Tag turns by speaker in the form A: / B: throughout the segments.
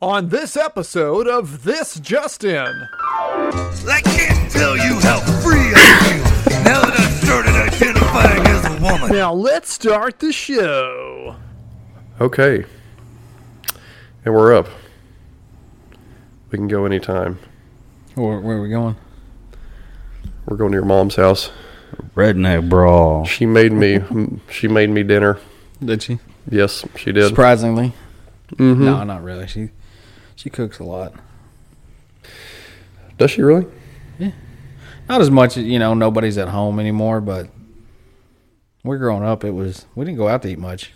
A: on this episode of This Justin.
B: I can't tell you how free I feel now that I've started identifying as a woman.
A: Now let's start the show.
C: Okay. And we're up. We can go anytime.
D: Where, where are we going?
C: We're going to your mom's house.
D: Redneck brawl.
C: She made me she made me dinner.
D: Did she? Mm-hmm.
C: Yes, she did.
D: Surprisingly. No, not really. She she cooks a lot.
C: Does she really?
D: Not as much, as, you know. Nobody's at home anymore, but we're growing up. It was we didn't go out to eat much.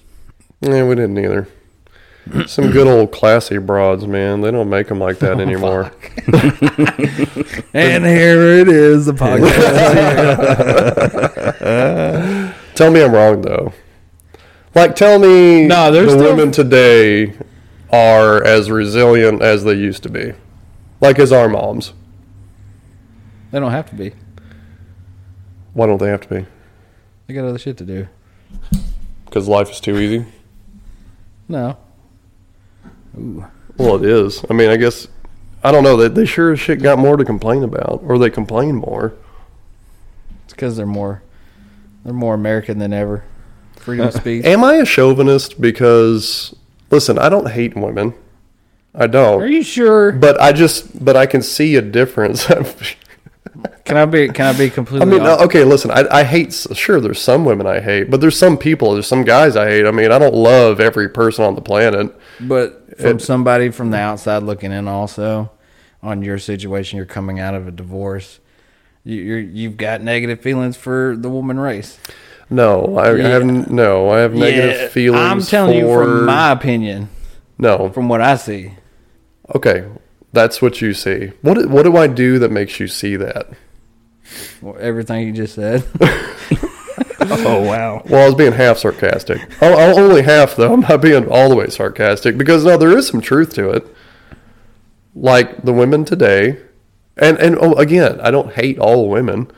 C: Yeah, we didn't either. Some good old classy broads, man. They don't make them like that anymore.
D: And here it is, the podcast.
C: Tell me I'm wrong though. Like tell me
D: No, there's
C: the
D: still-
C: women today are as resilient as they used to be. Like as our moms.
D: they don't have to be.
C: Why don't they have to be?
D: They got other shit to do.
C: Because life is too easy.
D: No,
C: Well, it is. I mean, I guess I don't know that they sure as shit got more to complain about, or they complain more.
D: it's because they're more they're more American than ever. Freedom of speech.
C: Am I a chauvinist? Because listen, I don't hate women. I
D: Are
C: don't.
D: you sure?
C: But I just, but I can see a difference.
D: Can I be? Can I uh, be
C: I
D: completely?
C: mean,
D: honest?
C: okay, listen, I, I hate, sure, there's some women I hate, but there's some people, there's some guys I hate. I mean, I don't love every person on the planet.
D: But from somebody from the outside looking in, also on your situation, you're coming out of a divorce. You, you're you've got negative feelings for the woman race.
C: No, I, I have, no, I have negative feelings.
D: I'm telling
C: for,
D: you from my opinion,
C: no,
D: from what I see.
C: okay, that's what you see. What, what do I do that makes you see that?
D: Well, Everything you just said. oh wow!
C: Well, I was being half sarcastic. Oh, oh, only half though. I'm not being all the way sarcastic because no, there is some truth to it. Like the women today, and and oh, again, I don't hate all women,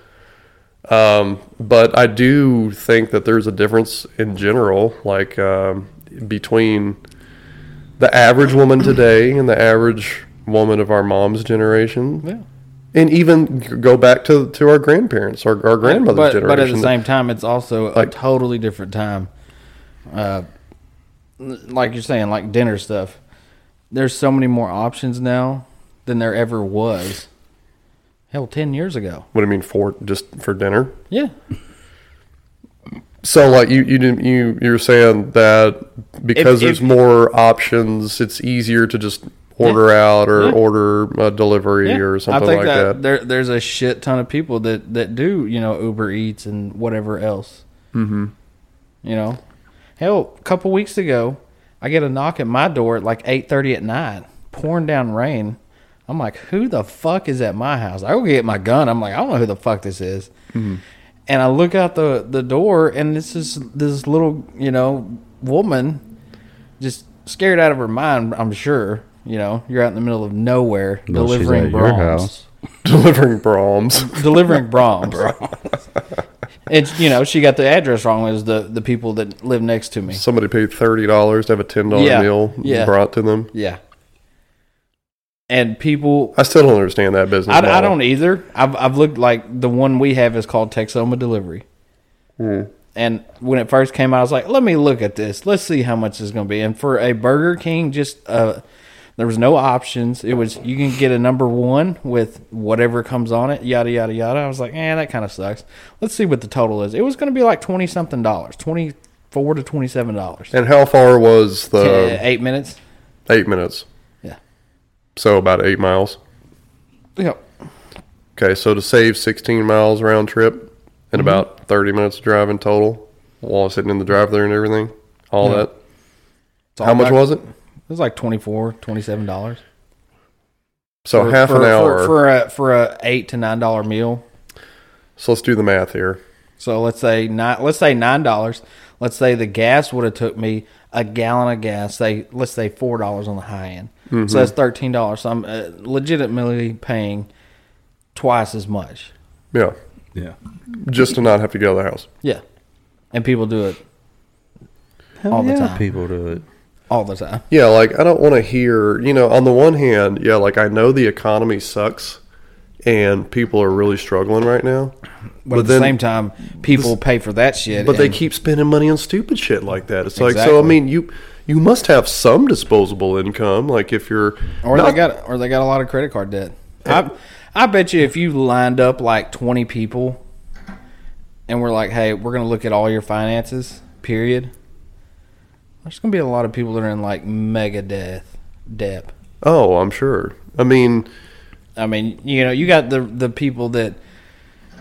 C: um, but I do think that there's a difference in general, like um, between the average woman today and the average woman of our mom's generation.
D: Yeah.
C: And even g- go back to, to our grandparents or our grandmother's
D: But,
C: generation.
D: but at the same time, it's also a
C: Like-
D: totally different time. Uh, like you're saying, like dinner stuff. There's so many more options now than there ever was. Hell, ten years ago.
C: What do you mean for just for dinner?
D: Yeah.
C: So like you you didn't you you're saying that because
D: If-
C: there's
D: if-
C: more options, it's easier to just order out or
D: Yeah.
C: order uh, delivery or something like that.
D: There, there's a shit ton of people that that do you know Uber Eats and whatever else. Mm-hmm. You know, hell, a couple weeks ago, I get a knock at my door at like eight thirty at night, pouring down rain. I'm like, who the fuck is at my house? I go get my gun. I'm like, I don't know who the fuck this is.
C: Mm-hmm.
D: And I look out the the door, and this is this little you know woman just scared out of her mind, I'm sure. You know, you're out in the middle of nowhere
E: Well, she's
D: delivering
E: at your
D: Brahms.
E: house.
C: Delivering Brahms.
D: Delivering Brahms. and you know, she got the address wrong. It was the the people that live next to me.
C: Somebody paid thirty dollars to have a ten dollar
D: Yeah.
C: meal
D: Yeah.
C: brought to them.
D: Yeah. And people
C: I still don't understand that business.
D: I, I
C: model.
D: don't e either. I've I've looked like the one we have is called Texoma Delivery. And when it first came out, I was like, "Let me look at this. Let's see how much it's going to be." And for a Burger King, just uh, there was no options. It was you can get a number one with whatever comes on it, yada yada yada. I was like, "Eh, that kind of sucks." Let's see what the total is. It was going to be like twenty something dollars, twenty four to twenty seven dollars.
C: And how far was the
D: Eight minutes.
C: eight minutes?
D: Yeah.
C: So about eight miles.
D: Yep.
C: Okay, so to save 16 miles round trip
D: Mm-hmm.
C: and about 30 minutes of driving total while sitting in the drive there and everything, all that.
D: all
C: How much
D: back-
C: was it?
D: It was like 24 27 dollars.
C: So
D: for-
C: half
D: for-
C: an
D: for-
C: hour.
D: for, a for a eight to nine dollar meal.
C: so let's do the math here.
D: So let's say nine. Let's say nine dollars. Let's say the gas would have took me a gallon of gas. Say let's say four dollars on the high end. So that's thirteen dollars. So I'm uh, legitimately paying twice as much.
C: Yeah,
E: Yeah.
C: just to not have to get out of the house.
D: Yeah, and people do it
E: Hell
D: All the
E: yeah,
D: time.
E: people do it.
D: all the time.
C: Yeah, like I don't want to hear, you know, on the one hand, yeah, like I know the economy sucks and people are really struggling right now.
D: But, at the
C: then-
D: same time, people pay for that shit.
C: But they
D: and-
C: keep spending money on stupid shit like that. It's like so I
D: Exactly.
C: mean, you you must have some disposable income like if you're
D: or
C: not-
D: they got or they got a lot of credit card debt. I I bet you if you lined up like twenty people and we're like, hey, we're gonna look at all your finances, period. There's gonna be a lot of people that are in like mega debt debt.
C: Oh, I'm sure. I mean,
D: I mean, you know, you got the the people that,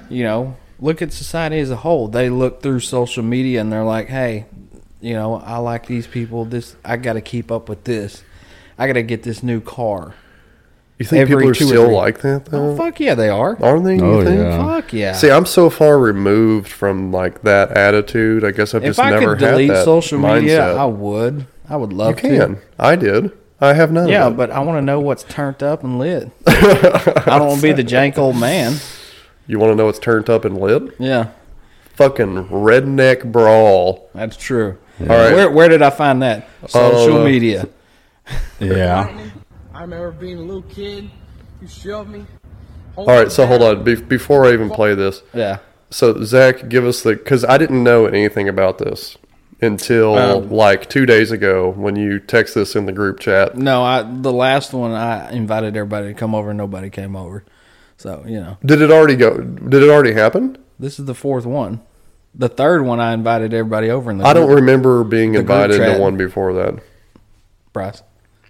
D: you know, look at society as a whole. They look through social media and they're like, hey, you know, I like these people. This I got to keep up with this. I got to get this new car.
C: you think
D: Every
C: people are
D: two or
C: still
D: three.
C: like that though?
D: Oh, fuck yeah, they are.
C: Are they? You
E: Oh,
C: think?
E: yeah.
D: Fuck yeah.
C: Uh, See, I'm so far removed from like that attitude. I guess I've
D: if
C: just
D: I
C: never
D: could delete
C: had that
D: social media,
C: mindset.
D: I would. I would love
C: you can.
D: to.
C: I did. I have none. of
D: Yeah,
C: it.
D: but I want to know what's turned up and lit. I don't want to be the jank old man.
C: You want to know what's turned up and lit?
D: Yeah,
C: Fucking redneck brawl.
D: that's true.
C: All right. Uh,
D: Where, where did I find that? Social media.
E: Yeah.
F: I remember being a little kid. You shoved me.
C: All right, so hold on. Be- before I even play this,
D: Yeah.
C: so Zach, give us the because I didn't know anything about this until
D: Oh.
C: like two days ago when you text this in the group chat.
D: No, I the last one I invited everybody to come over and nobody came over. So, you know,
C: Did it already go? Did it already happen?
D: this is the fourth one. The third one I invited everybody over in the
C: I don't
D: group,
C: remember being
D: The group
C: invited to
D: chat.
C: one before that.
D: Bryce.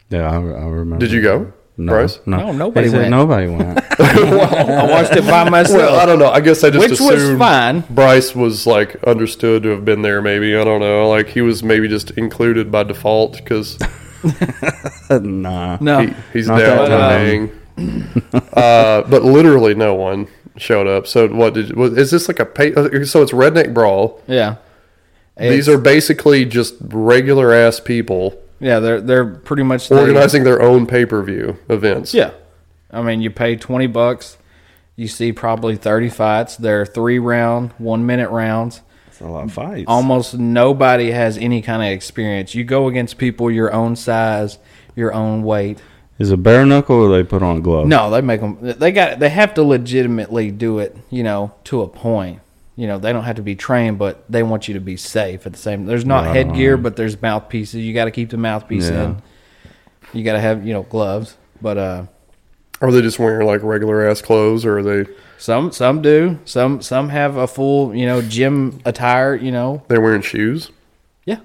E: Yeah, I, I remember.
C: Did you go,
E: No,
C: Bryce?
E: No,
D: No, nobody
E: They said
D: went.
E: Nobody went.
D: I watched it by myself.
C: Well, I don't know. I guess I just
D: Which was
C: assumed
D: fine.
C: Bryce was like understood to have been there. Maybe I don't know. Like he was maybe just included by default because
E: nah.
D: no.
C: he, he's
E: Not
C: down
E: that
C: to hang. uh, but literally, no one showed up. So what did? Was, is this like a pay, uh, so it's redneck brawl?
D: yeah.
C: These are basically just regular ass people
D: Yeah, they're they're pretty much they-
C: organizing their own pay per view events.
D: Yeah. I mean, you pay 20 bucks. You see probably 30 fights. They're 3 round, 1 minute rounds.
E: It's a lot of fights.
D: almost nobody has any kind of experience. You go against people your own size, your own weight.
E: Is it bare knuckle or they put on gloves?
D: No, they make them. They got. They have to legitimately do it. You know, to a point. You know, they don't have to be trained, but they want you to be safe at the same. There's not headgear, but there's mouthpieces. You got to keep the mouthpiece
E: Yeah.
D: in. You got to have you know gloves, but uh,
C: Are they just wearing like regular ass clothes, or are they
D: some some do. Some some have a full you know gym attire. You know,
C: they wearing shoes?
D: yeah.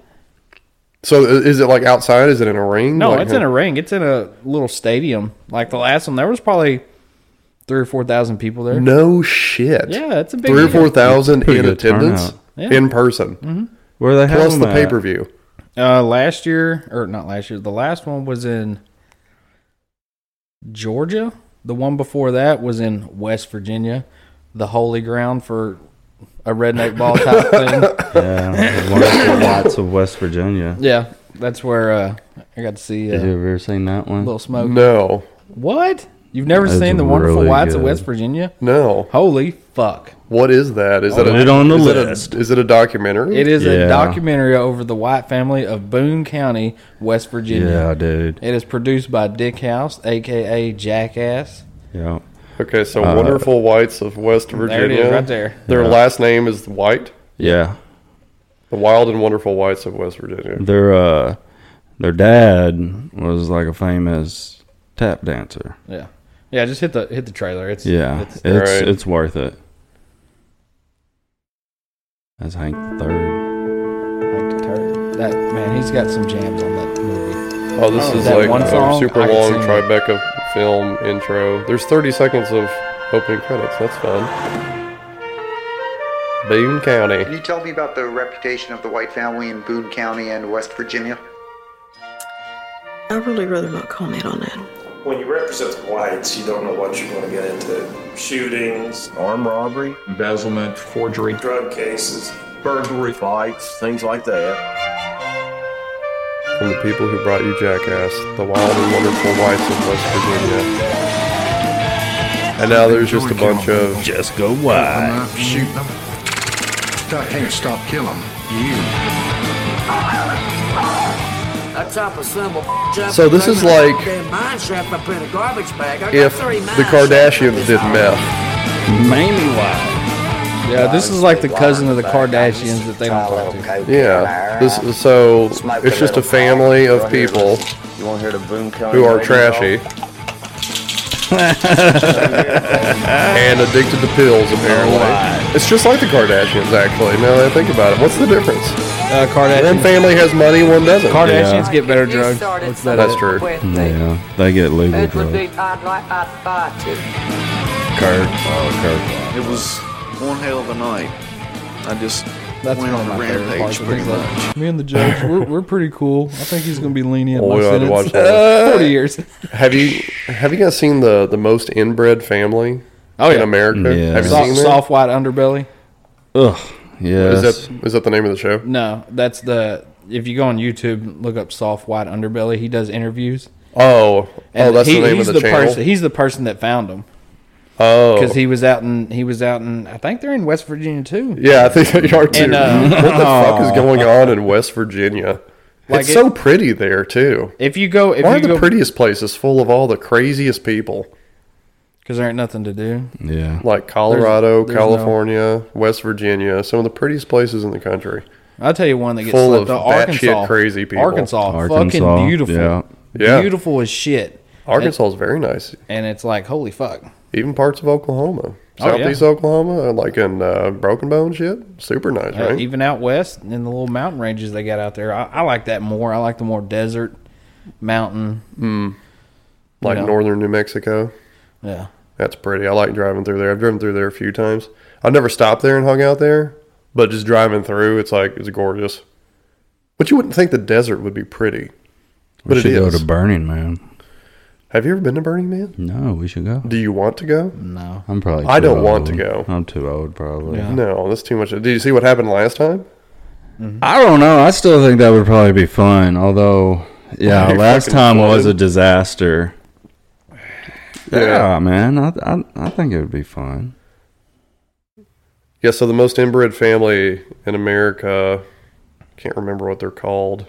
C: So i- is it like outside? Is it in a ring?
D: No,
C: Like,
D: it's in a ring. It's in a little stadium. Like the last one, there was probably three or four thousand people there.
C: No shit.
D: Yeah, it's a big
C: three or
D: deal.
C: four thousand
E: Pretty
C: in
E: good
C: attendance
D: turnout. Yeah. Mm-hmm.
C: in person,
E: Where they have
C: plus
E: them
C: the
E: at?
C: pay per view.
D: Uh, last year, or not last year, the last one was in Georgia. The one before that was in West Virginia, the holy ground for a redneck ball type thing.
E: Yeah, one of the lots of West Virginia.
D: Yeah, that's where uh, I got to see
E: Have you
D: uh,
E: ever seen that one?
D: Little Smoke.
C: No,
D: What? You've never
E: That's
D: seen the wonderful
E: really
D: whites of
E: good.
D: West Virginia?
C: no.
D: Holy fuck!
C: What is that? Is that
E: Put
C: a,
E: it on the
C: is it a-
E: list.
C: is it a documentary?
D: It is
E: Yeah.
D: a documentary over the white family of Boone County, West Virginia.
E: yeah, dude.
D: It is produced by Dick House, aka Jackass.
E: Yeah.
C: Okay, so Wonderful Whites of West
D: There
C: Virginia.
D: it is, right there.
C: Their
E: Uh, Yeah.
C: last name is White.
E: Yeah.
C: The Wild and Wonderful Whites of West Virginia.
E: Their uh their dad was like a famous tap dancer.
D: Yeah, yeah. Just hit the hit the trailer. It's
E: Yeah.
D: It's,
E: It's it's,
C: Alright.
E: worth it. That's Hank the third.
D: that man, he's got some jams on that movie.
C: Oh, this
D: Oh,
C: is
D: that
C: like
D: one
C: a
D: song?
C: super
D: I can
C: long
D: sing it.
C: Tribeca film intro. There's 30 seconds of opening credits. That's fun. Boone
G: Can
C: County.
G: you tell me about the reputation of the White family in Boone County and West Virginia?
H: I'd really rather not comment on that.
I: When you represent the whites, you don't know what you're going to get into shootings,
J: armed robbery, embezzlement, forgery,
I: drug cases.
J: burglary, fights, things like that.
C: From the people who brought you Jackass, the Wild and Wonderful Whites of West Virginia. And now there's just a bunch of.
B: Just go wild.
K: Shoot them. I can't stop killing you.
G: I
K: I chop a symbol.
C: So this is like
K: mine shaft up in a garbage bag. I
C: if
K: got three
C: the Kardashians did meth.
D: Mamie Wow. Yeah, this is like the cousin of the Kardashians that they don't talk to.
C: Yeah. This is- so it's just a family of people
L: You want to hear the boom coming?
C: who are trashy and addicted to pills apparently. It's just like the Kardashians actually. Now that I think about it, what's the difference?
D: Uh, Kardashians.
C: One family has money, one doesn't.
D: Kardashians get better drugs. That's,
C: That's true.
E: Yeah, they get legal
K: It would
E: drugs.
K: be I'd like I'd buy two.
E: Kurt. Oh,
L: It was one hell of a night. I just
D: That's
L: went
D: one
L: on
D: of
L: a
D: my favorite parts.
L: rampage
D: of
L: pretty
D: things like-
L: much.
D: Me and the judge, we're, we're pretty cool. I think he's going to be lenient. in
C: Well,
D: my
C: we don't have to
D: sentence.
C: watch that.
D: Forty years.
C: Have you have you guys seen the the most inbred family
D: Oh,
C: in
D: yeah.
C: America?
E: Yeah.
C: Have you
D: Soft,
C: seen that?
D: soft white underbelly.
E: Ugh. Yes.
C: Is that is that the name of the show?
D: No, that's the. If you go on YouTube, look up soft white underbelly. He does interviews.
C: Oh, oh, that's
D: he-
C: the name
D: he's
C: of the, channel.
D: Person, he's the person that found him
C: oh,
D: because he was out in he was out in I think they're in West Virginia too.
C: yeah, I think they are too.
D: And, uh,
C: what the fuck is going on in West Virginia?
D: Like
C: it's
D: it-
C: so pretty there too.
D: If you go, if
C: Why are
D: you
C: the
D: go,
C: prettiest places full of all the craziest people?
D: because there ain't nothing to do.
E: Yeah.
C: Like Colorado,
D: there's no-
C: California, West Virginia, some of the prettiest places in the country.
D: I'll tell you one that gets
C: Full
D: slept
C: of
D: on. Arkansas,
C: batshit crazy people.
D: Arkansas,
E: Arkansas,
D: fucking beautiful,
E: yeah.
C: Yeah.
D: beautiful as shit.
C: Arkansas is very nice.
D: and it's like holy fuck.
C: Even parts of Oklahoma,
D: Oh, yeah.
C: southeast Oklahoma, like in uh, Broken Bone shit, super nice,
D: Uh,
C: right?
D: even out west in the little mountain ranges they got out there, I, I like that more. I like the more desert, mountain.
C: like
D: know.
C: northern New Mexico.
D: Yeah,
C: That's pretty. I like driving through there. I've driven through there a few times. I've never stopped there and hung out there, but just driving through, it's like it's gorgeous. But you wouldn't think the desert would be pretty,
E: We
C: but it
E: should go
C: is.
E: to Burning Man.
C: Have you ever been to Burning Man?
E: No, we should go.
C: Do you want to go?
D: no,
E: I'm probably.
C: I
E: too
C: don't want to
E: old.
C: go.
E: I'm too old, probably.
D: Yeah.
C: No, that's too much. Did you see what happened last time?
E: I don't know. I still think that would probably be fun. Although, yeah,
C: Are you
E: last
C: fucking
E: time was
C: flooded?
E: a disaster.
C: Yeah.
E: Yeah, man. I, I I think it would be fun.
C: Yeah. So the most inbred family in America. Can't remember what they're called.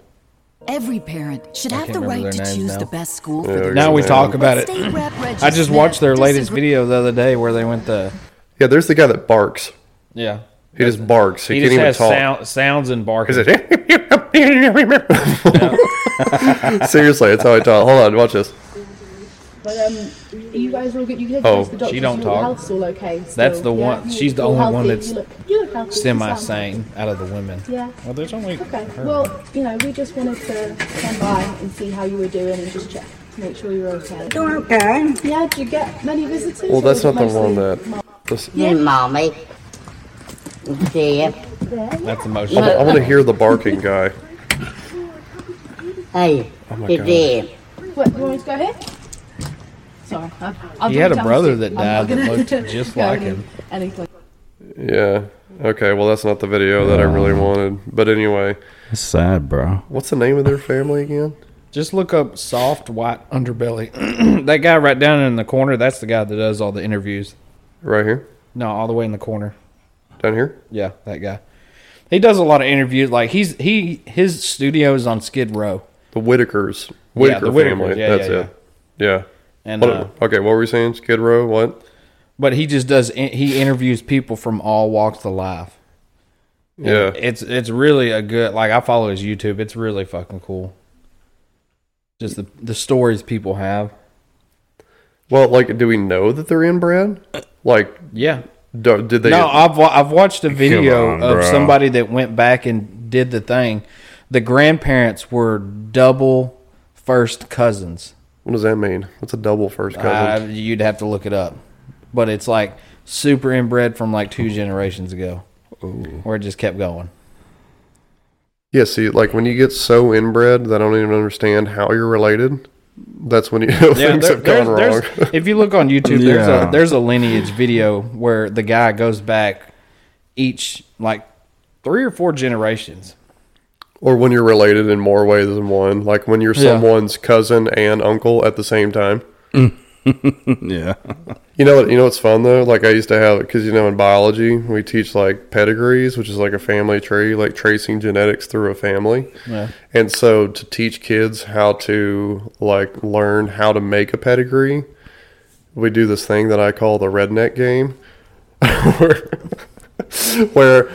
M: Every parent should have the
D: remember
M: right to
D: their names
M: choose
D: now.
M: the best school
C: Yeah,
M: for their
D: Now we
C: yeah.
D: talk about it.
M: State Rep Reggie
D: I just
M: Smith
D: watched their latest
M: disagrees.
D: video the other day where they went to
C: Yeah, there's the guy that barks.
D: yeah.
C: He just barks. He,
D: He
C: can't
D: just
C: even
D: has
C: talk.
D: sound, sounds and barking.
C: Is it? Seriously, that's how I talk. Hold on, watch this.
N: But um, you guys are all good. You can
C: Oh,
N: go to the doctor.
D: she don't
N: your
D: talk.
N: Health's all okay. Still.
D: That's the one-
N: you
D: she's the
N: look
D: only
N: healthy.
D: one that's
N: you look, you look healthy. You sound healthy.
D: Semi-sane out of the women.
N: Yeah.
D: Well, there's only
N: Okay.
D: her.
N: Well, you know, we just wanted to come by and see how you were doing and just check, make sure you were okay. You're okay. Yeah. Did you get many visitors?
C: Well,
N: or
C: that's not the
N: mostly
C: one that. This,
K: You mommy. Yeah.
D: That's
C: I,
D: emotional.
C: want to hear the barking guy.
K: Hey,
C: Oh my
K: you
C: God.
K: did.
N: What, you want me to go here? Sorry. I've, I've
D: He had a
N: done
D: brother
N: some-
D: that
N: I'm
D: died
N: not
D: that
N: gonna
D: looked just
N: go
D: like
N: any-
D: him.
N: any place.
C: Yeah. Okay. Well, that's not the video that I really wanted. But anyway,
E: It's sad, bro.
C: what's the name of their family again?
D: Just look up soft white underbelly. that guy right down in the corner. That's the guy that does all the interviews.
C: Right here,
D: No, all the way in the corner.
C: down here.
D: Yeah, that guy. He does a lot of interviews. Like he's he his studio is on Skid Row.
C: The Whitakers.
D: Yeah,
C: Whitaker
D: the Whitakers.
C: family.
D: Yeah,
C: that's
D: yeah,
C: it. Yeah.
D: And,
C: What-
D: uh,
C: okay, what were we saying? Skid Row. What?
D: But he just does. He interviews people from all walks of life.
C: Yeah.
D: It's it's really a good like I follow his YouTube. It's really fucking cool. Just the the stories people have.
C: Well, like, do we know that they're inbred? Like,
D: Yeah.
C: do, did they?
D: no, I've wa- I've watched a video
C: on,
D: of
C: bro.
D: somebody that went back and did the thing. The grandparents were double first cousins.
C: what does that mean? What's a double first cousin?
D: Uh, you'd have to look it up, but it's like super inbred from like two generations ago, where it just kept going.
C: Yeah, see, like when you get so inbred that I don't even understand how you're related, that's when you know things
D: there-
C: have gone wrong.
D: there's- if you look on YouTube, there's
E: Yeah.
D: a there's a lineage video where the guy goes back each like three or four generations.
C: or when you're related in more ways than one, like when you're
D: Yeah.
C: someone's cousin and uncle at the same time.
E: yeah.
C: You know what? You know what's fun though. Like I used to have because you know in biology we teach like pedigrees, which is like a family tree, like tracing genetics through a family.
D: Yeah.
C: And so to teach kids how to like learn how to make a pedigree, we do this thing that I call the redneck game, where, where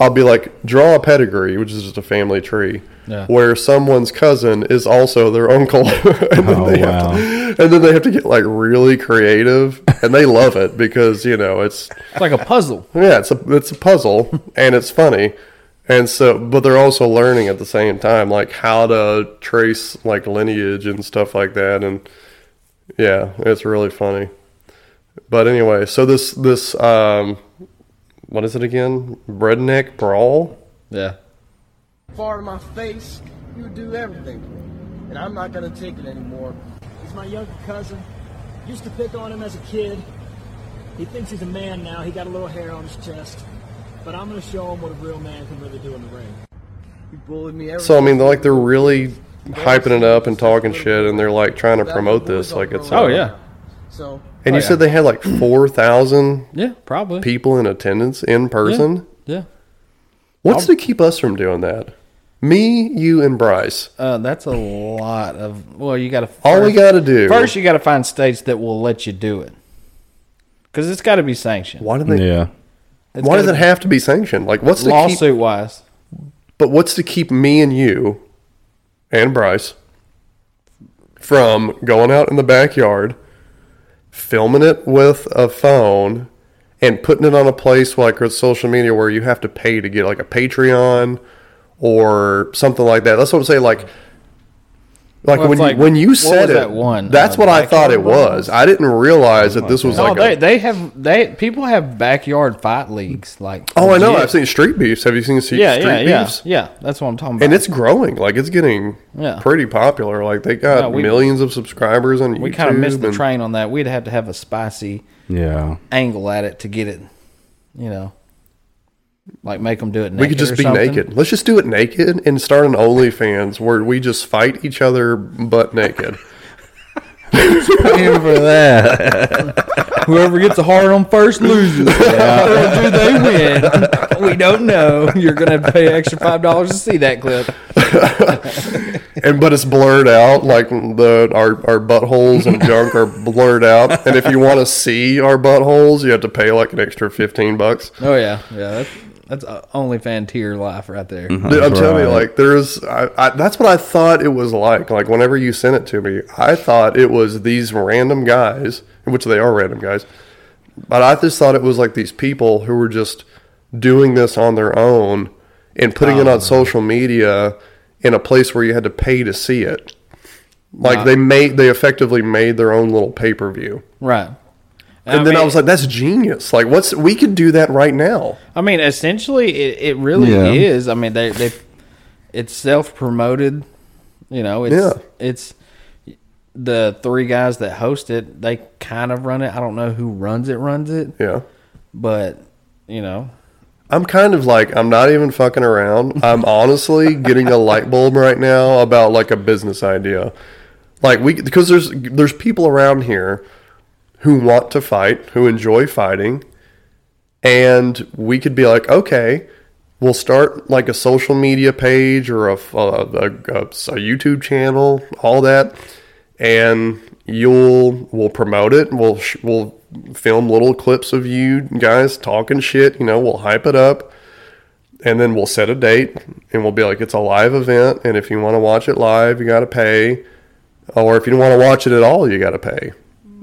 C: I'll be like draw a pedigree, which is just a family tree,
B: Yeah.
C: where someone's cousin is also their uncle, and, then they have to, and then they have to get like really creative, and they love it because you know it's
D: It's like a puzzle.
C: yeah, it's a it's a puzzle and it's funny. And so but they're also learning at the same time like how to trace like lineage and stuff like that and yeah, it's really funny. But anyway, so this this um what is it again? Redneck brawl?
D: Yeah.
F: Far in my face, you would do everything. And I'm not gonna take it anymore.
O: He's my younger cousin. Used to pick on him as a kid. He thinks he's a man now. He got a little hair on his chest. But I'm going to show him what a real man can really do in the ring.
F: You bullied me every
C: So I mean they're like they're really hyping it up and talking shit and they're like trying to promote this like it's
D: Oh, yeah.
F: So
C: And you
D: Oh, yeah.
C: said they had like 4,000
D: Yeah, probably.
C: people in attendance in person?
D: Yeah.
C: What's to keep us from doing that? Me, you, and Bryce.
D: Uh, that's a lot of. Well, you got to.
C: All we gotta do-
D: First, you got to find states that will let you do it. Because it's got to be sanctioned.
C: Why do they?
E: Yeah.
D: It's
C: Why
D: gotta
C: does it
D: be-
C: have to be sanctioned? Like, what's the
D: lawsuit wise?
C: But what's to keep me and you and Bryce from going out in the backyard, filming it with a phone, and putting it on a place like with social media where you have to pay to get like a Patreon or something like that? That's what I'm saying. Like, like
D: Well, it's
C: when
D: like-
C: you, when you
D: what
C: said
D: was
C: it,
D: that one?
C: that's
D: Uh,
C: what I thought it
D: Backyard Brawls?
C: was. I didn't realize that this was
D: No,
C: like a
D: they they have they people have backyard fight leagues like.
C: Oh, I know.
D: legit.
C: I've seen Street Beefs. Have you seen se-
D: Yeah,
C: Street
D: yeah, yeah,
C: Beefs?
D: yeah. That's what I'm talking about.
C: And it's growing. Like it's getting
D: Yeah.
C: pretty popular. Like they got
D: No, we-
C: millions of subscribers on YouTube.
D: we kind of missed the
C: and-
D: train on that. We'd have to have a spicy
E: Yeah.
D: angle at it to get it. You know, like make them do it. Naked
C: We could just
D: or
C: be
D: something.
C: naked. Let's just do it naked and start an OnlyFans where we just fight each other butt naked.
E: Paying for that.
D: Whoever gets the hard on first loses. Or do they win? We don't know. You're gonna have to pay extra five dollars to see that clip.
C: and but it's blurred out, like the our, our buttholes and junk are blurred out. And if you want to see our buttholes, you have to pay like an extra fifteen bucks.
D: Oh yeah, yeah. That's, that's a OnlyFan tier life right there.
C: Dude, I'm telling you, like there's, I, I, that's what I thought it was like. Like whenever you sent it to me, I thought it was these random guys, which they are random guys, but I just thought it was like these people who were just doing this on their own and putting it on social media in a place where you had to pay to see it. Like
D: Nah.
C: they made, they effectively made their own little pay per view.
D: right.
C: And then I was like, that's genius. Like what's, we could do that right now.
D: I mean, essentially, it, it really
C: Yeah.
D: is. I mean, they they it's self promoted. You know, it's it's the three guys that host it. They kind of run it. I don't know who runs it. Runs it.
C: Yeah.
D: But you know,
C: I'm kind of like I'm not even fucking around. I'm honestly getting a light bulb right now about like a business idea. Like we because there's there's people around here who want to fight, who enjoy fighting, and we could be like, okay, we'll start like a social media page or a f- a, a- a- a YouTube channel, all that, and you'll we'll promote it. We'll sh- we'll film little clips of you guys talking shit. You know, we'll hype it up, and then we'll set a date, and we'll be like, it's a live event, and if you want to watch it live, you got to pay, or if you don't want to watch it at all, you got to pay.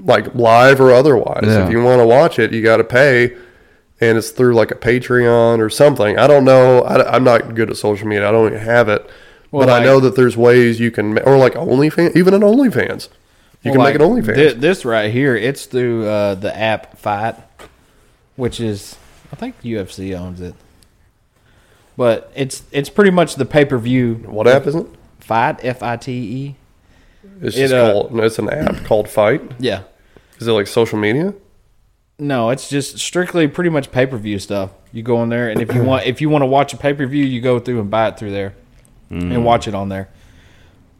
C: Like live or otherwise,
E: Yeah.
C: if you want to watch it, you got to pay and it's through like a Patreon or something. I don't know. I, am not good at social media. I don't even have it.
D: Well,
C: but
D: like-
C: I know that there's ways you can, ma- or like OnlyFans, even an OnlyFans. You can
D: Well,
C: make an
D: like,
C: OnlyFans.
D: thi- this right here, it's through uh, the app Fight, which is I think UFC owns it. But it's it's pretty much the pay per view.
C: What app is it?
D: Fight F I T E.
C: it's
D: it,
C: just
D: uh,
C: called, it's an app called Fight.
D: Yeah.
C: Is it like social media?
D: No, it's just strictly pretty much pay per view stuff. You go in there, and if you want, if you want to watch a pay per view, you go through and buy it through there,
E: Mm.
D: and watch it on there.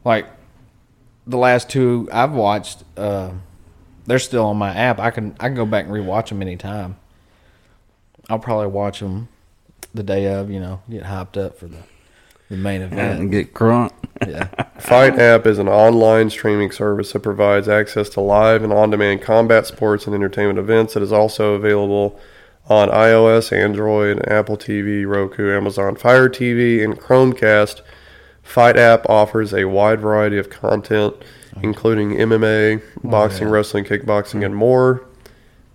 D: Like the last two I've watched, uh, They're still on my app. I can I can go back and rewatch them anytime. I'll probably watch them the day of. You know, get hyped up for the the main event
E: And get crunk.
D: Yeah.
C: Fight app is an online streaming service that provides access to live and on-demand combat sports and entertainment events. It is also available on iOS, Android, Apple TV, Roku, Amazon Fire TV, and Chromecast. Fight app offers a wide variety of content, including MMA, boxing, wrestling, kickboxing, and more.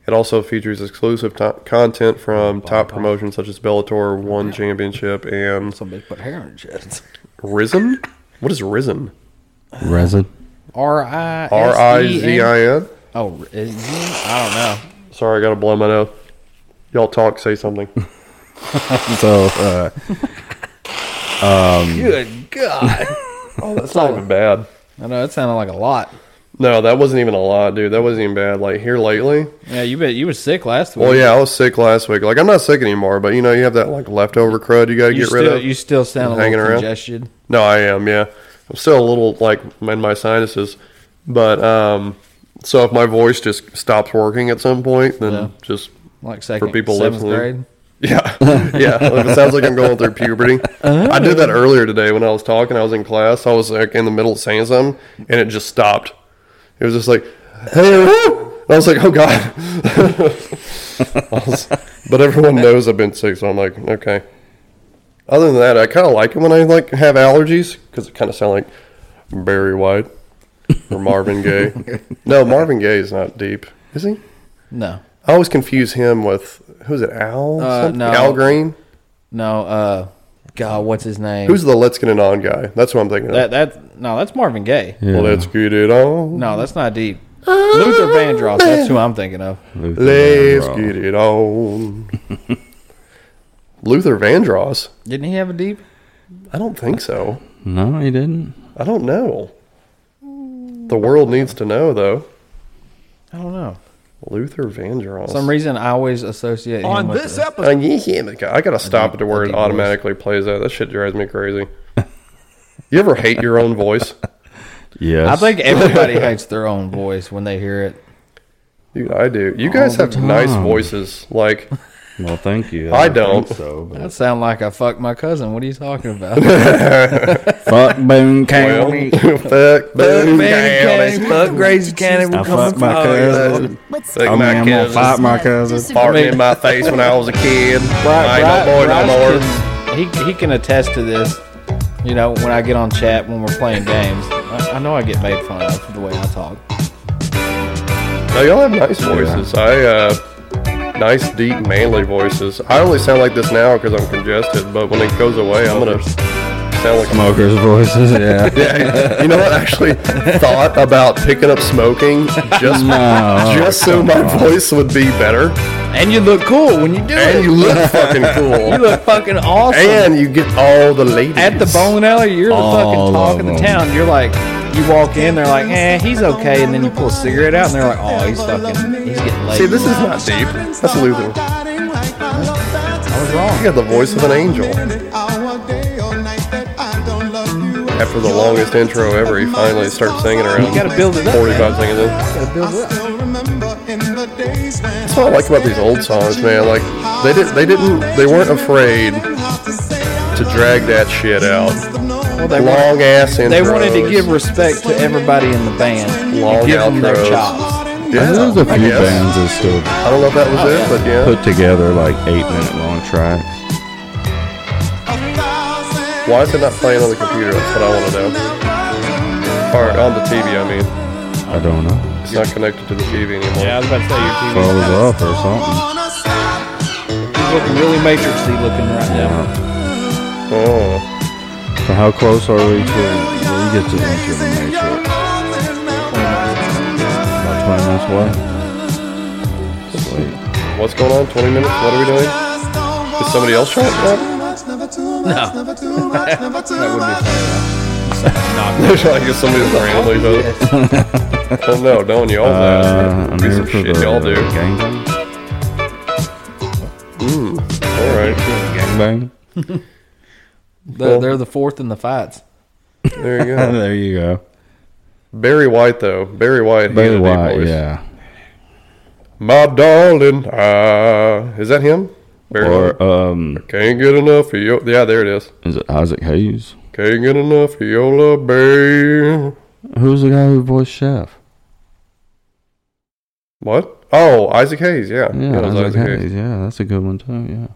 C: It also features exclusive to- content from top promotions such as Bellator, One Championship, and
D: somebody put hair on chest.
C: Risen. What is Risen?
E: Resin.
D: R I S E N.
C: R I Z I N.
D: Oh, is I don't know.
C: Sorry, I gotta blow my nose. Y'all talk, say something.
E: so, uh, um,
D: Good God.
C: oh, that's not even bad.
D: I know it sounded like a lot.
C: No, that wasn't even a lot, dude. That wasn't even bad. Like here lately.
D: Yeah, you bet you were sick last week.
C: Well, yeah, I was sick last week. Like I'm not sick anymore, but you know, you have that like leftover crud you got to
D: You
C: get
D: still,
C: rid of.
D: You still sound a
C: Hanging
D: little
C: around.
D: congested.
C: No, I am. Yeah, I'm still a little like in my sinuses, but um, so if my voice just stops working at some point, then
D: Yeah.
C: just
D: Like second-
C: for people
D: seventh
C: listening.
D: grade?
C: Yeah, yeah. Like, it sounds like I'm going through puberty. I did that earlier today when I was talking. I was in class. I was like in the middle of saying something, and it just stopped. It was just like, "Hey," everyone." I was like, "Oh God." I was- but everyone knows I've been sick, so I'm like, okay. Other than that, I kind of like it when I like have allergies because it kind of sound like Barry White or Marvin Gaye. no, Marvin Gaye is not deep, is he?
D: No.
C: I always confuse him with who's it? Al?
D: Uh,
C: something?
D: no.
C: Al Green?
D: No, uh, God, what's his name?
C: Who's the Let's Get It On guy? That's what I'm thinking.
D: that? That no, that's Marvin Gaye.
C: of. Let's get it on.
D: No, that's not deep.
C: Oh,
D: Luther Vandross. That's who I'm thinking of.
C: Let's get it on. Luther Vandross?
D: Didn't he have a deep?
C: I don't think so.
E: No, he didn't.
C: I don't know. The world needs to know, though.
D: I don't know.
C: Luther Vandross.
D: For some reason, I always associate him
A: On
D: with
A: this
D: the-
A: episode,
C: Uh, yeah, yeah, my God. I gotta stop at the word automatically plays out. That shit drives me crazy. You ever hate your own voice?
E: Yes.
D: I think everybody hates their own voice when they hear it.
C: Dude, I do. You guys
D: All the
C: have nice
D: time.
C: voices. Like,
E: Well, thank you.
C: I
E: think
C: don't.
E: So, but-
D: That sound like I fuck my cousin. What are you talking about?
E: fuck Boone
C: well,
E: County.
C: fuck Boone
D: County.
C: County.
D: Fuck Grace County.
E: I fuck my cousin.
C: Fuck
E: I mean,
C: Oh, my
E: I'm
C: cousin.
E: gonna fight my
J: uh,
E: cousin.
C: Fart in my face when I was a kid. I ain't no boy no more.
D: He, he can attest to this. You know, when I get on chat when we're playing games, I, I know I get made fun of for the way I talk.
C: No, y'all have nice voices. I, uh, nice, deep, manly voices. I only sound like this now because I'm congested, but when it goes away, I'm gonna sound like
E: Smokers' voices. Yeah.
C: Yeah, you know what? I actually thought about picking up smoking just
E: No.
C: just so my voice would be better.
D: And you look cool when you do
C: And
D: it.
C: you look fucking cool.
D: You look fucking awesome.
C: And you get all the ladies.
D: At the bowling alley, you're the
E: All
D: fucking talk of
E: of
D: the
E: them.
D: town. You're like, you walk in, they're like, eh, he's okay. And then you pull a cigarette out, and they're like, oh, he's fucking, he's getting laid.
C: See, this is not deep. That's Luther.
D: I was wrong.
C: You got the voice of an angel. After the longest intro ever, he finally starts singing around.
D: You gotta build it up,
C: 45 seconds in. That's what I like about these old songs, man. Like they did, they didn't, they weren't afraid to drag that shit out.
D: Well, they,
C: Long
D: wanted,
C: ass intros.
D: they wanted to give respect to everybody in the band.
C: long
D: give them their
C: outros.
D: chops.
C: Yeah,
E: There's a
C: I
E: few
C: guess.
E: bands that still
C: I don't know if that was it, but yeah.
E: put together like eight minute long tracks.
C: Why is it not playing on the computer? That's what I want to know. Or on the TV, I mean.
E: I don't know.
C: It's not connected to the TV anymore.
D: Yeah, I was about to say your TV.
E: Follows up or something.
D: He's looking really matrixy looking right now.
E: Yeah.
C: Oh.
E: So how close are we to? Well, you get to the entry of the matrix. About twenty minutes away. Sweet.
C: What's going on? 20 minutes? What are we doing? Is somebody else shot? up?
D: No, that would be funny.
C: There's like just somebody just randomly does it. Well, no, don't y'all
E: Uh,
C: do that.
E: I'm
C: Be
E: here
C: some
E: for
C: shit
E: the
C: y'all do.
E: gang bang.
C: Mm. All right.
E: Gang bang.
D: They're, they're the fourth in the fights.
C: There you go.
E: there you go.
C: Barry White, though. Barry White. he
E: Barry
C: had a deep
E: White.
C: voice.
E: Yeah.
C: My darling, ah. Is that him? Barry
E: Or
C: Gordy?
E: um,
C: Can't get enough of your. Yeah, there it is.
E: is it Isaac Hayes?
C: Can't get enough of your love, babe.
E: Who's the guy who voiced Chef?
C: What? Oh, Isaac Hayes. Yeah.
E: Yeah,
C: it was
E: Isaac Hayes. Yeah, that's a good one too. Yeah.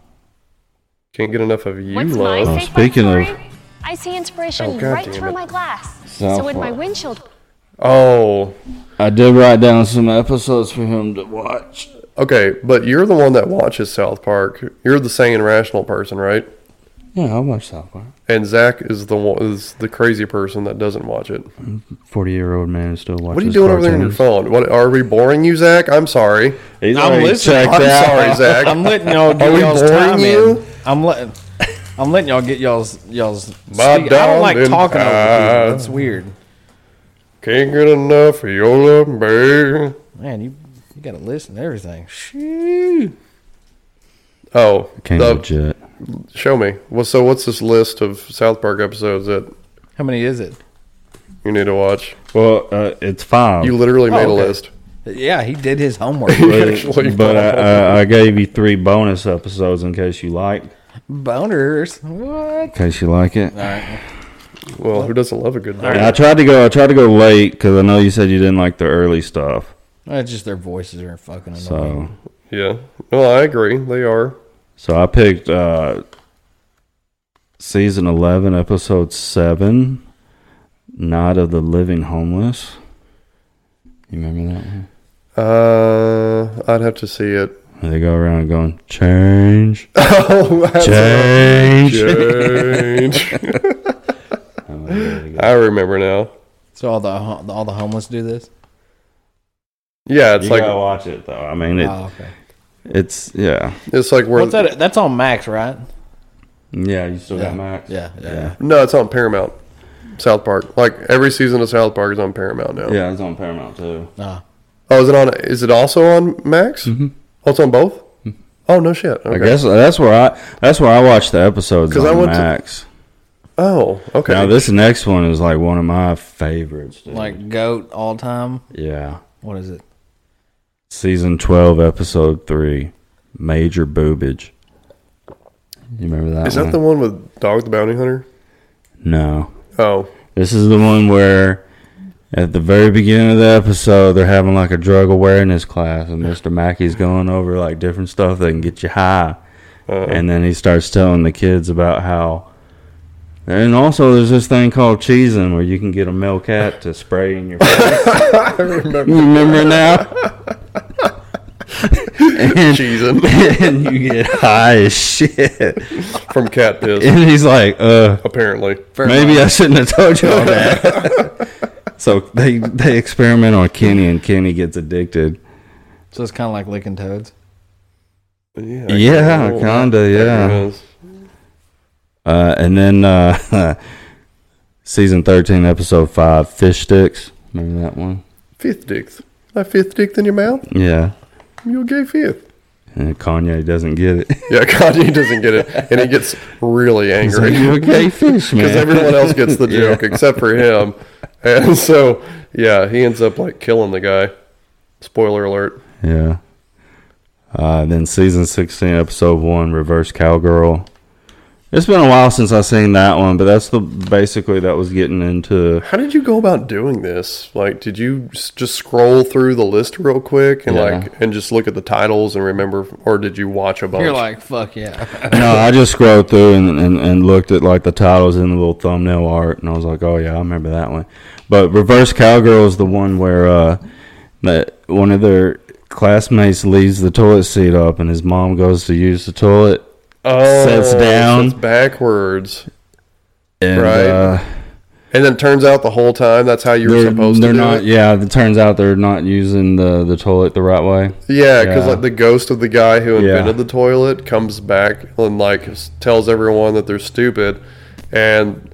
C: Can't get enough of you,
P: What's my
C: love.
P: favorite
E: Oh, speaking of-
P: story? I see inspiration
C: Oh, God
P: right
C: damn
P: through
C: it.
P: my glass.
E: South
P: so with my
E: Park.
P: windshield
C: Oh,
E: I did write down some episodes for him to watch.
C: Okay, but you're the one that watches South Park. You're the sane, rational person, right?
E: Yeah, I watched South Park.
C: And Zach is the one is the crazy person that doesn't watch it.
E: Forty-year-old man who still watches.
C: What are you doing over there on your phone? What are we boring you, Zach? I'm sorry.
E: He's I'm already listening. checked
C: I'm
E: out.
C: sorry, Zach.
D: I'm letting y'all
C: Are
D: get
C: we
D: y'all's
C: boring
D: time
C: you?
D: in. I'm letting I'm letting y'all get y'all's y'all's.
C: My
D: speak- I don't like
C: darling,
D: talking over
C: ah.
D: people. That's weird.
C: Can't get enough of your love, babe.
D: Man, you you gotta listen to everything. Shoo.
C: Oh,
E: Can't
C: the-
E: legit.
C: show me. Well, so what's this list of South Park episodes that
D: How many is it?
C: you need to watch?
E: Well, uh, it's five.
C: You literally made
D: Oh,
C: a
D: okay.
C: list.
D: Yeah, he did his homework.
C: actually
E: But, but
C: found
E: I, I, I gave you three bonus episodes in case you like.
D: Boners. What?
E: In case you like it.
D: All right.
C: Well, who doesn't love a good?
E: And I tried to go. I tried to go late because I know you said you didn't like the early stuff.
D: It's just their voices are fucking annoying.
E: So,
C: Yeah. Well, I agree. They are.
E: so I picked uh, season eleven, episode seven, "Night of the Living Homeless." You remember that one?
C: Uh, I'd have to see it.
E: Where they go around going change,
C: Oh, that's
E: change,
C: Change. I remember now.
D: So all the ho- all the homeless do this.
C: Yeah, it's
E: you
C: like
E: gotta watch it though. I mean, it,
D: Oh, okay.
E: it's yeah,
C: it's like where
D: What's that? That's on Max, right?
E: yeah. You still
D: Yeah.
E: got Max.
D: Yeah, yeah,
C: no, it's on Paramount. South Park. Like every season of South Park is on Paramount now.
E: yeah, It's on Paramount too.
D: Ah.
C: Oh, is it on? Is it also on Max? Mm-hmm. Oh, it's on both. Oh no shit. Okay.
E: Mm-hmm. I guess that's where I that's where I watched the episodes
C: 'Cause
E: on
C: I went to-
E: Max.
C: Oh, okay.
E: Now this next one is like one of my favorites. dude.
D: Like goat all time.
E: Yeah,
D: What is it?
E: season twelve, episode three, major boobage. You remember that?
C: is that
E: one?
C: the one with Dog the Bounty Hunter?
E: No.
C: Oh.
E: This is the one where at the very beginning of the episode they're having like a drug awareness class and Mr. Mackey's going over like different stuff that can get you high.
C: Uh-huh.
E: And then he starts telling the kids about how and also there's this thing called cheesing where you can get a male cat to spray in your face.
C: I remember.
E: you remember now? and,
C: Cheesing.
E: and you get high as shit.
C: From cat piss.
E: And he's like, uh
C: Apparently.
E: Maybe I shouldn't have told you all that. so they they experiment on Kenny, and Kenny gets addicted.
D: So it's kind of like licking toads.
C: Yeah.
E: Yeah,
C: Oh,
E: kinda,
C: there
E: yeah.
C: it is.
E: Uh, and then uh, season thirteen, episode five, fish sticks. Remember that one?
C: Fifth dick. A fifth dick in your mouth?
E: Yeah.
C: You're a gay fifth.
E: And Kanye doesn't get it.
C: Yeah, Kanye doesn't get it, and he gets really
E: He's
C: angry.
E: like, "You're a gay fish, man."
C: Because everyone else gets the
E: Yeah.
C: joke except for him, and so yeah, he ends up like killing the guy. Spoiler alert.
E: Yeah. Uh, then season 16, episode 1, Reverse Cowgirl. It's been a while since i seen that one, but that's the basically that was getting into.
C: How did you go about doing this? Like, did you s- just scroll through the list real quick and
E: Yeah.
C: like and just look at the titles and remember, or did you watch a bunch?
D: You're like fuck yeah.
E: No, I just scrolled through and, and, and looked at like the titles and the little thumbnail art, and I was like, oh yeah, I remember that one. But Reverse Cowgirl is the one where uh, that one of their classmates leaves the toilet seat up, and his mom goes to use the toilet,
C: oh,
E: sits down,
C: it's backwards,
E: and
C: right?
E: uh,
C: and then turns out the whole time that's how you were
E: they're,
C: supposed
E: they're
C: to do
E: not
C: it.
E: yeah it turns out they're not using the the toilet the right way
C: Yeah, because like the ghost of the guy who
E: Yeah.
C: invented the toilet comes back and like s- tells everyone that they're stupid, and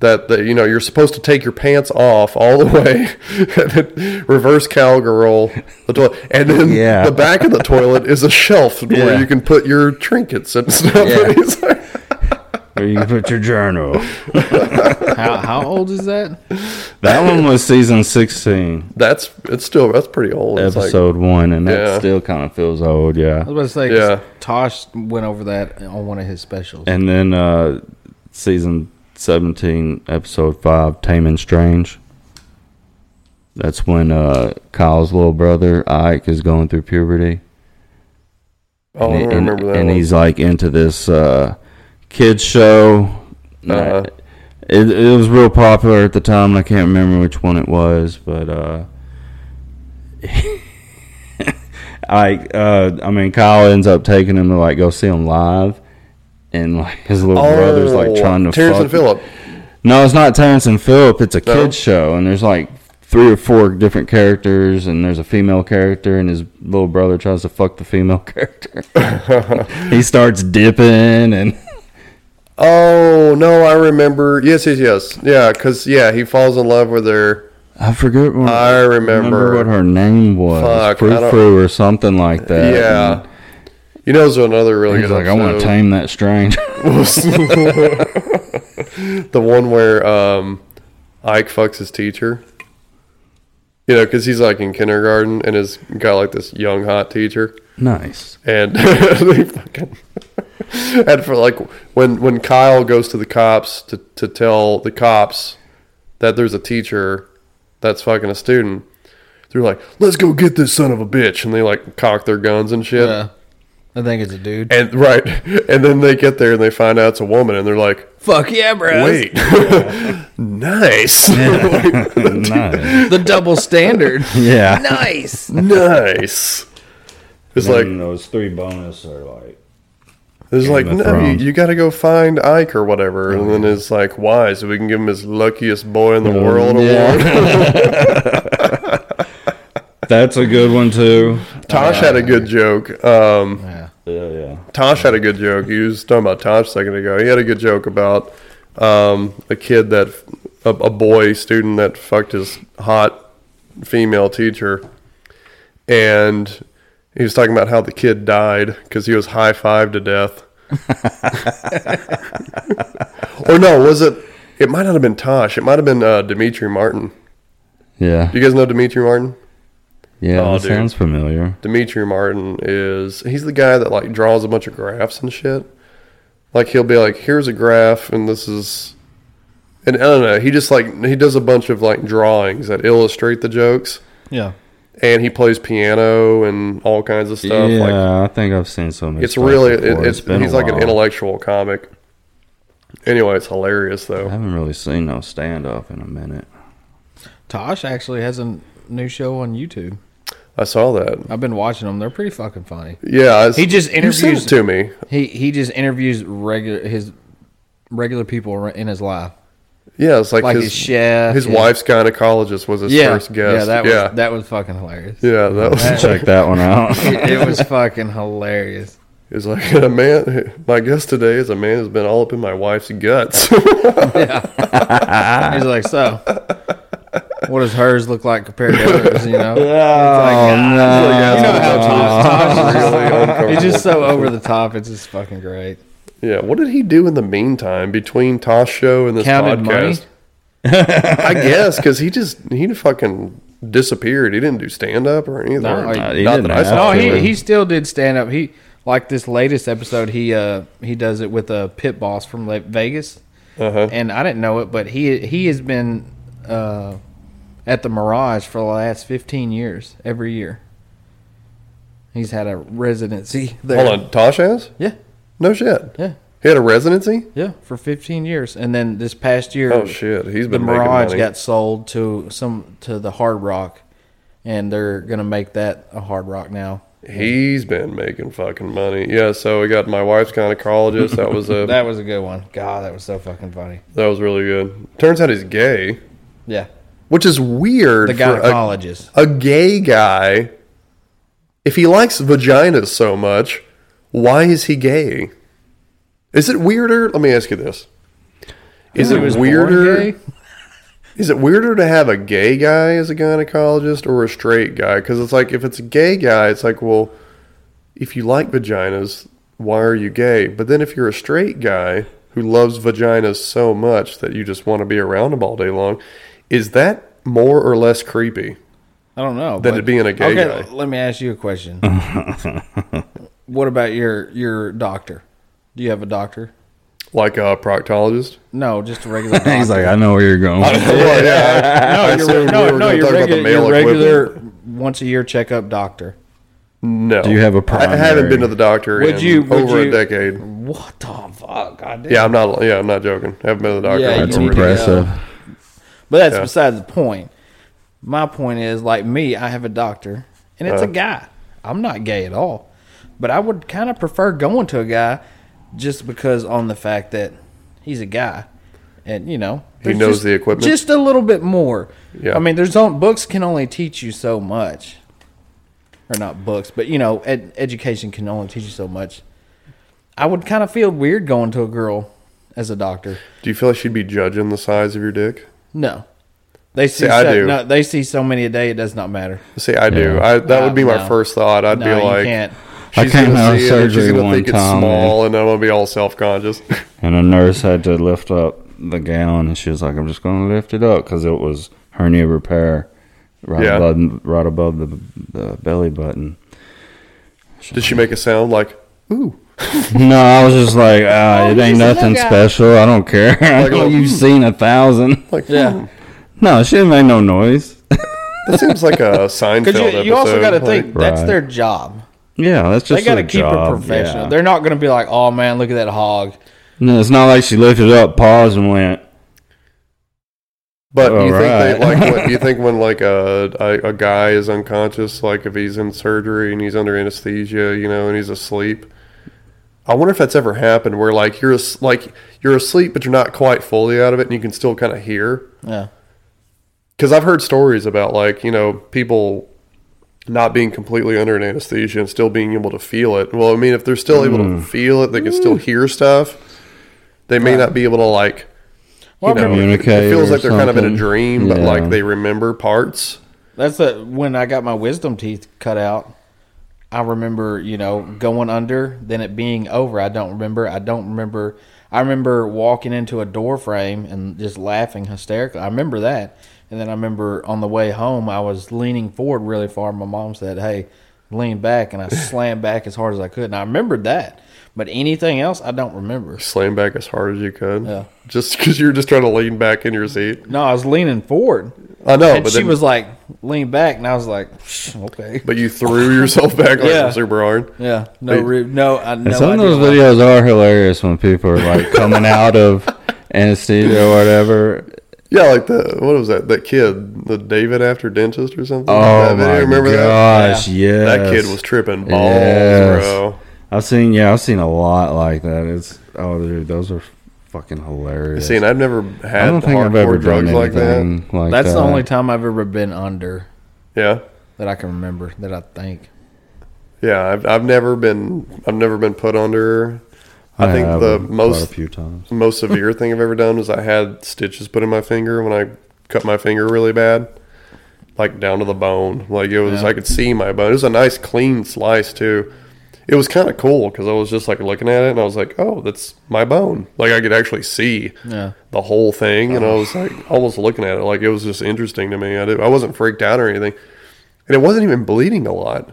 C: that the, you know you're supposed to take your pants off all the way, and then reverse cowgirl the toilet, and then
E: Yeah.
C: the back of the toilet is a shelf
E: Yeah.
C: where you can put your trinkets and stuff.
E: Yeah.
C: He's like-
E: Where you can put your journal.
D: How, how old is that?
E: That one was season 16,
C: That's it's still that's pretty old. It's like-
E: episode one, and that
C: Yeah.
E: still kind of feels old, yeah.
D: I was about to say,
C: Yeah.
D: 'cause Tosh went over that on one of his specials.
E: And then uh, season 17, episode 5, Tame and Strange. That's when uh, Kyle's little brother, Ike, is going through puberty.
C: Oh, I
E: he-
C: don't remember that
E: And
C: one.
E: he's like into this uh, kids show. Uh,
C: Uh-huh.
E: It, it was real popular at the time, and I can't remember which one it was, but uh, Ike, uh, I mean, Kyle ends up taking him to like go see him live, and like his little brother's like
C: Oh,
E: trying to
C: Terrence
E: fuck
C: and Phillip.
E: no, it's not Terrence and Phillip. It's a
C: No?
E: kids show, and there's like three or four different characters, and there's a female character, and his little brother tries to fuck the female character. he starts dipping, and
C: Oh no, I remember. Yes, yes, yes. Yeah, because yeah, he falls in love with her.
E: I forget. What,
C: I
E: remember
C: remember.
E: what her name was,
C: Fuck, I
E: Frou
C: don't-
E: Frou or something like that.
C: yeah, you know, there's another really
E: and he's
C: good.
E: like, I want to
C: episode.
E: tame that strange.
C: the one where um, Ike fucks his teacher. You know, because he's like in kindergarten and has got like this young hot teacher.
E: Nice.
C: And they fucking and for like when when Kyle goes to the cops to to tell the cops that there's a teacher that's fucking a student, they're like, "Let's go get this son of a bitch," and they like cock their guns and shit.
D: Yeah. I think it's a dude.
C: And right, and then they get there and they find out it's a woman, and they're like,
D: Fuck yeah, bros.
C: Wait, nice,
E: nice.
D: The double standard.
E: Yeah.
D: Nice.
C: nice. It's like
E: those three bonus are like.
C: it's
E: Game
C: like
E: of
C: no, you,
E: Thrones.
C: you got to go find Ike or whatever, and then it's like why? So we can give him his luckiest boy in the
E: Mm,
C: world award.
E: That's a good one too.
C: Tosh had a good joke. Um,
E: Yeah, yeah.
C: Tosh had a good joke. He was talking about Tosh a second ago. He had a good joke about um, a kid that, a, a boy student that fucked his hot female teacher. And he was talking about how the kid died because he was high fived to death. or no, was it? It might not have been Tosh. It might have been uh, Dimitri Martin.
E: Yeah,
C: Do you guys know Dimitri Martin?
E: yeah.
C: Oh,
E: that
C: dude.
E: sounds familiar.
C: Dimitri Martin is he's the guy that like draws a bunch of graphs and shit. Like he'll be like, here's a graph and this is and I don't know, he just like he does a bunch of like drawings that illustrate the jokes.
D: Yeah.
C: And he plays piano and all kinds of stuff.
E: yeah,
C: Like
E: I think I've seen so much.
C: it's
E: stuff
C: really it,
E: before.
C: it's,
E: been a
C: he's like an
E: while.
C: intellectual comic. Anyway, it's hilarious
E: I
C: though.
E: haven't really seen no stand up in a minute.
D: Tosh actually has a new show on YouTube.
C: I saw that.
D: I've been watching them. They're pretty fucking funny.
C: Yeah, I s-
D: he just
C: you sent
D: interviews
C: it to me.
D: He he just interviews regular his regular people ar- in his life.
C: Yeah, it's like,
D: Like
C: his,
D: his chef,
C: his
D: his-
C: wife's gynecologist was his first guest.
D: yeah, that
C: yeah.
D: was that was fucking hilarious.
C: Yeah, that was-
E: Check that one out.
D: it, it was fucking hilarious.
C: It's like a man. My guest today is a man who's been all up in my wife's guts.
D: Yeah. He's like, so, what does hers look like compared to hers? You know,
E: oh,
C: ah,
E: no.
D: you know how Tosh, Tosh is.
C: Really uncomfortable.
D: He's just so over the top. It's just fucking great.
C: yeah. What did he do in the meantime between Tosh show and this
D: Counted
C: podcast? I guess because he just he fucking disappeared. He didn't do stand up or anything.
D: No, he-
E: he didn't have
D: No, he,
E: Absolutely.
D: he still did stand up. He like this latest episode. He uh he does it with a pit boss from Le- Vegas,
C: Uh-huh.
D: and I didn't know it, but he he has been uh at the Mirage for the last fifteen years. Every year, he's had a residency there.
C: Hold on, Tosh has?
D: Yeah.
C: No shit.
D: Yeah.
C: He had a residency.
D: Yeah, for 15 years, and then this past year,
C: Oh, shit, he's been
D: the
C: making
D: Mirage
C: money.
D: got sold to some to the Hard Rock, and they're gonna make that a Hard Rock now.
C: He's been making fucking money. Yeah. So we got my wife's gynecologist. That was a
D: That was a good one. God, that was so fucking funny.
C: that was really good. Turns out he's gay.
D: Yeah,
C: which is weird.
D: The
C: for a-
D: gynecologist.
C: a, gay guy, if he likes vaginas so much, why is he gay? Is it weirder? Let me ask you this: Is
D: Who
C: it
D: was born
C: weirder?
D: gay?
C: Is it weirder to have a gay guy as a gynecologist or a straight guy? Because it's like if it's a gay guy, it's like, well, if you like vaginas, why are you gay? But then if you're a straight guy who who loves vaginas so much that you just want to be around him all day long, is that more or less creepy
D: I don't know.
C: than
D: but-
C: it being a gay
D: okay,
C: guy?
D: Let me ask you a question. what about your your doctor? Do you have a doctor?
C: Like a proctologist?
D: No, just a regular. doctor.
E: He's like, I know where you're going. with
C: I- well, yeah, I- I
D: no, your,
C: assumed we
D: no,
C: were
D: no,
C: gonna
D: your
C: talk about the
D: regular, your
C: male equivalent.
D: regular once a year checkup doctor.
C: No.
E: Do you have a
C: I
E: primary?
C: haven't been to the doctor
D: Would
C: in
D: you- would
C: over
D: you-
C: a decade.
D: What the fuck? I
C: Yeah, I'm not. Yeah, I'm not joking. I haven't been to the doctor.
D: Yeah,
C: in
D: you
C: over a
D: need to
C: decade.
E: Impressive.
D: But that's
C: Yeah.
D: beside the point. My point is, like me, I have a doctor, and it's
C: Uh.
D: a guy. I'm not gay at all, but I would kind of prefer going to a guy, just because on the fact that he's a guy, and you know
C: He
D: there's
C: knows
D: just-
C: the equipment.
D: just a little bit more.
C: Yeah.
D: I mean, there's on books can only teach you so much, or not books, but you know, ed- education can only teach you so much. I would kind of feel weird going to a girl as a doctor.
C: Do you feel like she'd be judging the size of your dick?
D: No. They see,
C: See, I
D: so,
C: do.
D: No, they see so many a day it does not matter.
C: See, I do.
E: Yeah.
C: I, that
D: No,
C: would be my
D: no.
C: first thought. I'd
D: No,
C: be
D: you
C: like,
D: can't.
E: I came
C: gonna
E: out of
C: see it and
E: surgery
C: she's
E: one
C: gonna think it's
E: time,
C: small, and I'm gonna be all self conscious.
E: And a nurse had to lift up the gown, and she was like, "I'm just going to lift it up because it was hernia repair, right
C: Yeah.
E: above, right above the, the belly button."
C: Did she make a sound like, ooh?
E: No, I was just like, ah,
D: Oh,
E: "It ain't
D: he's a
E: nothing
D: little guy."
E: special. I don't care. I
C: Like,
E: know
C: oh,
E: you've seen a thousand.
C: Like, hmm,
D: Yeah.
E: No, she didn't make no noise.
C: That seems like a Seinfeld
D: Because you,
C: episode.
D: you also got to
C: like,
D: think that's
E: Right.
D: their job.
E: Yeah, that's
D: they
E: just
D: got to
E: her
D: keep
E: job,
D: it professional.
E: yeah.
D: They're not going to be like, oh man, look at that hog.
E: No, it's not like she lifted up, paused, and went.
C: But
E: All
C: you think they,
E: right.
C: like what, you think when like a, a a guy is unconscious, like if he's in surgery and he's under anesthesia, you know, and he's asleep. I wonder if that's ever happened where like you're as- like you're asleep but you're not quite fully out of it and you can still kind of hear.
D: Yeah.
C: Because I've heard stories about like you know people not being completely under an anesthesia and still being able to feel it. Well, I mean, if they're still able to feel it, they can still hear stuff. They may not be able to like
D: Well, I
C: you know,
D: remember-
C: it
E: Communicate
C: feels
E: or
C: like they're kind of in a
E: something.
C: dream, but
E: Yeah.
C: like they remember parts.
D: That's a, when I got my wisdom teeth cut out. I remember, you know, going under, then it being over. I don't remember. I don't remember. I remember walking into a door frame and just laughing hysterically. I remember that. And then I remember on the way home, I was leaning forward really far. My mom said, Hey, lean back. And I slammed back as hard as I could. And I remembered that. But anything else, I don't remember.
C: Slam back as hard as you could,
D: Yeah.
C: just because you're just trying to lean back in your seat.
D: No, I was leaning forward.
C: I know,
D: and
C: but
D: she
C: then-
D: was like, Lean back. And I was like, Okay.
C: But you threw yourself back like
D: Yeah.
C: super hard.
D: Yeah. No,
C: Wait.
D: re- no, I no
E: And some of
D: idea
E: those
D: why.
E: videos are hilarious when people are like coming out of anesthesia or whatever.
C: Yeah, like the what was that? That kid, the David after dentist or something.
E: Oh
C: That video,
E: my gosh! Yeah,
C: That kid was tripping balls, bro.
E: I've seen yeah, I've seen a lot like that. It's oh, dude, those are fucking hilarious.
C: See, and I've never
E: I
C: had
E: don't think I've
C: hardcore
E: ever done
C: drugs
E: anything
C: like
E: like uh,
C: that.
E: that.
D: That's the only time I've ever been under
C: Yeah,
D: that I can remember that I think.
C: yeah. I've I've never been I've never been put under. I think
E: have
C: the
E: quite
C: most
E: a few times.
C: most severe thing I've ever done was I had stitches put in my finger when I cut my finger really bad, like down to the bone. Like it was,
D: Yeah.
C: I could see my bone. It was a nice clean slice too. It was kind of cool because I was just like looking at it and I was like, oh, that's my bone. Like I could actually see
D: Yeah. Oh.
C: the whole thing, and I was like almost looking at it like it was just interesting to me. I did, I wasn't freaked out or anything, and it wasn't even bleeding a lot.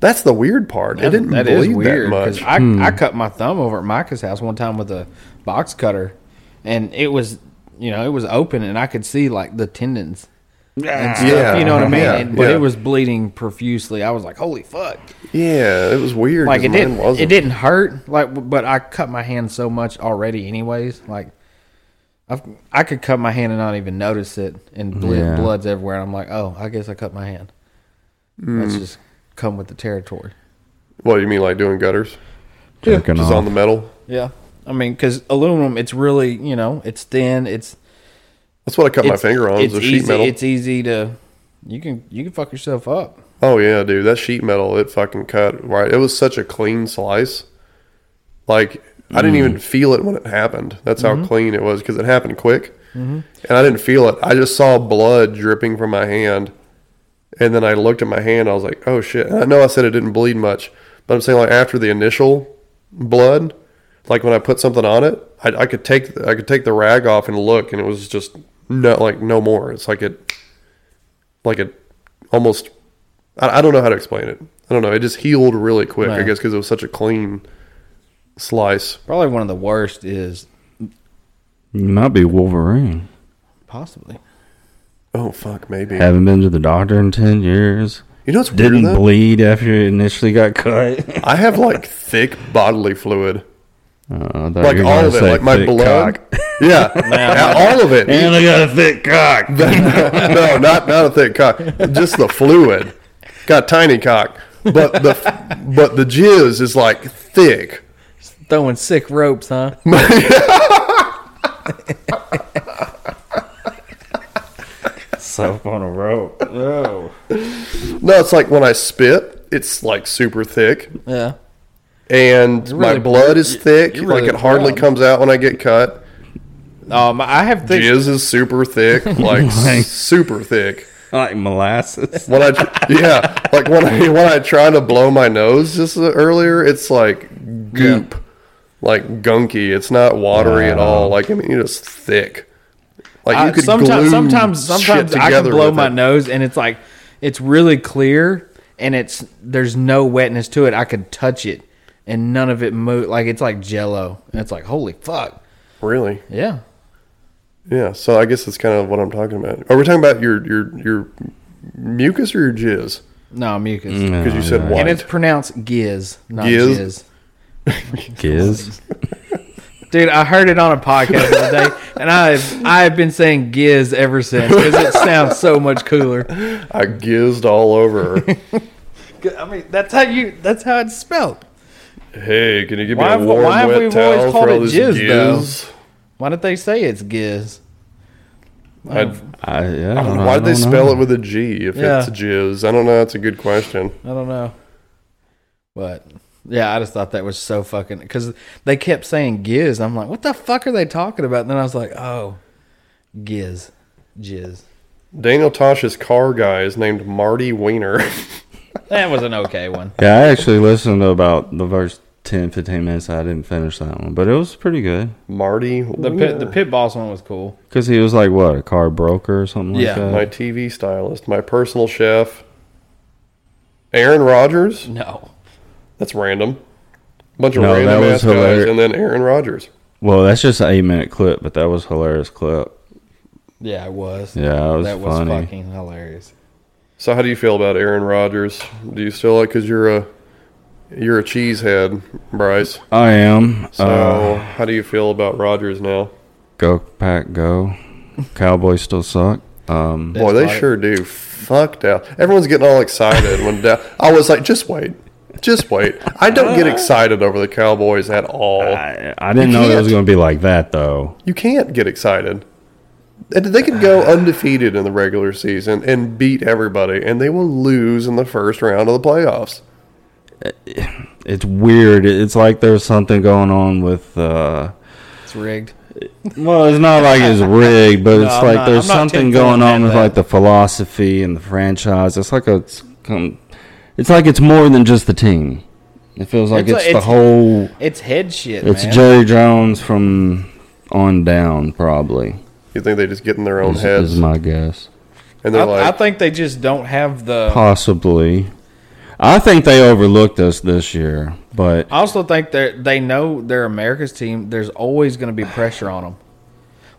C: That's the weird part. it didn't
D: That is
C: bleed that
D: 'cause
C: much.
D: I,
E: Hmm.
D: I cut my thumb over at Micah's house one time with a box cutter, and it was you know it was open and I could see like the tendons and stuff.
C: Yeah.
D: You know what I mean?
C: Yeah.
D: And- but
C: Yeah.
D: it was bleeding profusely. I was like, holy fuck!
C: yeah, it was weird.
D: Like
C: 'cause
D: it
C: mine
D: didn't
C: wasn't.
D: it didn't hurt like w- but I cut my hand so much already anyways like. I've, I could cut my hand and not even notice it, and ble-
E: Yeah.
D: blood's everywhere. And I'm like, oh, I guess I cut my hand. That's just come with the territory.
C: Well, you mean like doing gutters?
E: Jerking
C: Just
E: off.
C: on the metal.
D: Yeah, I mean, because aluminum, it's really you know, it's thin. It's
C: That's what I cut my
D: it's-
C: finger on.
D: It's
C: Is a sheet
D: easy,
C: metal.
D: It's easy to you can you can fuck yourself up.
C: Oh yeah, dude, that sheet metal it fucking cut right. It was such a clean slice. Like I
D: Mm.
C: didn't even feel it when it happened. That's how
D: Mm-hmm.
C: clean it was because it happened quick, and I didn't feel it. I just saw blood dripping from my hand, and then I looked at my hand. I was like, oh shit. And I know I said it didn't bleed much, but I'm saying like after the initial blood, like when I put something on it, I, I could take I could take the rag off and look, and it was just no like no more. It's like it, like it, almost. I, I don't know how to explain it. I don't know. It just healed really quick. I
D: Right.
C: guess because it was such a clean slice.
D: Probably one of the worst is
E: You might be Wolverine.
D: possibly.
C: Oh fuck, maybe.
E: Haven't been to the doctor in ten years.
C: You know what's weird,
E: didn't
C: though?
E: bleed after it initially got Oh, cut.
C: I have like thick bodily fluid.
E: Uh,
C: like all of it, like my blood. Yeah,
E: Nah.
C: all of it.
E: And I got a thick cock.
C: no, not not a thick cock. Just the fluid. Got tiny cock, but the but the jizz is like thick.
D: Throwing sick ropes, huh?
E: Soap on a rope. No.
C: No, it's like when I spit, it's like super thick,
D: Yeah.
C: and
D: It's really
C: my blood
D: br-
C: is
D: you-
C: thick.
D: you're
C: like
D: really
C: it hardly
D: brown.
C: comes out when I get cut.
D: Um, I have thick.
C: Jizz is super thick, like s- super thick.
E: Like molasses.
C: When I yeah, like when I when I try to blow my nose just earlier, it's like goop, like gunky. It's not watery at all. Like I mean, it's thick. Like you
D: I-
C: could
D: sometimes,
C: glue
D: Uh,
C: shit
D: sometimes, sometimes I can
C: together
D: blow
C: with
D: my
C: it.
D: nose, and it's like it's really clear, and it's there's no wetness to it. I could touch it, and none of it move. Like it's like Jello, and it's like holy fuck.
C: Really?
D: Yeah.
C: Yeah. So I guess that's kind of what I'm talking about. Are we talking about your your your mucus or your jizz?
D: No mucus.
E: Mm.
C: 'Cause
E: Uh,
C: you said
D: Uh, And
C: white.
D: it's pronounced giz, not
C: Giz?
D: jizz.
E: Giz.
D: Dude, I heard it on a podcast the other day, and I've I've been saying giz ever since because it sounds so much cooler.
C: I gizzed all over. her.
D: I mean, that's how you. That's how it's spelled.
C: hey, can you give
D: Why
C: me
D: have,
C: a warm
D: why have
C: wet
D: we
C: towel
D: always
C: for
D: called
C: all
D: it
C: this
D: jizz
C: jizz?
D: though? Why did they say it's giz? Oh.
C: I'd-
E: I, yeah,
C: I don't know.
E: I
C: Why did they
E: don't
C: spell
E: know.
C: it with a G if
D: Yeah.
C: it's jizz? I don't know. That's a good question.
D: I don't know. But yeah, I just thought that was so fucking because they kept saying giz. I'm like, what the fuck are they talking about? And then I was like, oh, giz, jizz.
C: Daniel Tosh's car guy is named Marty Wiener.
D: That was an okay one.
E: Yeah, I actually listened to about the first 10, 15 minutes. I didn't finish that one, but it was pretty good.
C: Marty
D: The pit, the pit boss one was cool.
E: Because he was like, what, a car broker or something
D: Yeah.
E: like that?
C: my TV stylist, my personal chef, Aaron Rodgers.
D: No,
C: that's random. Bunch of
E: No, that
C: random
E: was
C: ass guys,
E: hilar-
C: and then Aaron Rodgers.
E: well, that's just an eight minute clip, but that was a hilarious clip.
D: Yeah, it was.
E: Yeah, it was
D: that
E: funny.
D: was fucking hilarious.
C: So, how do you feel about Aaron Rodgers? Do you still like? Cause you're a you're a cheesehead, Bryce.
E: I am.
C: So,
E: Uh,
C: how do you feel about Rodgers now?
E: go, Pack, go. Cowboys still suck. Um,
C: Boy, they sure do. Fuck Dallas. Everyone's getting all excited when Dal- I was like, just wait, just wait. I don't get excited over the Cowboys at all. I,
E: I didn't know it was going to be like that, though.
C: You can't get excited. And They could go undefeated in the regular season and beat everybody, and they will lose in the first round of the playoffs.
E: It's weird. It's like there's something going on with. Uh,
D: It's rigged.
E: Well, it's not like it's rigged, but
D: No,
E: it's
D: I'm
E: like
D: not-
E: there's
D: I'm not
E: something
D: tinfoil
E: going
D: hat
E: on with
D: that.
E: like the philosophy and the franchise. It's like a, it's, come- it's like it's more than just the team. It feels like it's,
D: It's-
E: the
D: it's-
E: whole.
D: it's head shit,
E: It's
D: man.
E: Jerry Jones from on down, probably.
C: You think they just get in their own
E: is,
C: heads?
E: is my guess.
C: And
D: I,
C: they're like,
D: I think they just don't have the.
E: Possibly. I think they overlooked us this year, but
D: I also think that they know they're America's team. There's always going to be pressure on them.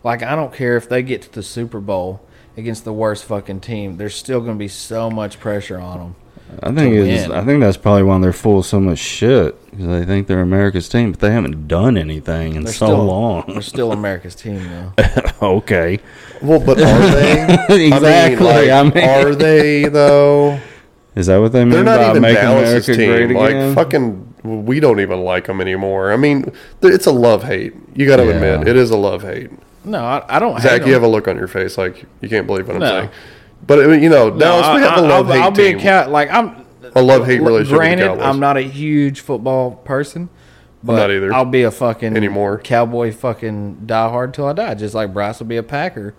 D: Like I don't care if they get to the Super Bowl against the worst fucking team. There's still going to be so much pressure on them.
E: I think
D: to
E: it's,
D: win.
E: I think that's probably why they're full of so much shit because they think they're America's team, but they haven't done anything in
D: They're
E: so
D: still,
E: long.
D: They're still America's team though.
E: okay.
C: well, but are they? I mean,
E: Exactly,
C: like,
E: I mean-
C: are they though?
E: Is that what they
C: They're
E: mean
C: not
E: by
C: even
E: make
C: Dallas's
E: America great
C: team.
E: again?
C: Like fucking, we don't even like them anymore. I mean, th- it's a love hate. You got to
E: Yeah.
C: admit, it is a love hate.
D: No, I, I don't.
C: Zach,
D: hate
C: you
D: them.
C: have a look on your face like you can't believe what I'm
D: No.
C: saying. But I mean, you know,
D: No,
C: Dallas, we have a
D: I-
C: love
D: I'll,
C: hate
D: I'll be
C: team.
D: a cat. Like I'm.
C: A love-hate relationship with the
D: Granted,
C: Cowboys.
D: I'm not a huge football person. But
C: not either.
D: I'll be a fucking
C: Anymore.
D: cowboy fucking diehard till I die. Just like Bryce will be a Packer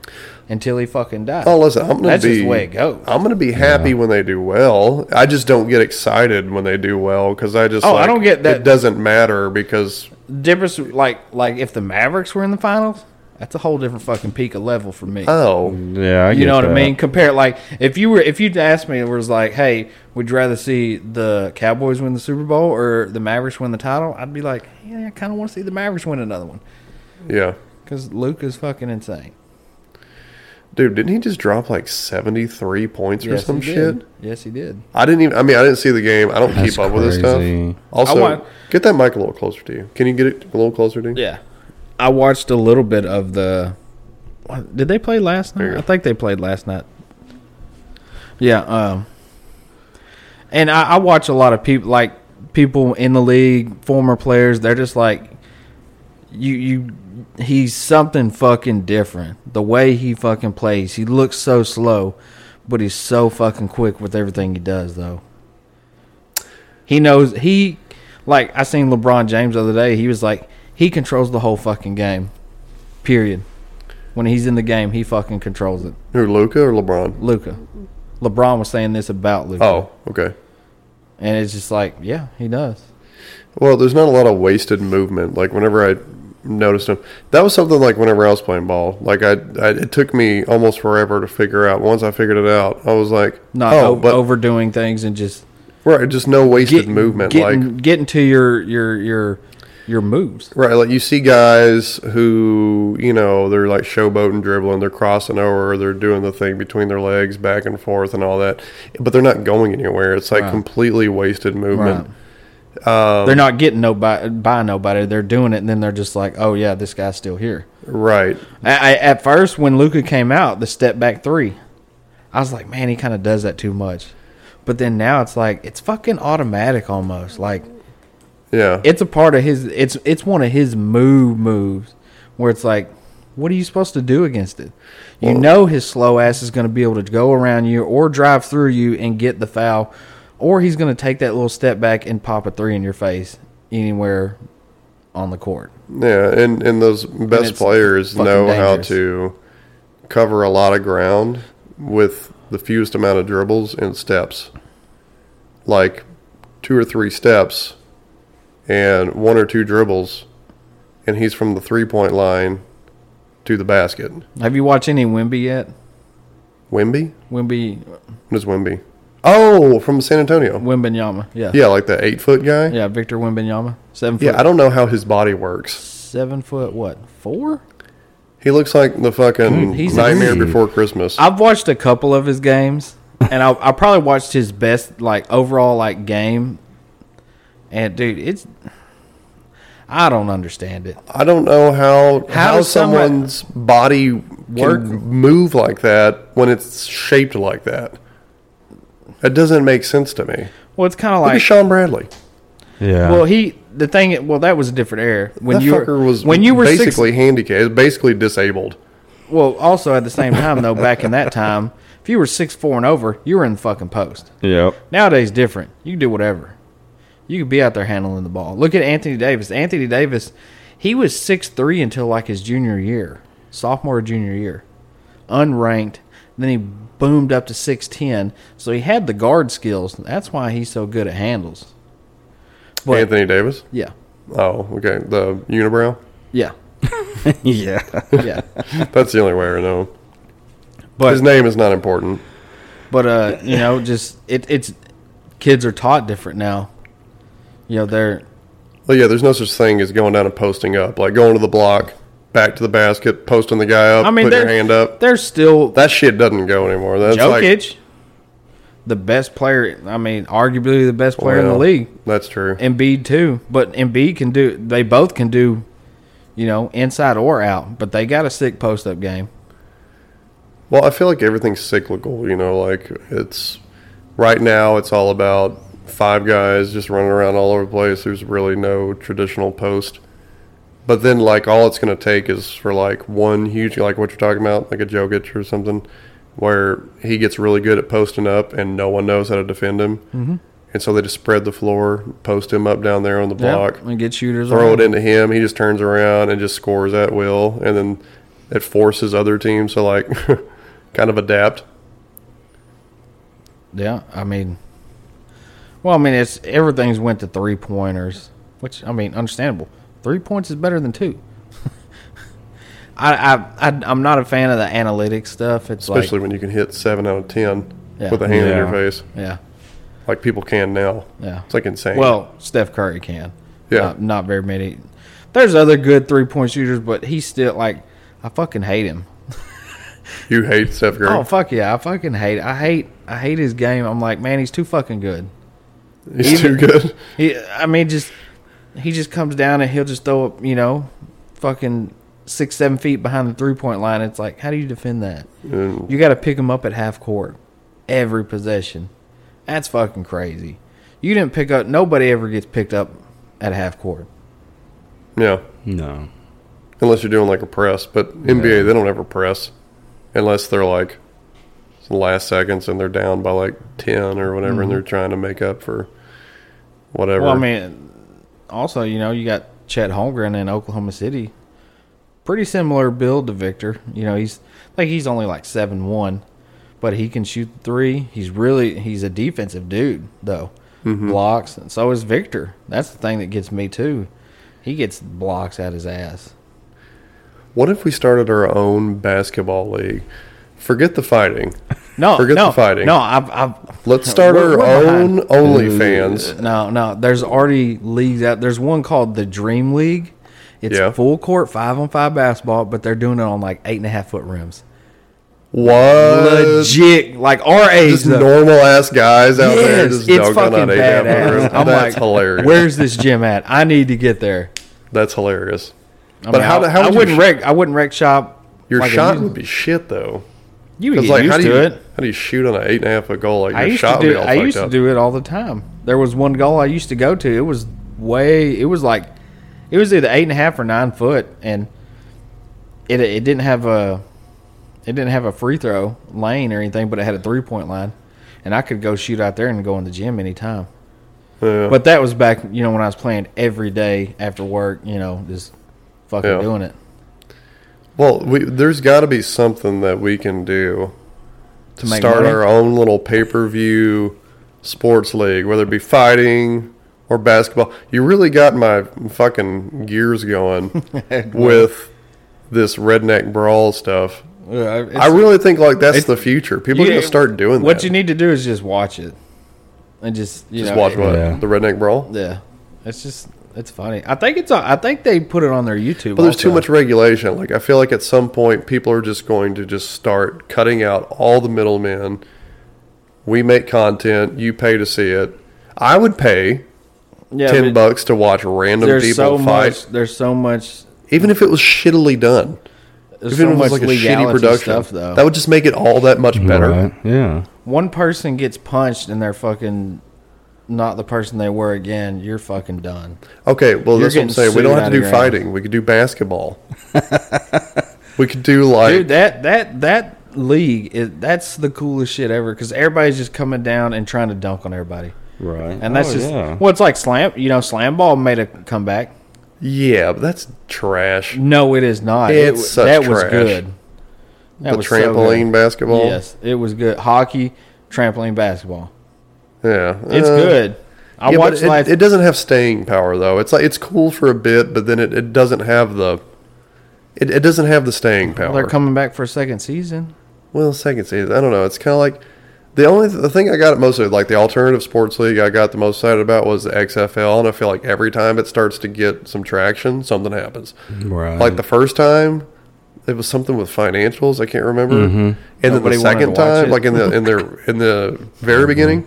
D: until he fucking dies.
C: Oh, listen, I'm gonna
D: That's
C: be
D: just the way it goes.
C: I'm gonna be happy when they do well. I just don't get excited when they do well because I just
D: Oh, I
C: like,
D: don't get that-
C: It doesn't matter because
D: difference, like like if the Mavericks were in the finals, that's a whole different fucking peak of level for me.
C: Oh.
E: Yeah, I
D: you
E: get
D: know what I
E: that.
D: mean. Compare like if you were if you'd asked me, it was like, hey, would you rather see the Cowboys win the Super Bowl or the Mavericks win the title? I'd be like, yeah, I kind of want to see the Mavericks win another one
C: Yeah.
D: because Luke is fucking insane.
C: Dude, didn't he just drop like 73 points or
D: Yes,
C: some
D: he
C: shit?
D: did. Yes, he did.
C: I didn't even, I mean, I didn't see the game. I don't
E: That's
C: keep up with this
E: crazy.
C: stuff.
D: I
C: Also,
D: want-
C: get that mic a little closer to you. Can you get it a little closer to you?
D: Yeah. I watched a little bit of the. what- Did they play last night? I think they played last night. Yeah. Um, and I, I watch a lot of people, like people in the league, former players. They're just like, you, you. He's something fucking different. The way he fucking plays, he looks so slow, but he's so fucking quick with everything he does, though. He knows he like I seen LeBron James the other day, he was like he controls the whole fucking game. Period. When he's in the game, he fucking controls it.
C: Who, Luca or LeBron?
D: Luca. LeBron was saying this about Luca.
C: Oh, okay.
D: And it's just like, yeah, he does.
C: Well, there's not a lot of wasted movement. Like whenever I noticed him, that was something like whenever I was playing ball. Like I, I it took me almost forever to figure out. Once I figured it out, I was like,
D: Not
C: oh,
D: o-
C: but
D: overdoing things and just
C: right, just no wasted movement. like
D: getting getting to your your your your moves.
C: Right, like you see guys who, you know, they're like showboating, dribbling, they're crossing over, they're doing the thing between their legs, back and forth, and all that, but they're not going anywhere. It's like
D: Right.
C: completely wasted movement. Um,
D: they're not getting nobody by nobody. They're doing it, and then they're just like, "Oh yeah, this guy's still here."
C: Right.
D: I, I, at first, when Luca came out, the step back three, I was like, "Man, he kind of does that too much." But then now it's like it's fucking automatic almost. Like,
C: yeah,
D: it's a part of his. It's it's one of his move moves where it's like, what are you supposed to do against it? You know his slow ass is going to be able to go around you or drive through you and get the foul, or he's going to take that little step back and pop a three in your face anywhere on the court.
C: Yeah, and, and those best
D: it's
C: players
D: fucking
C: know how
D: dangerous.
C: to cover a lot of ground with the fewest amount of dribbles and steps. Like two or three steps and one or two dribbles, and he's from the three point line to the basket.
D: Have you watched any Wimby yet?
C: Wimby?
D: Wimby,
C: What is Wimby? Oh, from San Antonio.
D: Wimbenyama, yeah,
C: Yeah, like the eight foot guy.
D: yeah, Victor Wimbenyama, seven foot,
C: Yeah, I don't know how his body works.
D: seven foot, what four?
C: He looks like the fucking
D: Dude, he's
C: Nightmare
D: insane.
C: Before Christmas.
D: I've watched a couple of his games, and I, I probably watched his best like overall like game. And dude, it's I don't understand it.
C: I don't know how
D: How
C: how,
D: does someone
C: someone's body
D: work-
C: can move like that when it's shaped like that. It doesn't make sense to me.
D: Well, it's kind of
C: Look at
D: like
C: Sean Bradley.
E: Yeah.
D: well he the thing well that was a different era when
C: that
D: you
C: fucker
D: were,
C: was
D: when you were six-
C: basically handicapped, basically disabled.
D: well also at the same time though back in that time if you were six four and over you were in the fucking post.
E: Yep.
D: Nowadays, different. You can do whatever. You could be out there handling the ball. Look at Anthony Davis. Anthony Davis, he was six three until like his junior year, sophomore or junior year, unranked. Then he boomed up to six ten. So he had the guard skills. That's why he's so good at handles. But-
C: Anthony Davis.
D: Yeah.
C: Oh, okay. The unibrow.
D: Yeah,
E: yeah.
D: yeah.
C: That's the only way I know.
D: But-
C: But his name is not important.
D: But uh, you know, just it, it's kids are taught different now. You know, they're
C: Well, yeah, there's no such thing as going down and posting up. Like going to the block, back to the basket, posting the guy up,
D: I mean,
C: put your
D: they're-
C: hand up.
D: they're still
C: That shit doesn't go anymore. That's like
D: Jokic, the best player. I mean, arguably the best player in
C: Well,
D: the league.
C: That's true.
D: Embiid too, but Embiid can do. They both can do, you know, inside or out. But they got a sick post up game.
C: Well, I feel like everything's cyclical, you know, like it's right now it's all about five guys just running around all over the place. There's really no traditional post. But then like all it's gonna take is for like one huge like what you're talking about, like a Jokic or something, where he gets really good at posting up and no one knows how to defend him.
D: Mhm.
C: And so they just spread the floor, post him up down there on the
D: Yeah,
C: block,
D: and get shooters
C: Throw
D: around.
C: it into him. He just turns around and just scores at will, and then it forces other teams to like kind of adapt.
D: Yeah, I mean, well, I mean, it's everything's went to three pointers, which I mean, understandable. Three points is better than two. I, I, I I'm not a fan of the analytics stuff. It's like-
C: Especially when you can hit seven out of ten
D: Yeah.
C: with a hand in
D: Yeah.
C: your face.
D: Yeah.
C: Like people can now.
D: Yeah.
C: It's like insane.
D: Well, Steph Curry can.
C: Yeah.
D: Not, not very many. There's other good three point shooters, but he's still like, I fucking hate him.
C: you hate Steph Curry?
D: Oh fuck yeah, I fucking hate. I hate. I hate his game. I'm like, man, he's too fucking good.
C: He's too good?
D: He, I mean, just he just comes down and he'll just throw up, you know, fucking six seven feet behind the three point line. It's like, how do you defend that?
C: Mm.
D: You got to pick him up at half court every possession. That's fucking crazy. You didn't pick up. Nobody ever gets picked up at half court.
C: Yeah.
E: No.
C: Unless you're doing like a press, but NBA they don't ever press unless they're like the last seconds and they're down by like ten or whatever,
D: Mhm.
C: and they're trying to make up for whatever.
D: Well, I mean, also, you know, you got Chet Holmgren in Oklahoma City. Pretty similar build to Victor. You know, he's I think he's only like seven one, but he can shoot the three. He's really he's a defensive dude though. Blocks, and so is Victor. That's the thing that gets me too. He gets blocks out his ass.
C: What if we started our own basketball league? Forget the fighting.
D: No,
C: forget
D: no,
C: the fighting.
D: No, I've, I've
C: Let's start
D: We're-
C: our
D: we're
C: own
D: behind. Uh,
C: OnlyFans.
D: No, no. There's already leagues out. There's one called the Dream League. It's
C: Yeah.
D: full court five on five basketball, but they're doing it on like eight and a half foot rims.
C: What?
D: Legit, like our age,
C: Just
D: though.
C: normal ass guys out there
D: Yes,
C: just
D: it's
C: dogging
D: fucking
C: on eight and a half
D: badass.
C: footers.
D: I'm
C: That's
D: like,
C: hilarious.
D: Where's this gym at? I need to get there.
C: That's hilarious.
D: I
C: but
D: mean,
C: how,
D: I,
C: do- how
D: I
C: would you
D: wouldn't
C: sh-
D: wreck. I wouldn't wreck shop.
C: Your
D: like I
C: shot
D: used-
C: would be shit though.
D: You would
C: 'Cause,
D: get
C: like,
D: used
C: how do
D: to
C: you,
D: it.
C: How do you shoot on an eight and a half foot goal? Like
D: I
C: your
D: used
C: shot
D: to
C: would
D: do.
C: be all
D: I
C: fucked
D: used to
C: up.
D: do it all the time. There was one goal I used to go to. It was way. It was like, it was either eight and a half or nine foot, and it it didn't have a, it didn't have a free throw lane or anything, but it had a three point line, and I could go shoot out there and go in the gym anytime.
C: Yeah.
D: But that was back, you know, when I was playing every day after work. You know, just fucking
C: Yeah.
D: doing it.
C: Well, we, there's got to be something that we can do
D: To make
C: start
D: money?
C: our own little pay per view sports league, whether it be fighting or basketball. You really got my fucking gears going with this redneck brawl stuff.
D: Yeah, it's-
C: I really think like that's
D: it's-
C: the future. People
D: You-
C: are gonna start doing
D: What
C: that.
D: you need to do is just watch it, and just you
C: Just
D: know,
C: watch what
E: Yeah.
C: the redneck brawl.
D: Yeah, it's just it's funny. I think it's on- I think they put it on their YouTube.
C: But there's
D: also.
C: too much regulation. Like I feel like at some point people are just going to just start cutting out all the middlemen. We make content, you pay to see it. I would pay
D: Yeah,
C: ten
D: but
C: bucks to watch random
D: There's
C: people
D: so
C: fight.
D: much. There's so much.
C: Even if it was shittily done.
D: There's
C: Even if
D: so
C: it was
D: much
C: like a shitty
D: legality
C: production.
D: stuff, though.
C: That would just make it all that much better.
E: Right. Yeah.
D: One person gets punched and they're fucking not the person they were again. You're fucking done.
C: Okay, well
D: You're
C: that's what I'm
D: getting
C: saying. We don't
D: sued
C: have
D: out
C: to do
D: of your
C: fighting. We could do basketball. we could do like
D: Dude, that that that league is that's the coolest shit ever because everybody's just coming down and trying to dunk on everybody,
E: Right.
D: and that's
E: Oh,
D: just
E: yeah.
D: well, it's like slam. You know, slam ball made a comeback.
C: Yeah, but that's trash.
D: No, it is not. It
C: It's
D: wa-
C: such
D: that was
C: trash.
D: good.
C: The
D: so good.
C: trampoline basketball?
D: Yes, it was good. Hockey, trampoline basketball.
C: Yeah, Uh,
D: It's good. I
C: but
D: watched
C: it,
D: last-
C: it doesn't have staying power though. It's like it's cool for a bit, but then it, it doesn't have the it, it doesn't have the staying power.
D: Well, they're coming back for a second season.
C: Well, second season, I don't know. It's kind of like the only the thing I got most of like the alternative sports league I got the most excited about was the XFL, and I feel like every time it starts to get some traction, something happens.
E: Right.
C: Like the first time, it was something with financials. I can't remember.
E: Mhm.
C: And then the
D: Nobody wanted
C: second
D: to watch
C: time,
D: it.
C: like in the in their in the very beginning,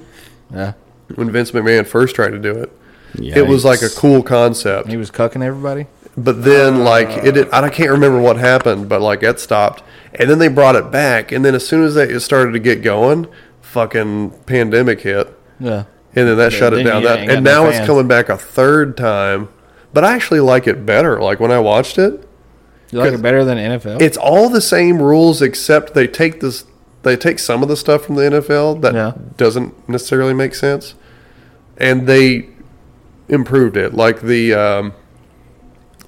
D: Yeah.
C: when Vince McMahon first tried to do it, it
D: Yikes.
C: was like a cool concept.
D: He was cucking everybody.
C: But then, like it, it, I can't remember what happened, but like it stopped, and then they brought it back, and then as soon as they, it started to get going, fucking pandemic hit,
D: Yeah.
C: and then that
D: Yeah,
C: shut it
D: then
C: down.
D: you
C: That
D: ain't got
C: and
D: no
C: now it's
D: fans.
C: coming back a third time, but I actually like it better. Like when I watched it,
D: You like it better than NFL?
C: it's all the same rules except they take this, they take some of the stuff from the NFL that
D: Yeah.
C: doesn't necessarily make sense, and they improved it. Like the um,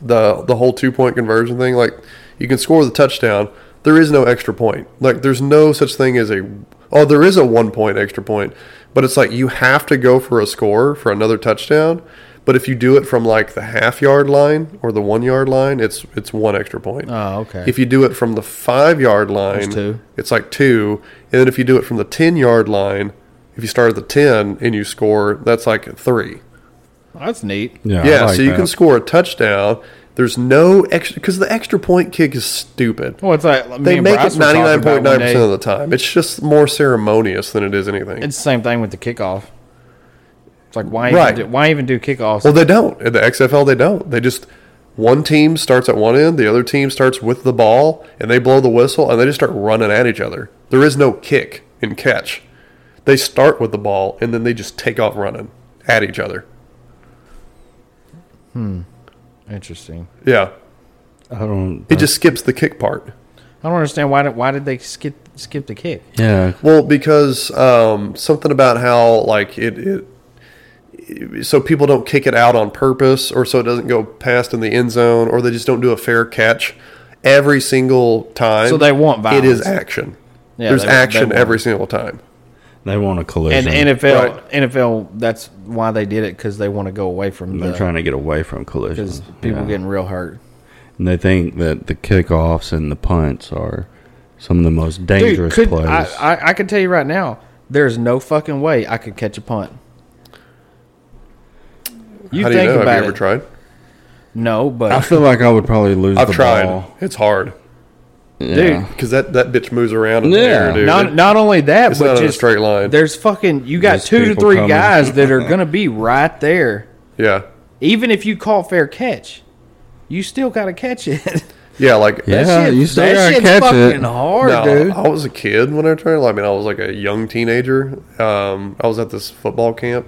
C: the the whole two point conversion thing. Like you can score the touchdown. There is no extra point. Like there's no such thing as a oh there is a one point extra point, but it's like you have to go for a score for another touchdown. But if you do it from like the half yard line or the one yard line, it's it's one extra point.
D: Oh, okay.
C: If you do it from the five yard line,
D: That's two.
C: it's like two. And then if you do it from the ten yard line, if you start at the ten and you score, that's like three.
D: That's neat.
C: Yeah, so you can score a touchdown. There's no extra because the extra point kick is stupid.
D: Well, it's like me
C: they
D: and
C: make
D: Bryce
C: it
D: were talking
C: ninety
D: about
C: nine point nine percent
D: one
C: of
D: day.
C: the time. It's just more ceremonious than it is anything.
D: It's the same thing with the kickoff. It's like why
C: Right.
D: even do, why even do kickoffs?
C: Well, they don't in the XFL. They don't. They just one team starts at one end, the other team starts with the ball, and they blow the whistle and they just start running at each other. There is no kick and catch. They start with the ball and then they just take off running at each other.
D: Hmm. Interesting.
C: Yeah,
E: I don't.
C: it just skips the kick part.
D: I don't understand why did why did they skip skip the kick?
E: Yeah.
C: Well, because um, something about how like it, it, so people don't kick it out on purpose, or so it doesn't go past in the end zone, or they just don't do a fair catch every single time.
D: So they want violence.
C: It is action.
D: Yeah,
C: There's
D: they- they
C: action
D: want-
C: every single time.
E: They want a collision.
D: And NFL NFL that's why they did it because they want to go away from.
E: They're
D: the,
E: trying to get away from collisions.
D: because people
E: Yeah.
D: getting real hurt.
E: And they think that the kickoffs and the punts are some of the most dangerous
D: Dude, could,
E: plays.
D: I, I, I can tell you right now, there's no fucking way I could catch a punt. You
C: How do you
D: think
C: know? Have you
D: about
C: ever
D: it.
C: tried?
D: No, but
E: I feel like I would probably lose
C: I've
E: the
C: tried.
E: ball.
C: It's hard,
E: Yeah.
C: because that that bitch moves around. In the
E: Yeah.
C: air, dude.
D: not
C: It-
D: not only that,
C: it's
D: but
C: not in a
D: just
C: straight line.
D: there's fucking you got
E: There's
D: two to
E: people
D: three
E: coming.
D: guys that are gonna be right there.
C: yeah,
D: Even if you call fair catch, you still gotta catch it.
C: yeah, like
E: Yeah,
D: shit-
E: you still
D: that
E: gotta
D: shit's
E: catch it.
D: fucking hard,
C: no,
D: dude.
C: I was a kid when I tried. I mean, I was like a young teenager. Um, I was at this football camp,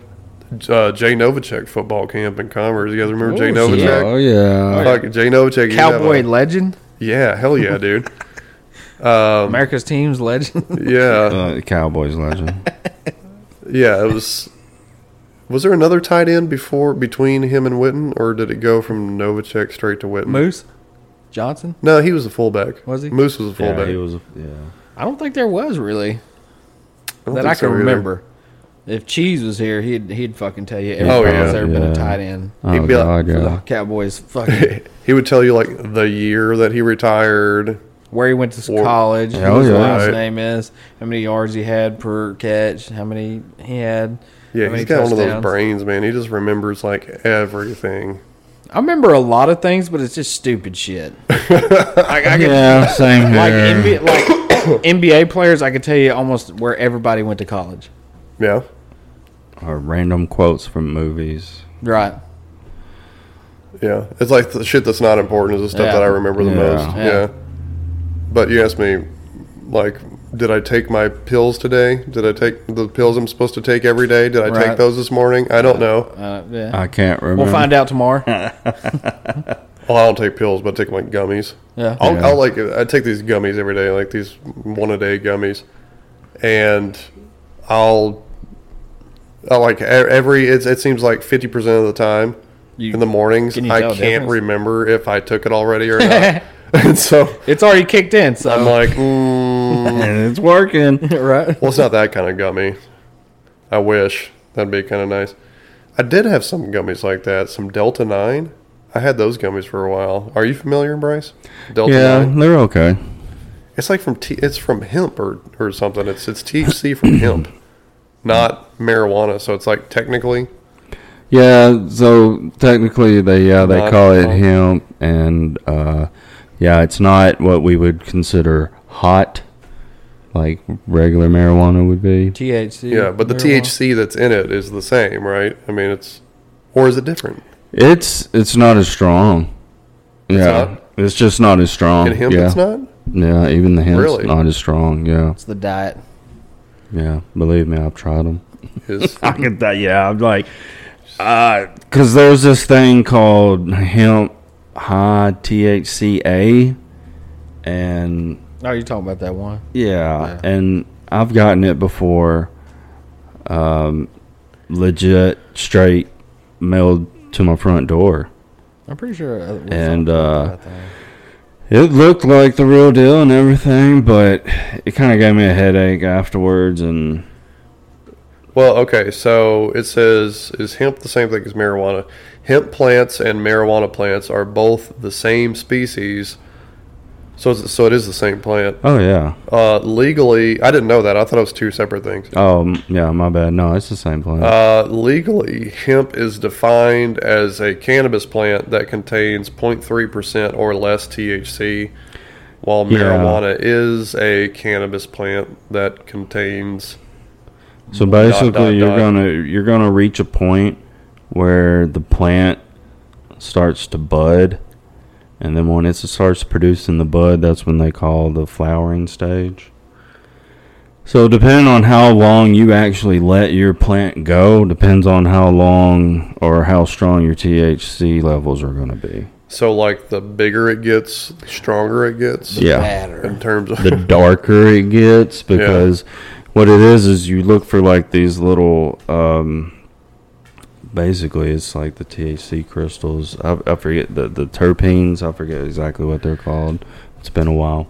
C: uh, Jay Novacek football camp in Commerce. You guys remember Jay
D: Oh,
C: Novacek?
E: Oh yeah.
C: Fuck, Jay Novacek. he'd have a-
D: Cowboy legend,
C: yeah, hell yeah, dude. Um,
D: America's team's legend.
C: yeah,
E: Uh, Cowboys legend.
C: yeah. It was. Was there another tight end before between him and Witten, or did it go from Novacek straight to Witten?
D: Moose Johnson.
C: No, he was a fullback.
D: Was he?
C: Moose was a
E: yeah,
C: fullback.
E: he was. a- Yeah.
D: I don't think there was really
C: don't
D: that
C: think
D: I
C: so
D: can
C: either.
D: remember. If Cheese was here, he'd he'd fucking tell you every
C: Oh,
D: time
C: yeah.
D: there's ever been
E: Yeah.
D: a tight end.
E: Oh
C: He'd be like,
E: god,
D: for the
E: yeah.
D: Cowboys fucking
C: he would tell you like the year that he retired.
D: where he went to
C: Or-
D: college, who
E: Hell
D: his
E: yeah.
D: last
C: Right.
D: name is, how many yards he had per catch, how many he had.
C: Yeah,
D: how many
C: he's got one of those
D: touchdowns.
C: brains, man. He just remembers like everything.
D: I remember a lot of things, but it's just stupid shit. like I can,
E: Yeah, same
D: like
E: here.
D: NBA, like NBA players, I could tell you almost where everybody went to college.
C: Yeah,
E: or random quotes from movies.
D: Right.
C: yeah. It's like the shit that's not important is the stuff
D: Yeah.
C: that I remember the
E: Yeah.
C: most.
D: Yeah.
C: Yeah. But you asked me, like, did I take my pills today? Did I take the pills I'm supposed to take every day? Did I
D: Right.
C: take those this morning? I don't know.
D: Uh, yeah.
E: I can't remember.
D: We'll find out tomorrow.
C: Well, I don't take pills, but I take like gummies.
D: Yeah.
C: I'll,
E: Yeah.
C: I'll like I take these gummies every day, like these one a day gummies, and I'll I like e- every it, it seems like fifty percent of the time
D: You-
C: in the mornings
D: can you
C: I
D: tell a
C: can't
D: difference?
C: remember if I took it already or not, and so
D: it's already kicked in, so
C: I'm
E: Oh.
C: like, mm,
E: And it's working.
D: right.
C: well, it's not that kind of gummy. I wish that'd be kind of nice. I did have some gummies like that, some Delta Nine. I had those gummies for a while. Are you familiar, Bryce? Delta
E: Yeah, they're okay.
C: It's like from t- it's from hemp or, or something. It's it's THC from hemp, not marijuana. So it's like technically
E: Yeah, so technically they yeah they
C: Not
E: call it
C: hemp.
E: hemp, and uh, yeah, it's not what we would consider hot, like regular marijuana would be.
D: THC.
C: yeah, but the
D: marijuana.
C: THC that's in it is the same, right? I mean, it's or is it different?
E: It's it's not as strong. Yeah,
C: not?
E: it's, just not as strong.
C: In hemp,
E: yeah.
C: it's not.
E: Yeah, even the hemp's
C: Really?
E: not as strong. Yeah,
D: It's the diet.
E: yeah. Believe me, I've tried them.
C: Is
E: I can tell. Yeah, I'm like, uh, because there's this thing called hemp high THCA, and
D: Oh, you're talking about that one.
E: yeah, and I've gotten it before. Um, legit, straight mailed to my front door.
D: I'm pretty sure. uh, we
E: And,
D: talked about
E: uh,
D: that thing.
E: It looked like the real deal and everything, but it kind of gave me a headache afterwards, and
C: Well, okay, so it says is hemp the same thing as marijuana? Hemp plants and marijuana plants are both the same species. So, it's, so it is the same plant.
E: Oh, yeah.
C: Uh, legally, I didn't know that. I thought it was two separate things.
E: Oh, m- yeah, my bad. No, it's the same plant.
C: Uh, legally, hemp is defined as a cannabis plant that contains 0.3% or less THC, while
E: Yeah.
C: marijuana is a cannabis plant that contains.
E: So
C: dot,
E: basically,
C: dot,
E: you're
C: dot.
E: gonna you're gonna reach a point where the plant starts to bud, and then when it starts producing the bud, that's when they call the flowering stage. So depending on how long you actually let your plant go, depends on how long or how strong your THC levels are gonna be.
C: So, like, the bigger it gets, the stronger it gets.
E: Yeah.
C: In terms of.
E: the darker it gets because what it is is you look for like these little um basically it's like the THC crystals I, I forget the the terpenes I forget exactly what they're called it's been a while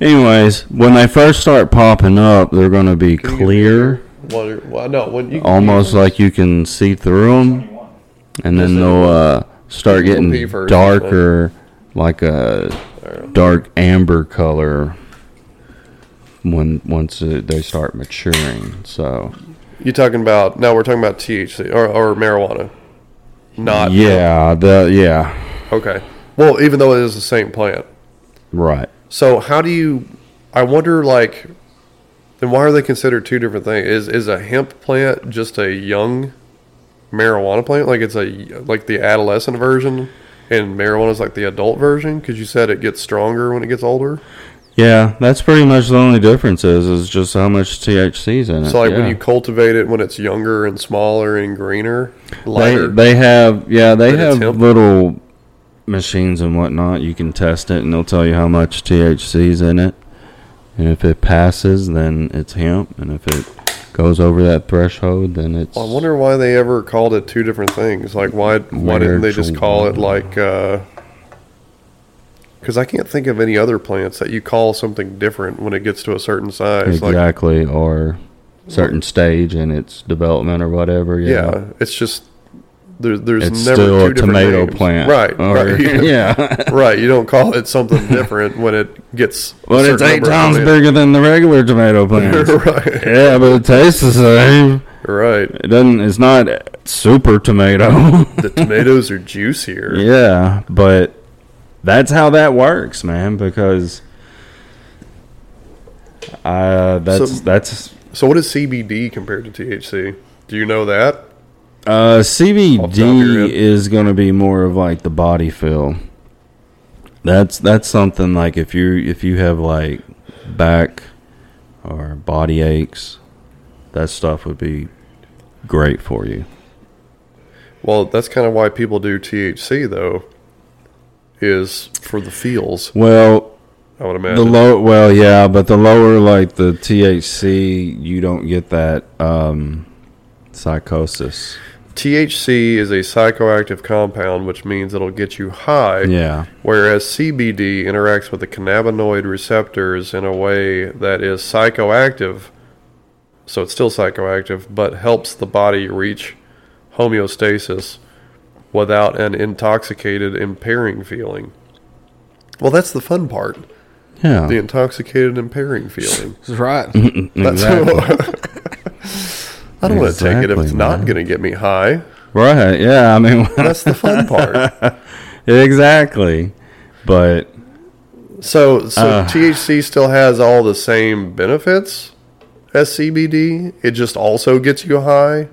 E: anyways when they first start popping up they're going to be clear
C: What, well, no, when you
E: almost like you can see through them and then they'll uh start
C: Little
E: getting
C: pea version, like-
E: darker like a dark amber color when once uh, they start maturing so
C: you talking about no, we're talking about THC or, or marijuana, not
E: yeah the yeah
C: Okay. Well, even though it is the same plant.
E: right
C: So how do you? I wonder, like, then why are they considered two different things? Is is a hemp plant just a young marijuana plant? Like it's a like the adolescent version, and marijuana is like the adult version? Because you said it gets stronger when it gets older.
E: yeah that's pretty much the only difference is is just how much THC's in it
C: So like
E: yeah.
C: when you cultivate it when it's younger and smaller and greener,
E: they,
C: lighter.
E: they have yeah they
C: But it's
E: have little machines and whatnot you can test it and they'll tell you how much thc's in it and if it passes then it's hemp and if it goes over that threshold then it's
C: I wonder why they ever called it two different things. Like why why didn't they just call it like? Because I can't think of any other plants that you call something different when it gets to a certain size. Like
E: exactly or certain stage in its development or whatever
C: yeah,
E: yeah,
C: it's just there, there's
E: It's
C: never
E: still a
C: two different
E: tomato
C: names.
E: plant,
C: right?
E: or-
C: right.
E: yeah.
C: right. You don't call it something different when it gets. a
E: But it's
C: certain
E: eight
C: number of
E: times
C: plants.
E: bigger than the regular tomato plant.
C: Right.
E: Yeah, but it tastes the same.
C: Right.
E: It doesn't. It's not super tomato.
C: the tomatoes are juicier.
E: Yeah, but that's how that works, man. Because uh, that's
C: So-
E: that's
C: So what is CBD compared to THC? Do you know that?
E: uh,
C: Off the top of your
E: CBD
C: head.
E: is going to be more of like the body feel. That's that's something like if you if you have like back or body aches, that stuff would be great for you.
C: Well, that's kind of why people do THC though, is for the feels.
E: Well,
C: I would
E: The
C: imagine.
E: low, well, yeah, but the lower, like the THC, you don't get that um, psychosis.
C: THC is a psychoactive compound, which means it'll get you high.
E: Yeah.
C: Whereas CBD interacts with the cannabinoid receptors in a way that is psychoactive, so it's still psychoactive, but helps the body reach homeostasis without an intoxicated, impairing feeling. Well, that's the fun part.
E: Yeah.
C: The intoxicated, impairing feeling.
D: That's right.
C: Mm-hmm. That's I don't want to take it if it's
E: Exactly,
C: not
E: man.
C: going to get me high.
E: Right? Yeah. I mean,
C: That's the fun part.
E: exactly. But
C: So, so
E: Uh.
C: THC still has all the same benefits as CBD. It just also gets you high,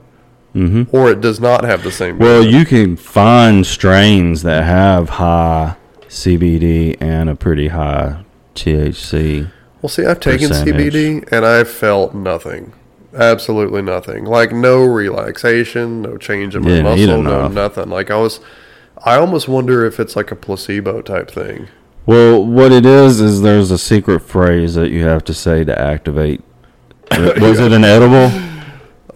E: Mhm.
C: or it does not have the same.
E: well, you can find strains that have high CBD and a pretty high THC.
C: Well, see, I've taken
E: percentage.
C: CBD and I felt nothing, absolutely nothing. Like no relaxation, no change in my
E: Yeah, neither
C: muscle, no
E: enough.
C: nothing. Like I was, I almost wonder if it's like a placebo type thing.
E: Well, what it is is there's a secret phrase that you have to say to activate. Was it an edible?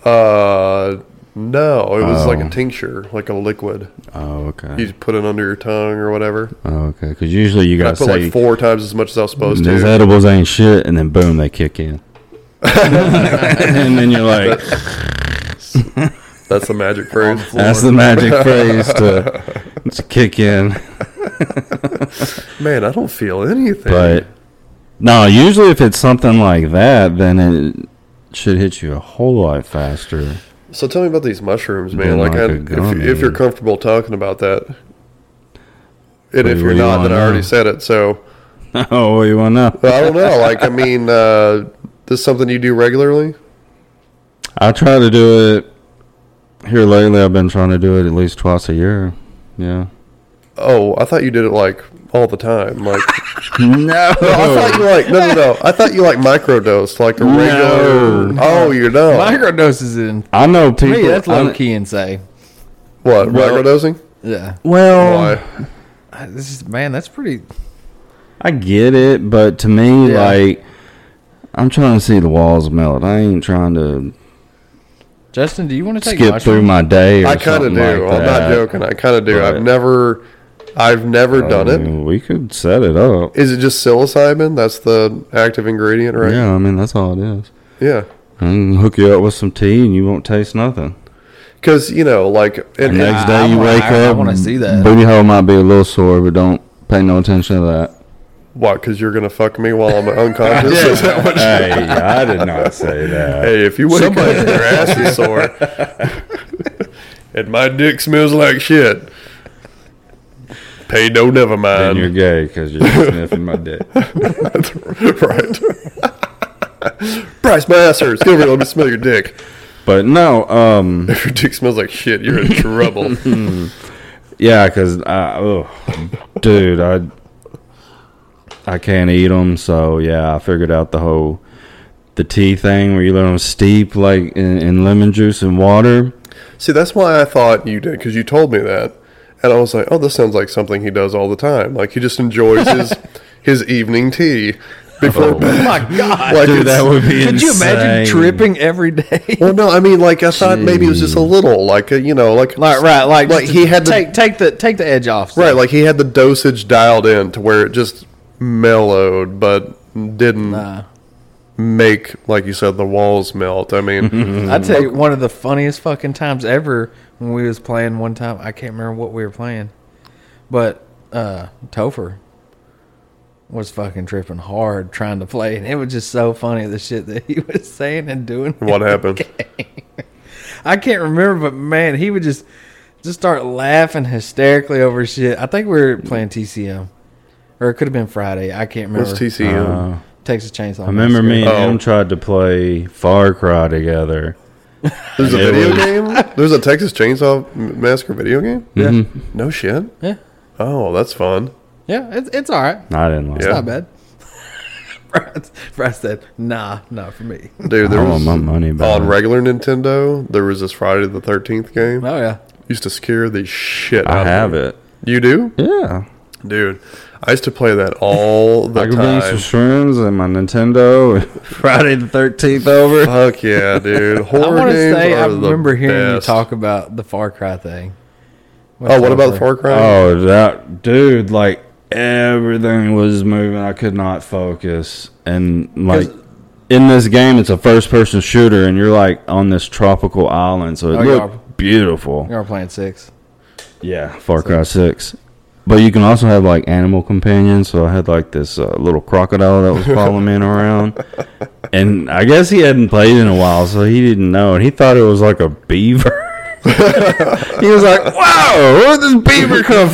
C: Uh, no, it was like
E: Oh.
C: a tincture, like a liquid.
E: Oh, okay.
C: You put it under your tongue or whatever.
E: Oh, okay, because usually you
C: And I
E: gotta
C: put
E: say
C: like four times as much as I was supposed
E: These
C: to.
E: edibles ain't shit, and then boom, they kick in. and then you're like,
C: Yes. That's the magic phrase.
E: That's the magic phrase to, to kick in.
C: Man, I don't feel anything.
E: But no, usually if it's something like that, then it should hit you a whole lot faster.
C: So tell me about these mushrooms,
E: Been
C: man. Like,
E: like
C: I,
E: a
C: if,
E: gummy.
C: if you're comfortable talking about that, and
E: What
C: if
E: do
C: you're
E: you
C: not,
E: wanna
C: then I already
E: know?
C: said it. So
E: oh, what do you want to know?
C: But I don't know. Like, I mean, uh, this is something you do regularly.
E: I try to do it here lately. I've been trying to do it at least twice a year. Yeah.
C: Oh, I thought you did it like all the time. Like,
E: No.
C: No, I thought you like no, no, no. I thought you like microdose, like a regular. Oh, you know,
D: Microdose is in.
E: I know
D: To
E: people.
D: me, that's
E: I-
D: low key insane.
C: What microdosing?
D: Yeah.
E: Well,
D: I- This is man. That's pretty.
E: I get it, but to me,
D: Yeah.
E: like, I'm trying to see the walls melt. I ain't trying to
D: Justin, do you want to take
E: skip through
D: mushrooms?
E: my day. Or
C: I kind of
E: something
C: do.
E: like
C: I'm not
E: that.
C: joking. I kind of do. I've
E: But- Oh,
C: never, I've never done
E: I
C: it.
E: mean, We could set it up.
C: Is it just psilocybin? That's the active ingredient, right?
E: Yeah, I mean that's all it is.
C: Yeah.
E: I can hook you up with some tea, and you won't taste nothing.
C: Because you know, like, and,
E: The
C: and-
E: next day you wake
D: I- I
E: up,
D: wanna see that.
E: Booty hole might be a little sore, but don't pay no attention to that.
C: what? Because you're gonna fuck me while I'm unconscious.
E: Yeah.
C: Is that what you-
E: Hey, I did not say that.
C: Hey, if you wake
E: Somebody-
C: up and your ass is sore, and my dick smells like shit, pay no never
E: Then
C: mind.
E: you're gay because you're sniffing my dick.
C: right. Bryce, my ass hurts. Come here, let me smell your dick.
E: But no, um,
C: If your dick smells like shit, you're in trouble.
E: yeah, because I, oh, dude, I, I can't eat them. So yeah, I figured out the whole the tea thing where you let them steep like in, in lemon juice and water.
C: See, that's why I thought you did because you told me that, and I was like, "Oh, this sounds like something he does all the time. Like he just enjoys his his evening tea before
E: Oh.
C: bed."
D: My God,
C: Like
E: Dude,
C: it's-
E: that would be
D: could you imagine
E: insane.
D: tripping every day?
C: Well, no, I mean, like I thought maybe it was just a little, like uh, you know, like
D: Like right, like,
C: like
D: just
C: he had the
D: take take the take the edge off.
C: right, like he had the dosage dialed in to where it just mellowed, but didn't
D: Nah.
C: make like you said the walls melt. I mean,
E: Mm-hmm.
D: I tell you, one of the funniest fucking times ever when we was playing one time. I can't remember what we were playing, but uh Topher was fucking tripping hard trying to play, and it was just so funny the shit that he was saying and doing.
C: what happened?
D: I can't remember, but man, he would just just start laughing hysterically over shit. I think we were playing TCM, or it could have been Friday. I can't remember.
C: What's TCM?
E: Uh,
D: Texas Chainsaw.
E: I remember me and
C: Oh.
E: him tried to play Far Cry together.
C: There's a
E: It
C: video
E: was-
C: game. There's a Texas Chainsaw Massacre video game.
D: Yeah.
C: No shit.
D: Yeah.
C: Oh, that's fun.
D: Yeah, it's it's all right.
E: I didn't like.
C: Yeah.
E: it.
D: Not bad. Bryce- Bryce said, "Nah, not for me."
C: Dude, there
E: I
C: was
E: want Oh, my money back.
C: on regular Nintendo. There was this Friday the Thirteenth game.
D: Oh yeah,
C: Used to scare the shit.
E: I
C: out
E: have
C: of me.
E: it.
C: You do,
E: Yeah.
C: dude. I used to play that all the
E: I could bring some
C: time.
E: shrooms and my Nintendo. Friday the thirteenth over.
C: Fuck yeah, dude. Horror
D: I want to
C: games
D: say
C: are
D: I
C: the
D: remember hearing
C: best.
D: you talk about the Far Cry thing.
C: Oh, what about the Far Cry?
E: Oh, that dude! Like everything was moving. I could not focus. And like
D: 'Cause-
E: in this game, it's a first-person shooter, and you're like on this tropical island, so it
D: Oh, you are.
E: looked beautiful.
D: You were playing six.
E: Yeah, Far Cry Six. But you can also have like animal companions. So I had like this uh, little crocodile that was following me around, and I guess he hadn't played in a while, so he didn't know, and he thought it was like a beaver. he was like, "Whoa, where did this beaver come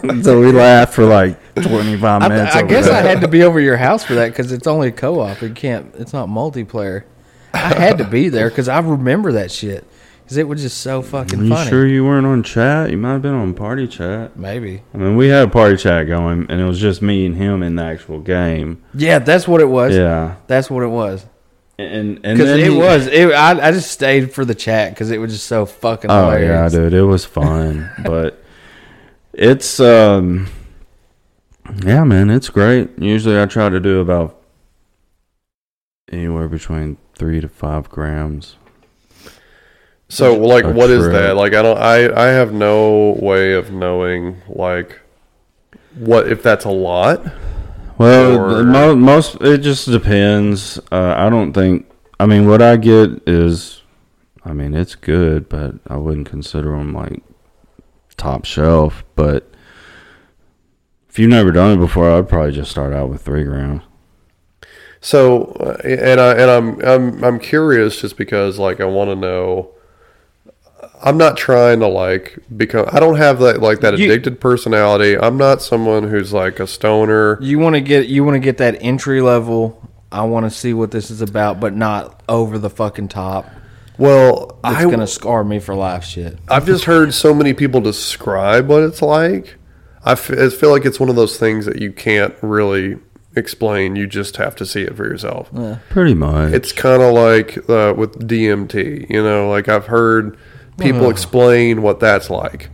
E: from?" so we laughed for like twenty five
D: I,
E: minutes.
D: I
E: over
D: guess I
E: that.
D: had to be over your house for that because it's only co-op. It can't. It's not multiplayer. I had to be there because I remember that shit because it was just so fucking
E: Are you
D: funny.
E: sure you weren't on chat? You might have been on party chat.
D: Maybe.
E: I mean, we had a party chat going, and it was just me and him in the actual game.
D: Yeah, that's what it was.
E: Yeah,
D: that's what it was.
E: and
D: Because
E: and then
D: it
E: he-
D: was. It, I I just stayed for the chat because it was just so fucking.
E: Oh yeah,
D: hilarious.
E: dude, it was fun, but it's um, yeah, man, it's great. Usually, I try to do about anywhere between three to five grams.
C: So like,
E: A
C: what is
E: trip.
C: that? Like, I don't. I I have no way of knowing like what if that's a lot.
E: Well,
C: Or-
E: the mo- most it just depends. Uh, I don't think. I mean, what I get is I mean, it's good, but I wouldn't consider them like top shelf. But if you've never done it before, I'd probably just start out with three rounds.
C: So, uh, and I and I'm I'm I'm curious just because like I want to know. I'm not trying to like become. I don't have that like that
D: You-
C: addicted personality. I'm not someone who's like a stoner.
D: You want to get you want to get that entry level. I want to see what this is about, but not over the fucking top.
C: Well,
D: it's
C: I-
D: gonna scar me for life, shit.
C: I've just heard so many people describe what it's like. I f- I feel like it's one of those things that you can't really explain. You just have to see it for yourself.
E: Yeah. Pretty much.
C: It's kind of like uh, with DMT. You know, like I've heard people
E: Ugh.
C: explain what that's like.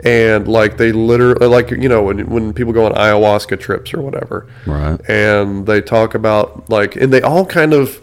C: And like they literally, like you know, when when people go on ayahuasca trips or whatever,
E: Right.
C: and they talk about like, and they all kind of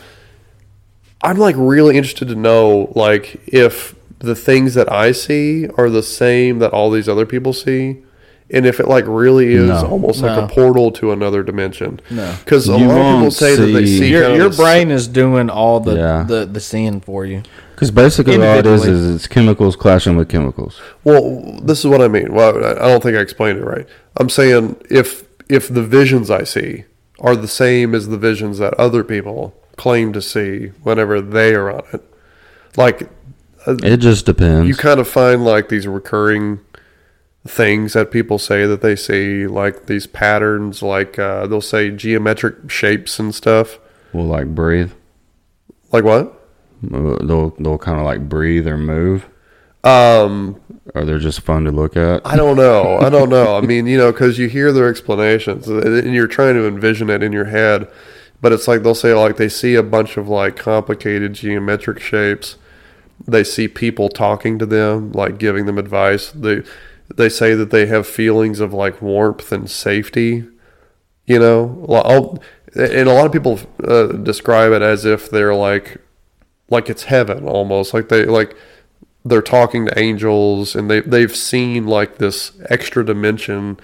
C: I'm like really interested to know like if the things that I see are the same that all these other people see, and if it like really is
E: No.
C: almost like
D: No.
C: a portal to another dimension.
D: No.
C: because a
E: You
C: lot of people
E: won't
C: say that they
E: see-
C: see
D: your
C: kind of
D: your
C: the s-
D: brain is doing all the
E: Yeah.
D: the, the seeing for you.
E: Because basically, all it is
D: Individually.
E: is it's chemicals clashing with chemicals.
C: Well, this is what I mean. Well, I I don't think I explained it right. I'm saying if if the visions I see are the same as the visions that other people claim to see whenever they are on it, like uh,
E: It just depends.
C: You kind of find like these recurring things that people say that they see, like these patterns, like uh, they'll say geometric shapes and stuff.
E: Will like breathe.
C: Like what?
E: They'll they'll kind of like breathe or move. Um, or they're just fun to look at.
C: I don't know. I don't know. I mean, you know, because you hear their explanations and you're trying to envision it in your head, but it's like they'll say, like, they see a bunch of like complicated geometric shapes. They see people talking to them, like giving them advice. They, they say that they have feelings of like warmth and safety, you know? Well, I'll- And a lot of people uh, describe it as if they're like, like it's heaven almost. Like they, like, they're talking to angels and they they've seen like this extra dimension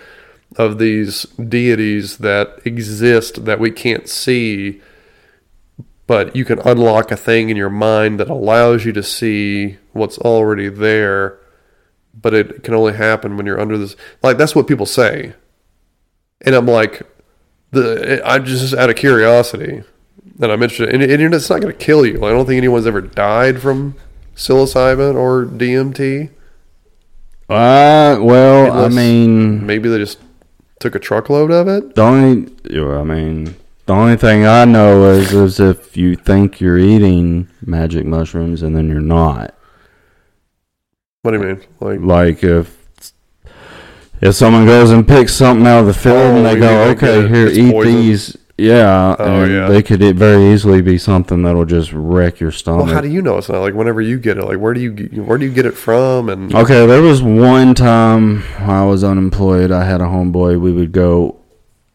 C: of these deities that exist that we can't see but you can unlock a thing in your mind that allows you to see what's already there but it can only happen when you're under this like that's what people say and i'm like the i'm just out of curiosity and i'm interested and, and it's not going to kill you i don't think anyone's ever died from psilocybin or dmt
E: Uh, well, I
C: Unless
E: mean,
C: maybe they just took a truckload of it
E: the only yeah, I mean, the only thing I know is is if you think you're eating magic mushrooms and then you're not.
C: what do you mean like
E: Like if if someone goes and picks something out of the field
C: Oh,
E: and they
C: you
E: go,
C: mean like
E: okay,
C: a-
E: here,
C: it's
E: eat
C: poison?"
E: these. Yeah,
C: Oh,
E: and
C: yeah.
E: they could it very easily be something that'll just wreck your stomach.
C: well how do you know it's not like whenever you get it like where do you get- where do you get it from and
E: Okay, there was one time I was unemployed. I had a homeboy. We would go.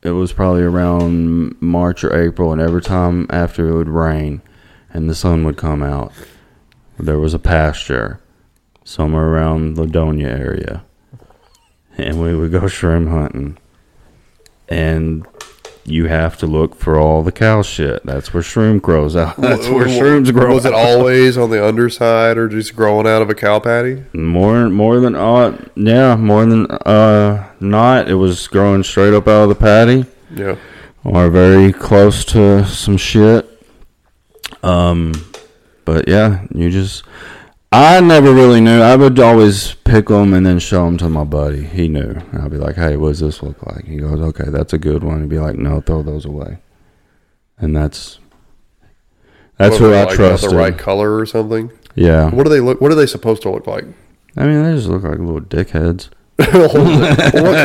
E: It was probably around March or April, and every time after it would rain, and the sun would come out, there was a pasture somewhere around Ladonia area, and we would go shroom hunting. And you have to look for all the cow shit. That's where shroom grows out. That's where shrooms grow.
C: was it
E: out.
C: always on the underside or just growing out of a cow patty
E: More, more than odd. Yeah, more than uh, not. It was growing straight up out of the patty.
C: Yeah.
E: Or very close to some shit. Um, but yeah, you just. I never really knew. I would always pick them and then show them to my buddy. He knew. And I'd be like, "Hey, what does this look like?" He goes, "Okay, that's a good one." He'd be like, "No, throw those away." And that's that's
C: Were
E: who
C: they,
E: I
C: like, not
E: trusted.
C: the right color or something
E: Yeah.
C: what do they look what are they supposed to look like
E: I mean, they just look like little dickheads.
C: what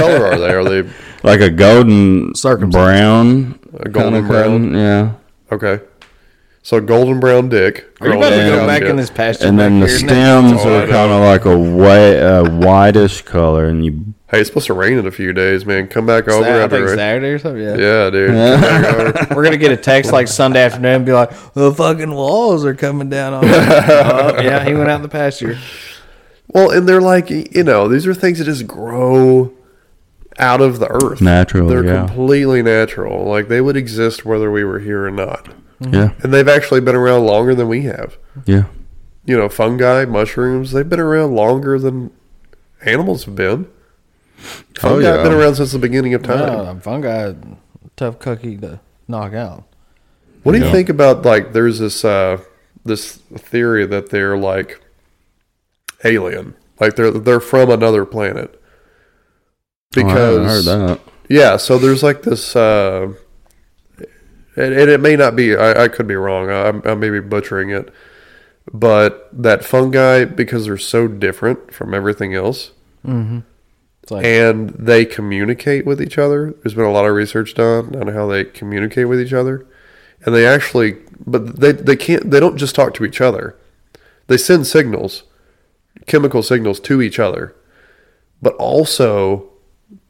C: color are they are they
E: like a golden brown,
C: A golden brown.
E: kinda cotton, yeah.
C: Okay. So golden brown dick.
D: Are you about to go back in this pasture?
E: And then the
D: back here now?
E: stems are kind of like a white, uh, whitish color, and you
C: Hey, it's supposed to rain in a few days, man. Come back over
D: Sa- I
C: after
D: think
C: rain.
D: Saturday or something. Yeah.
C: Yeah, dude. Come back over.
D: We're gonna get a text like Sunday afternoon and be like, "The fucking walls are coming down on." us." oh, yeah, he went out in the pasture.
C: Well, and they're like, you know, these are things that just grow out of the earth.
E: Natural,
C: They're
E: yeah.
C: completely natural. Like they would exist whether we were here or not.
E: Mhm. Yeah.
C: And they've actually been around longer than we have.
E: yeah.
C: you know, fungi, mushrooms, they've been around longer than animals have been.
E: Oh,
C: Fungi have been around since the beginning of time.
D: Yeah, Oh, fungi, tough cookie to knock out.
C: What do you
D: Yeah.
C: think about like there's this uh this theory that they're like alien. Like they're they're from another planet.
E: Oh, I haven't heard
C: Because
E: that.
C: Yeah, so there's like this uh and, and it may not be I, I could be wrong. I, I may be butchering it. But that fungi because they're so different from everything else,
D: Mhm. It's like-
C: and they communicate with each other. There's been a lot of research done on how they communicate with each other, and they actually, but they they can't. They don't just talk to each other. They send signals, chemical signals to each other, but also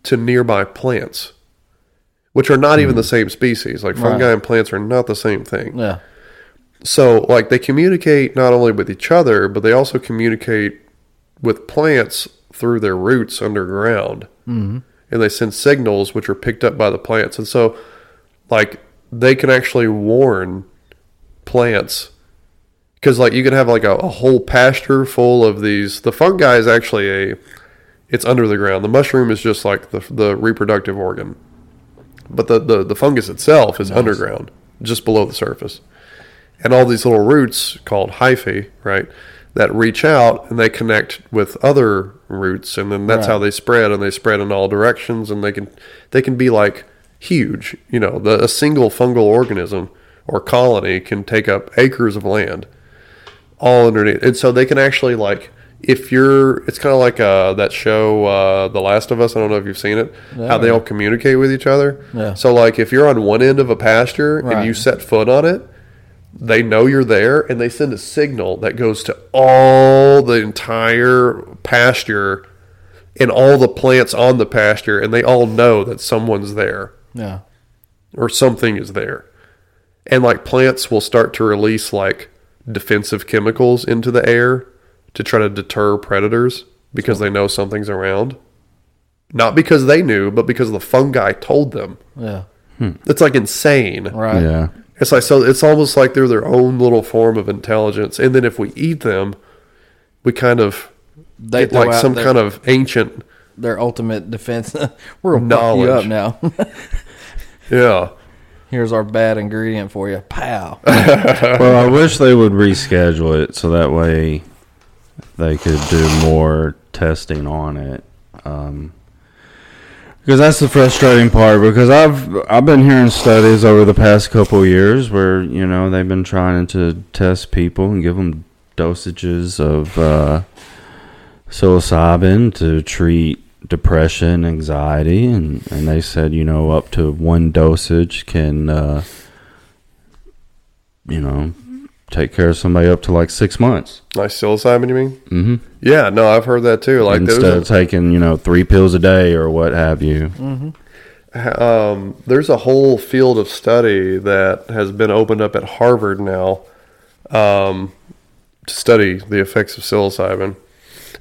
C: to nearby plants, which are not even the same species. Like fungi
D: Mm-hmm. Right.
C: and plants are not the same thing.
D: Yeah.
C: So, like, they communicate not only with each other, but they also communicate with plants through their roots underground.
D: Mm-hmm.
B: Mhm.
C: And they send signals, which are picked up by the plants. And so, like, they can actually warn plants. Because, like, you can have, like, a, a whole pasture full of these. The fungi is actually a. It's under the ground. The mushroom is just like the, the reproductive organ. But the, the, the fungus itself is underground, just below the surface and all these little roots called hyphae, right, that reach out and they connect with other roots, and then that's
B: Right.
C: how they spread, and they spread in all directions, and they can they can be like huge, you know, the, a single fungal organism or colony can take up acres of land, all underneath, and so they can actually like. If you're, it's kind of like uh, that show, uh, The Last of Us. I don't know if you've seen it. How they
D: Yeah.
C: all communicate with each other.
D: Yeah.
C: So, like, if you're on one end of a pasture
D: Right.
C: and you set foot on it, they know you're there and they send a signal that goes to all the entire pasture and all the plants on the pasture and they all know that someone's there
D: Yeah.
C: or something is there and like plants will start to release like defensive chemicals into the air to try to deter predators because they know something's around not because they knew but because the fungi told them
D: Yeah.
C: it's like insane.
D: Right.
E: Yeah.
C: It's like so it's almost like they're their own little form of intelligence. And then if we eat them, we kind of
D: They
C: get
D: throw
C: like
D: out
C: some
D: their-
C: kind of ancient
D: Their ultimate defense. We're gonna fuck
C: Knowledge.
D: you up now.
C: Yeah.
D: Here's our bad ingredient for you. Pow.
E: well, I wish they would reschedule it so that way they could do more testing on it. Um, because that's the frustrating part. Because I've I've been hearing studies over the past couple years where you know they've been trying to test people and give them dosages of uh, psilocybin to treat depression, anxiety, and and they said you know up to one dosage can. Uh, you know, take care of somebody up to like six months
C: like psilocybin, you mean?
D: Mm-hmm.
E: Mhm.
C: Yeah, no, I've heard that too. Like there's
E: instead
C: a,
E: of taking you know three pills a day or what have you.
C: um, there's a whole field of study that has been opened up at Harvard now um, to study the effects of psilocybin,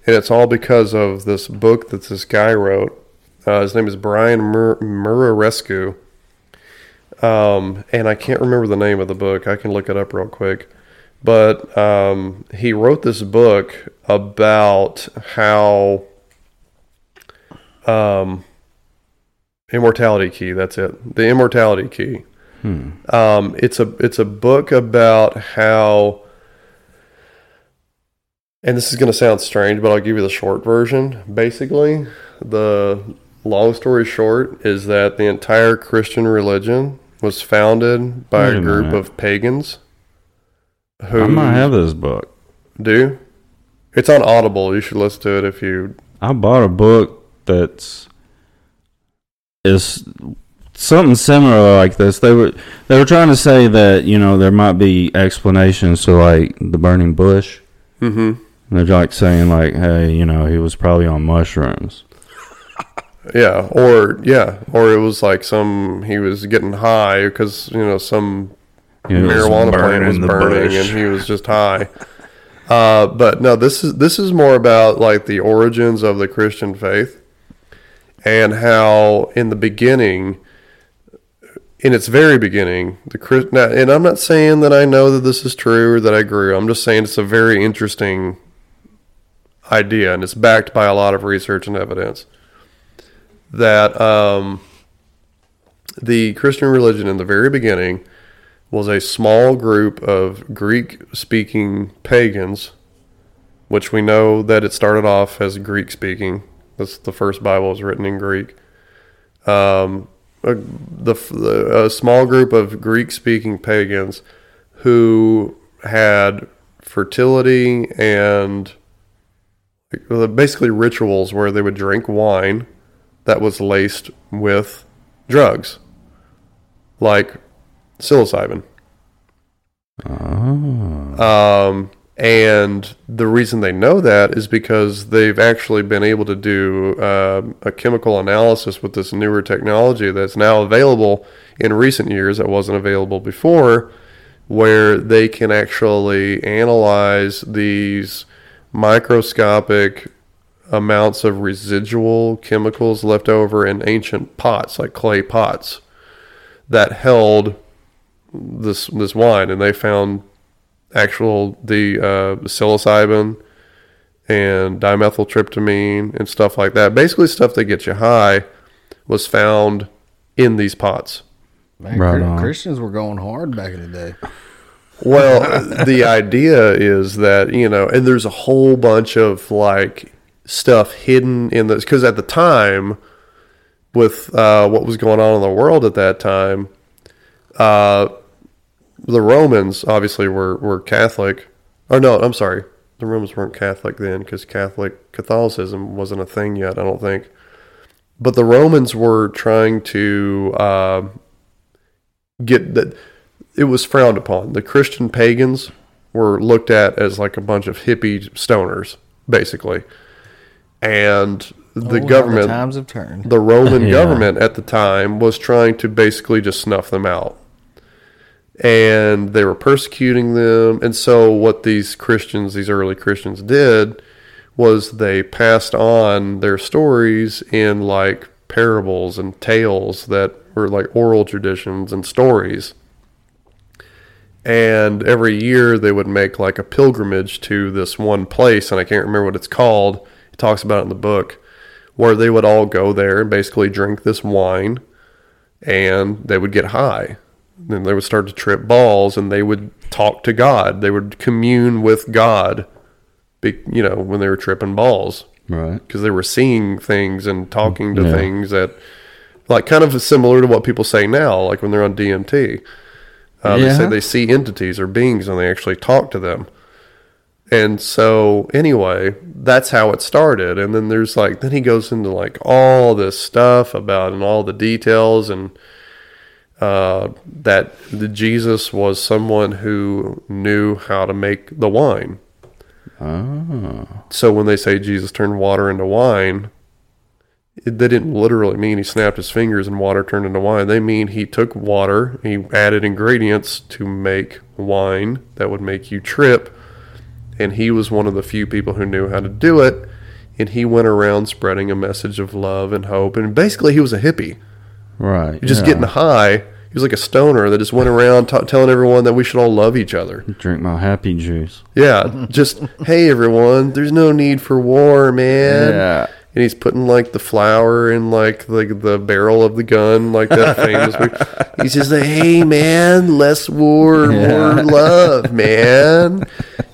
C: and it's all because of this book that this guy wrote. Uh, his name is Brian Mur- Murarescu, um, and I can't remember the name of the book. I can look it up real quick. But um, he wrote this book about how um, Immortality Key. That's it. The Immortality Key.
E: Hmm.
C: Um, it's a it's a book about how, and this is going to sound strange, but I'll give you the short version. Basically, the long story short is that the entire Christian religion was founded by
E: Wait
C: a
E: a
C: group
E: minute.
C: of pagans. Who
E: I might have this book.
C: do? It's on Audible. You should listen to it if you
E: I bought a book that's is something similar like this. They were they were trying to say that you know there might be explanations to like the burning bush.
C: Mhm.
E: And they're like saying like, hey, you know, he was probably on mushrooms.
C: Yeah, or yeah, or it was like some he was getting high because you know some
E: Yeah, it was
C: marijuana plant
E: burning
C: was
E: the
C: burning
E: bush.
C: and he was just high. Uh, but no, this is this is more about like the origins of the Christian faith and how in the beginning in its very beginning, the Chris- now, and I'm not saying that I know that this is true or that I grew. I'm just saying it's a very interesting idea, and it's backed by a lot of research and evidence that um, the Christian religion in the very beginning was a small group of Greek-speaking pagans, which we know that it started off as Greek-speaking. That's the first Bible was written in Greek. Um, a, the, the a small group of Greek speaking pagans who had fertility and uh, basically rituals where they would drink wine that was laced with drugs like psilocybin. Um, and the reason they know that is because they've actually been able to do uh, a chemical analysis with this newer technology that's now available in recent years that wasn't available before, where they can actually analyze these microscopic amounts of residual chemicals left over in ancient pots, like clay pots, that held this this wine, and they found actual the uh, psilocybin and dimethyltryptamine and stuff like that. Basically, stuff that gets you high was found in these pots.
D: Man,
C: Right
D: Chri-
C: on.
D: Christians were going hard back in the day.
C: Well, the idea is that, you know, and there's a whole bunch of like stuff hidden in this because at the time, with uh, what was going on in the world at that time, uh, the Romans obviously were, were Catholic. Or no, I'm sorry. The Romans weren't Catholic then because Catholic Catholicism wasn't a thing yet, I don't think. But the Romans were trying to uh, get that it was frowned upon. The Christian pagans were looked at as like a bunch of hippie stoners, basically. And
D: Oh, how
C: the
D: the
C: government,
D: times have turned.
C: the Roman
D: Yeah.
C: government at the time was trying to basically just snuff them out. And they were persecuting them. And so, what these Christians, these early Christians, did was they passed on their stories in like parables and tales that were like oral traditions and stories and every year they would make like a pilgrimage to this one place and i can't remember what it's called it talks about it in the book where they would all go there and basically drink this wine and they would get high then they would start to trip balls and they would talk to god they would commune with god be, you know when they were tripping balls
E: Right.
C: because they were seeing things and talking to
E: Yeah.
C: things that like kind of similar to what people say now like when they're on dmt uh, They say
E: Yeah.
C: they see entities or beings and they actually talk to them. And so, anyway, that's how it started. And then there's like, then he goes into like all this stuff about and all the details and uh, that the Jesus was someone who knew how to make the wine. So when they say Jesus turned water into wine, it, they didn't literally mean he snapped his fingers and water turned into wine. They mean he took water, he added ingredients to make wine that would make you trip. And he was one of the few people who knew how to do it. And he went around spreading a message of love and hope. And basically, he was a hippie.
E: Right.
C: He was just
E: yeah.
C: getting high. He was like a stoner that just went around t- telling everyone that we should all love each other.
E: Drink my happy juice.
C: Yeah, just hey everyone, there's no need for war, man.
E: Yeah.
C: And he's putting like the flour in like the the barrel of the gun, like that famous. movie. He's just like, hey man, less war, more love, man.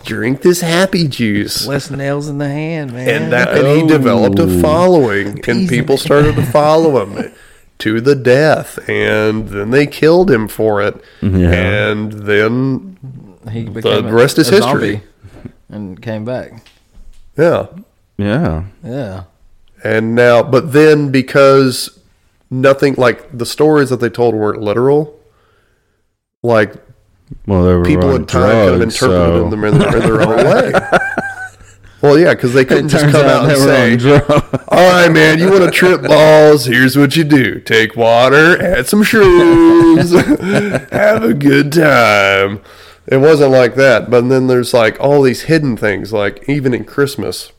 C: Drink this happy juice.
D: Less nails in the hand, man.
C: And that and
E: Oh.
C: he developed a following, and people started to follow him to the death, and then they killed him for it,
E: Mm-hmm. Yeah.
C: and then
D: He
C: the
D: became a-
C: rest is
D: a
C: history.
D: zombie and came back.
C: Yeah.
E: Yeah.
D: Yeah.
C: And now, but then because nothing like the stories that they told weren't literal, like
E: Well, they were
C: people
E: on
C: in time could have
E: drugs,
C: interpreted
E: so-
C: them in their, in their own way. Well, yeah, because they couldn't just
E: turns
C: come out,
E: out
C: and
E: they were on
C: say, "All right, man, you want to trip balls? Here's what you do: take water, add some shrooms, have a good time." It wasn't like that. But then there's like all these hidden things, like even in Christmas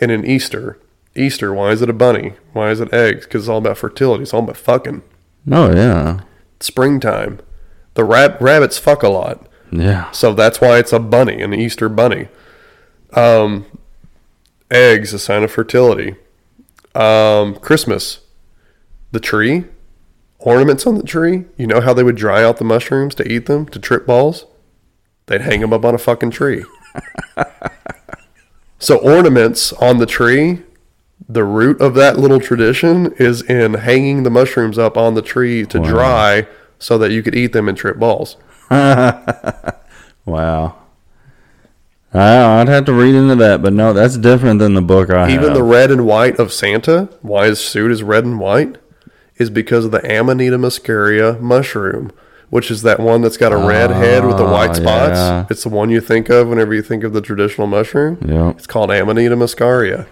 C: and in Easter. Easter, why is it a bunny? Why is it eggs? Because it's all about fertility. It's all about fucking.
E: Oh yeah.
C: springtime. The rab- rabbits fuck a lot.
E: Yeah.
C: So that's why it's a bunny, an Easter bunny. Um, eggs, a sign of fertility. Um, Christmas, the tree, ornaments on the tree. You know how they would dry out the mushrooms to eat them, to trip balls? They'd hang them up on a fucking tree. so, ornaments on the tree, the root of that little tradition is in hanging the mushrooms up on the tree to
E: Wow.
C: dry so that you could eat them and trip balls.
E: wow. I, I'd have to read into that, but no, that's different than the book I
C: Even
E: have.
C: the red and white of Santa, why his suit is red and white, is because of the Amanita muscaria mushroom, which is that one that's got a red head with the
E: Ah,
C: white spots.
E: yeah.
C: It's the one you think of whenever you think of the traditional mushroom.
E: Yeah.
C: It's called Amanita muscaria.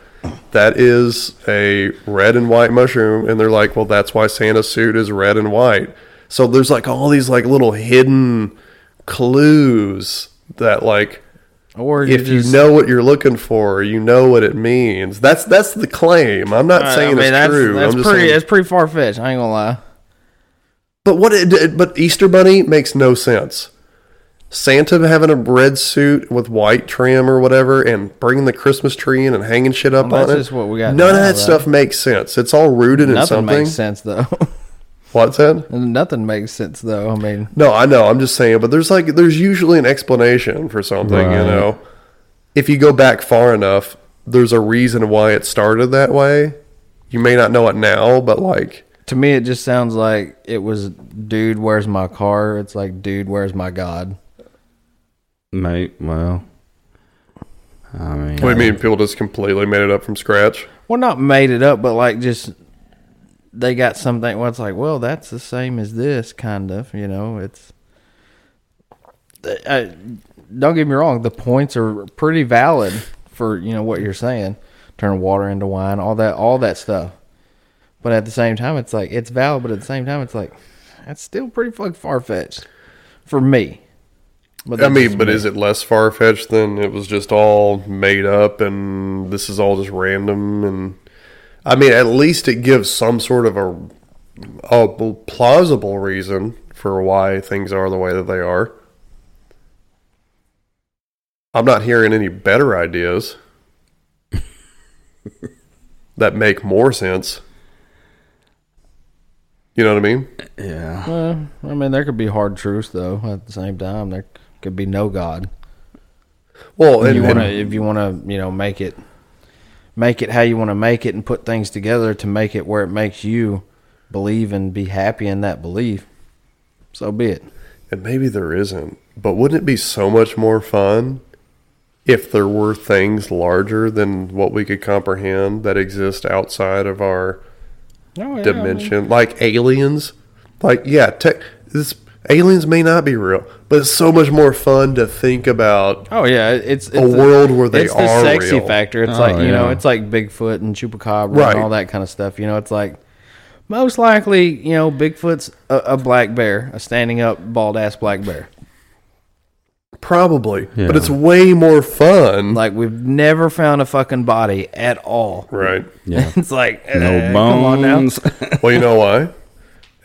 C: That is a red and white mushroom, and they're like, well, that's why Santa's suit is red and white. So there's like all these like little hidden clues that like
D: Or you
C: if you
D: just-
C: know what you're looking for, you know what it means. That's that's the claim. I'm not
D: I- I
C: saying
D: mean,
C: it's
D: that's,
C: true.
D: That's
C: I'm just
D: pretty.
C: saying-
D: That's pretty far fetched. I ain't gonna lie.
C: but what? It, it- but Easter Bunny makes no sense. Santa having a red suit with white trim or whatever, and bringing the Christmas tree in and hanging shit up
D: Well,
C: on
D: that's
C: it.
D: just what we got
C: None of
D: now,
C: that
D: though.
C: stuff makes sense. It's all rooted in
D: Nothing
C: something.
D: makes sense though.
C: What's that?
D: Nothing makes sense though. I mean,
C: No, I know. I'm just saying, but there's like there's usually an explanation for something, you
E: Right.
C: know. If you go back far enough, there's a reason why it started that way. You may not know it now, but like
D: to me, it just sounds like it was "Dude, where's my car?" It's like "Dude, where's my God?"
E: Mate, well. I mean.
C: what do you mean people just completely made it up from scratch?
D: Well, not made it up, but like just they got something. Well, it's like, well, that's the same as this kind of. You know, it's. I, don't get me wrong. The points are pretty valid for you know what you're saying. Turn water into wine, all that, all that stuff. But at the same time, it's like it's valid. But at the same time, it's like that's still pretty fucking far fetched for me.
C: I
D: that's
C: mean,
D: just
C: but
D: me.
C: is it less far fetched than it was just all made up and this is all just random? And I mean, at least it gives some sort of a, a plausible reason for why things are the way that they are. I'm not hearing any better ideas that make more sense. You know what I mean?
E: Yeah.
D: Well, I mean, there could be hard truths though. At the same time, there could be no God.
C: Well,
D: If
C: and-
D: you
C: and-
D: want to, if you want to, you know, make it, make it how you want to make it, and put things together to make it where it makes you believe and be happy in that belief. So be it.
C: And maybe there isn't, but wouldn't it be so much more fun if there were things larger than what we could comprehend that exist outside of our
D: Oh, yeah, I
C: dimension? Like aliens? Like, yeah, tech, this, aliens may not be real, but it's so much more fun to think about.
D: Oh yeah, it's,
C: A world where they
D: it's
C: are
D: the sexy
C: real.
D: factor. It's
C: Oh,
D: like you know,
C: yeah.
D: it's like Bigfoot and Chupacabra
C: Right.
D: and all that kind of stuff. You know, it's like most likely, you know, Bigfoot's a, a black bear, a standing up bald ass black bear.
C: Probably,
E: Yeah.
C: but it's way more fun.
D: Like we've never found a fucking body at all.
C: Right.
E: Yeah.
D: It's like
E: No
D: eh, Come on now.
E: bones.
C: well, you know why?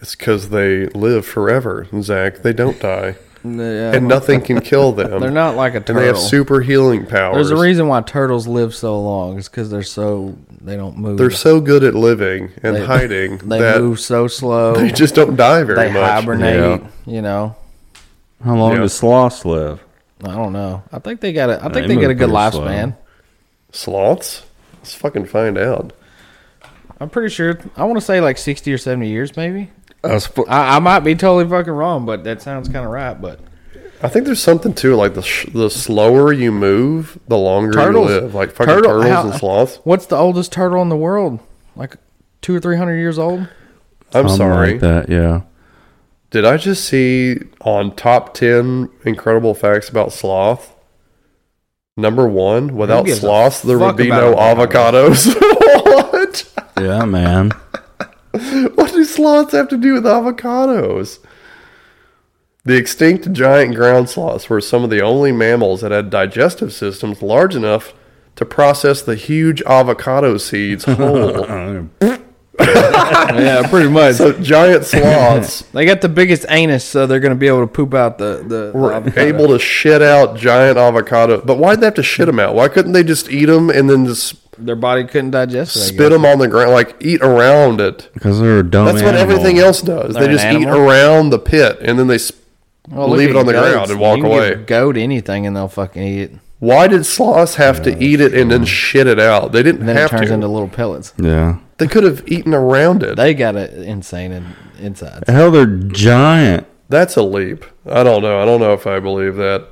C: It's because they live forever, Zach. They don't die.
D: Yeah,
C: and
D: well,
C: nothing can kill them.
D: They're not like a turtle.
C: And they have super healing powers.
D: There's a reason why turtles live so long. It's because they're so they don't move.
C: They're so good at living and
D: They-
C: hiding
D: They
C: that
D: move so slow.
C: they just don't die very
D: they
C: much.
D: hibernate. You know,
E: How long
C: Yeah.
E: does sloths live?
D: I don't know. I think they got a. I think
E: They
D: they, got a
E: move
D: good
E: pretty slow.
D: lifespan.
C: Sloths? Let's fucking find out.
D: I'm pretty sure. I want to say like sixty or seventy years, maybe. I, I might be totally fucking wrong, but that sounds kind of right. But
C: I think there's something too. Like the sh- the slower you move, the longer
D: turtles,
C: you live. Like fucking
D: turtle-
C: turtles
D: how-
C: and sloths.
D: What's the oldest turtle in the world? Like two or three hundred years old.
C: I'm
E: Something
C: sorry.
E: Like that, yeah.
C: Did I just see on top ten incredible facts about sloth? Number one, without
D: gives a
C: sloths, there
D: fuck
C: would be no
D: about
C: avocados. what?
E: Yeah, man.
C: What do sloths have to do with avocados? The extinct giant ground sloths were some of the only mammals that had digestive systems large enough to process the huge avocado seeds whole.
D: yeah, pretty much.
C: So giant sloths.
D: they got the biggest anus, so they're going to be able to poop out the the.
C: were
D: avocado.
C: able to shit out giant avocado. But why'd they have to shit them out? Why couldn't they just eat them and then just
D: their body couldn't digest it, I
C: Spit them on the ground, like eat around it.
E: Because they're a dumb
C: That's what
E: animal.
C: everything else does.
D: They're
C: they
D: an
C: just eat
D: animal?
C: around the pit and then they sp-
D: Well, look
C: leave
D: at
C: it on the
D: goats.
C: ground and walk
D: You can
C: away.
D: Give goat anything and they'll fucking eat it.
C: Why did sloths have to eat it and then shit it out? They didn't
D: And then it
C: have
D: turns
C: to.
D: into little pellets.
E: Yeah.
C: they could have eaten around it.
D: They got it insane in, inside.
E: Hell, they're giant.
C: That's a leap. I don't know. I don't know if I believe that.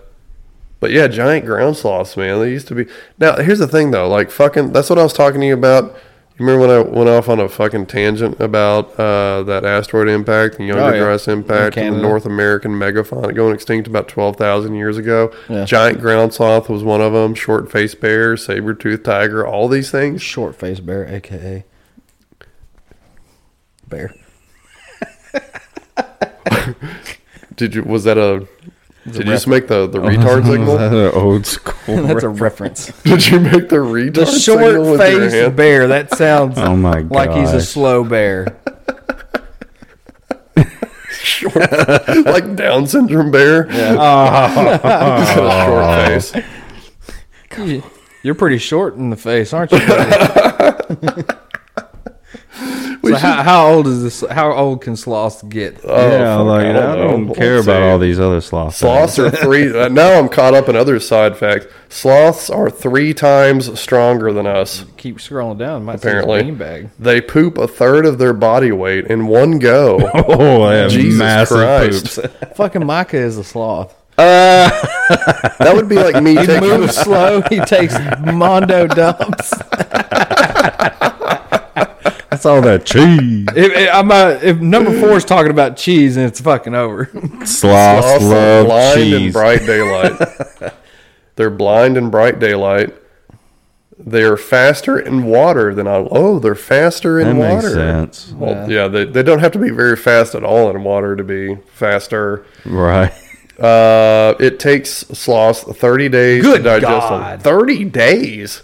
C: But yeah, giant ground sloths, man. They used to be. Now here's the thing, though. Like fucking. That's what I was talking to you about. You remember when I went off on a fucking tangent about uh, that asteroid impact, the Younger
D: Oh, yeah.
C: Dryas impact,
D: In
C: and the
D: Canada.
C: North American megafauna going extinct about twelve thousand years ago?
D: Yeah.
C: Giant ground sloth was one of them. Short faced bear, saber toothed tiger, all these things.
D: Short faced bear, aka bear.
C: Did you? Was that a?
D: It's a
C: Did you just
D: reference.
C: make the the retard signal?
E: That's an old school.
D: That's a
E: reference.
D: reference.
C: Did you make the retard
D: The
C: signal
D: short
C: with your
D: faced
C: hand?
D: bear. That sounds
E: Oh my
D: like he's a
E: gosh.
D: slow bear.
C: like Down syndrome bear. He's
D: Oh.
C: got a short face.
D: You- You're pretty short in the face, aren't you? buddy? so how, how old is this? How old can sloths get?
C: Uh,
E: yeah,
C: oh, fuck,
E: like,
C: I
E: I
C: don't
E: don't,
C: know.
E: care
C: Let's
E: about
C: see.
E: all these other sloths.
C: Sloths are three. uh, now I'm caught up in other side facts. Sloths are three times stronger than us.
D: Keep scrolling down. Might
C: Apparently.
D: say it's a beanbag.
C: They poop a third of their body weight in one go.
E: Oh, they have
C: Jesus
E: massive
C: Christ.
E: poops.
D: Fucking Micah is a sloth.
C: That would be like me
D: He
C: taking
D: moves slow. He takes mondo dumps.
E: That's all that cheese.
D: If, if, I'm, uh, if number four is talking about cheese, and it's fucking over.
E: Sloths,
C: Sloths are
E: love
C: blind
E: cheese.
C: in bright daylight. They're blind in bright daylight. They're faster in water than I. Oh, they're faster in
E: That
C: water.
E: makes sense.
C: Well, yeah, they, they don't have to be very fast at all in water to be faster.
E: Right.
C: Uh, it takes sloths 30 days
D: Good
C: to digest
D: God.
C: them. 30 days?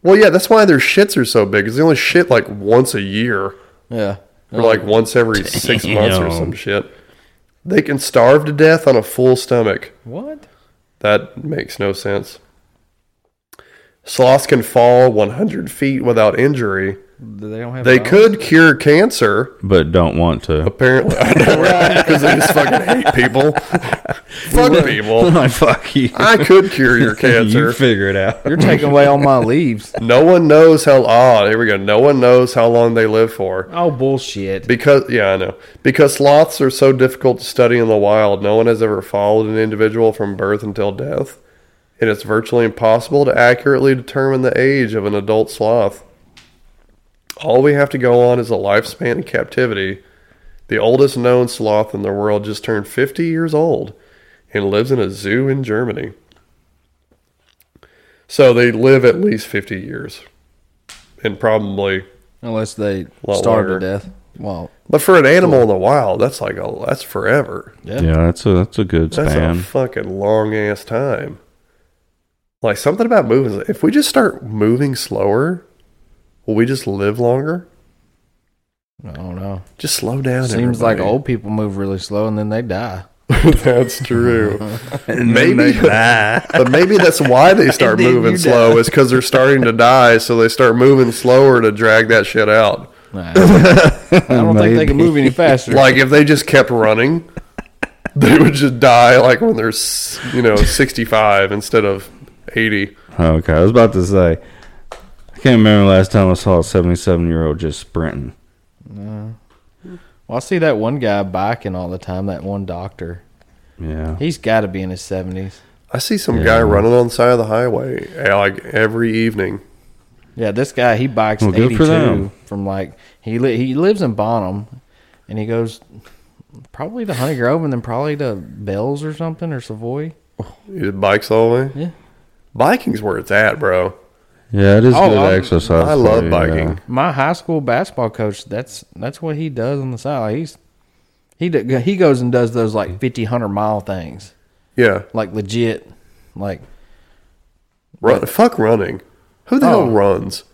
C: Well, yeah, that's why their shits are so big, because they only shit like once a year,
D: Yeah.
C: or like
D: Oh,
C: once every six months or
E: Damn.
C: some shit. They can starve to death on a full stomach.
D: What?
C: That makes no sense. Sloths can fall 100 feet without injury.
D: They don't have.
C: They
D: mouths?
C: could cure cancer.
E: But don't want to.
C: Apparently, because they just fucking hate people. Fuck people.
E: like, fuck you.
C: I could cure your
E: you
C: cancer.
E: figure it out.
D: You're taking away all my leaves.
C: No one knows how. Ah, here we go. No one knows how long they live for
D: Oh bullshit.
C: because yeah, I know. Because sloths are so difficult to study in the wild. No one has ever followed an individual from birth until death, and it's virtually impossible to accurately determine the age of an adult sloth. All we have to go on is a lifespan in captivity. The oldest known sloth in the world just turned 50 years old and lives in a zoo in Germany. So they live at least 50 years and probably
D: Unless they
C: Lot
D: starve to
C: longer.
D: death. Well,
C: but for an animal in the wild, that's like a that's forever.
E: Yeah. that's a that's a good
C: That's a
E: span.
C: fucking long ass time. Like something about moving. If we just start moving slower, will we just live longer?
D: I don't know.
C: Just slow down.
D: Seems like
C: everybody.
D: old people move really slow and then they die.
C: that's true.
E: They
C: maybe,
E: die.
C: but maybe that's why they start
D: And then
C: moving
D: you
C: slow.
D: die.
C: Is because they're starting to die, so they start moving slower to drag that shit out.
D: Nah, I don't think they can move any faster.
C: Like if they just kept running, they would just die. Like when they're s- you know sixty five instead of eighty.
E: Okay, I was about to say. I can't remember the last time I saw a 77 year old just sprinting.
D: well, I see that one guy biking all the time. That one doctor.
E: Yeah.
D: He's got to be in his seventies.
C: I see some
E: Yeah.
C: guy running on the side of the highway eh, like every evening.
D: Yeah, this guy he bikes
E: Well, good
D: eighty
E: for
D: two
E: them.
D: from like he li- he lives in Bonham, and he goes probably to Honey Grove and then probably to Bells or something or Savoy.
C: He just bikes all the way.
D: Yeah.
C: Biking's where it's at, bro.
E: Yeah, it is
D: Oh,
E: good
D: I'm-
E: exercise.
C: I
E: for
C: love
E: you,
C: biking.
E: yeah.
D: My high school basketball coach that's that's what he does on the side. Like, he's he do, he goes and does those like 50, 100 mile things,
C: Yeah.
D: like legit, like
C: Run, fuck running. Who the
D: Oh.
C: hell runs?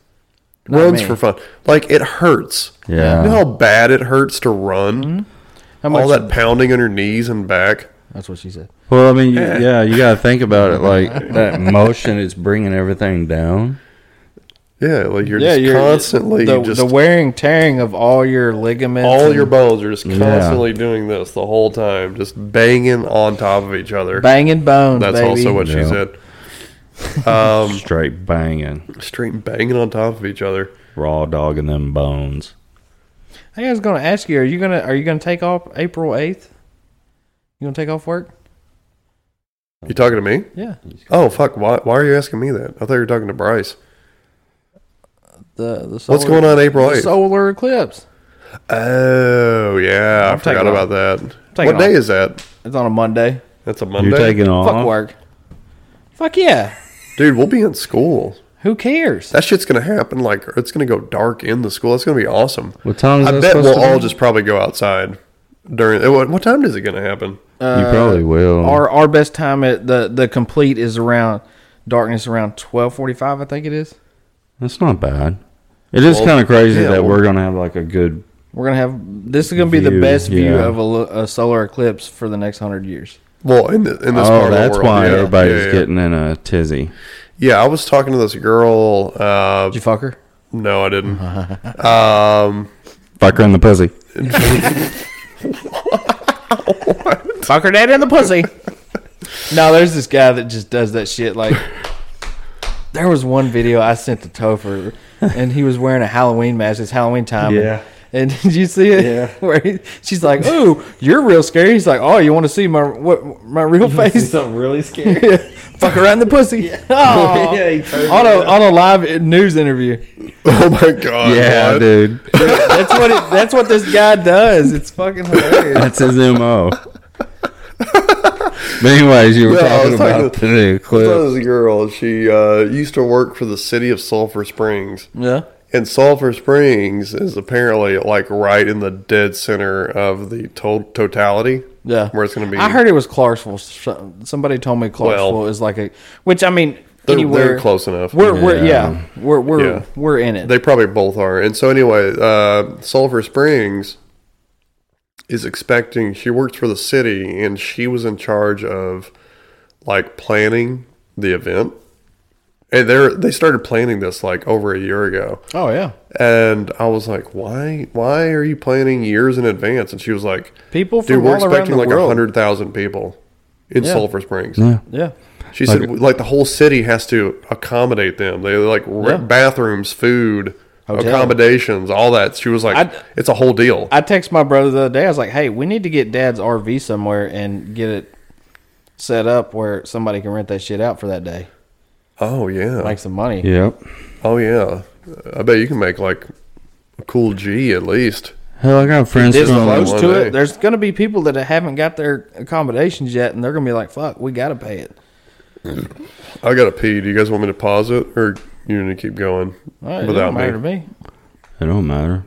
D: Not
C: runs
D: me.
C: for fun. Like it hurts.
E: Yeah.
C: You know how bad it hurts to run.
D: Mm-hmm. How
C: All
D: much-
C: that pounding on your knees and back.
D: That's what she said.
E: Well, I mean, you, yeah, you got to think about it. Like that motion is bringing everything down.
C: Yeah, like you're just constantly
D: the,
C: just
D: the wearing tearing of all your ligaments,
C: all
D: and
C: your bones are just
E: Yeah.
C: constantly doing this the whole time, just banging on top of each other.
D: banging bones.
C: That's
D: baby.
C: also what she
E: Yeah.
C: said. Um,
E: Straight banging,
C: straight banging on top of each other.
E: raw dogging them bones.
D: Hey, I was going to ask you: Are you gonna are you gonna take off April eighth? You gonna take off work?
C: You talking to me?
D: Yeah.
C: Oh fuck! Why, why are you asking me that? I thought you were talking to Bryce.
D: The, the
C: What's going on April
D: the
C: 8th?
D: Solar eclipse.
C: Oh yeah,
D: I'm
C: I forgot
D: taking off.
C: about that.
D: taking
C: What day
D: off.
C: is that?
D: It's on a Monday.
C: That's a Monday.
E: taking off?
C: Uh-huh.
D: Fuck work. Fuck yeah.
C: dude. We'll be in school.
D: Who cares?
C: That shit's gonna happen. Like it's gonna go dark in the school. That's gonna be awesome.
E: What time is
C: I
E: that
C: bet
E: supposed
C: we'll
E: to be?
C: all just probably go outside during. What, what time is it gonna happen?
E: you
C: Uh,
E: probably will.
D: Our our best time at the the complete is around darkness around twelve forty five. I think it is.
E: That's not bad. It is
D: Well,
E: kind of crazy
D: yeah,
E: that
D: well-
E: we're gonna have like a good.
D: We're gonna have this is gonna be the
E: View,
D: best view
E: yeah.
D: of a, lo- a solar eclipse for the next hundred years.
C: Well, in, the, in this part
E: Oh,
C: of the
E: that's
C: world,
E: why
C: yeah,
E: everybody's
C: yeah, yeah.
E: getting in a tizzy.
C: Yeah, I was talking to this girl. Uh, Did
D: you fuck her?
C: No, I didn't.
E: Uh-huh.
C: um,
E: Fucker in the pussy.
D: Fuck her dad in the pussy. no, there's this guy that just does that shit. Like, there was one video I sent to Topher, and he was wearing a Halloween mask. It's Halloween time. and-
E: Yeah.
D: And, did you see it?
E: Yeah.
D: Where he, she's like, "Ooh, you're real scary." He's like, "Oh, you want to see my what my real face?"
E: something really scary.
D: Yeah. Fuck around the pussy. Oh.
E: Yeah, he turned
D: on a
E: it
D: on a live news interview.
C: Oh my god.
E: yeah,
C: what?
E: dude.
D: That's what it, that's what this guy does. It's fucking hilarious.
E: That's his mo. but anyways, you were
C: Yeah, I
E: talking
C: was talking
E: about
C: to-
E: the
C: I
E: clip.
C: was a girl. She uh, used to work for the city of Sulphur Springs.
D: Yeah.
C: And Sulphur Springs is apparently like right in the dead center of the to- totality.
D: Yeah.
C: Where it's going to be.
D: I heard it was Clarksville. So- Somebody told me Clarksville
C: Well-
D: is like a, which I mean,
C: They're-
D: anywhere
C: they're close enough.
D: We're we're
E: Yeah.
D: yeah, we're we're
C: Yeah.
D: we're in it.
C: They probably both are. And so anyway, uh, Sulphur Springs is expecting. She works for the city, and she was in charge of like planning the event. And they are they started planning this like over a year ago.
D: oh yeah,
C: And I was like, "Why? Why are you planning years in advance?" And she was like,
D: People
C: dude,
D: from
C: we're
D: all around
C: expecting
D: the
C: like
D: world."
C: hundred thousand people in
D: Yeah.
C: Sulphur Springs."
E: Yeah.
D: yeah.
C: She said, like the whole city has to accommodate them. They like
D: Yeah.
C: rent bathrooms, food,
D: Hotel.
C: accommodations, all that. She was like,
D: I'd-
C: "It's a whole deal."
D: I text my brother the other day. I was like, hey, we need to get Dad's RV somewhere and get it set up where somebody can rent that shit out for that day,
C: oh yeah,
D: make some money.
E: Yep.
C: oh yeah. I bet you can make like a cool G at least.
E: Hell, I got friends
D: This
E: from
D: close
C: one
D: to
C: day.
D: it. There's going to be people that haven't got their accommodations yet, and they're going to be like, "Fuck, we got to pay it."
C: I gotta pee. Do you guys want me to pause it, or you need to keep going
D: All right, it
C: without
D: don't matter to
C: me?
D: me.
E: It don't matter.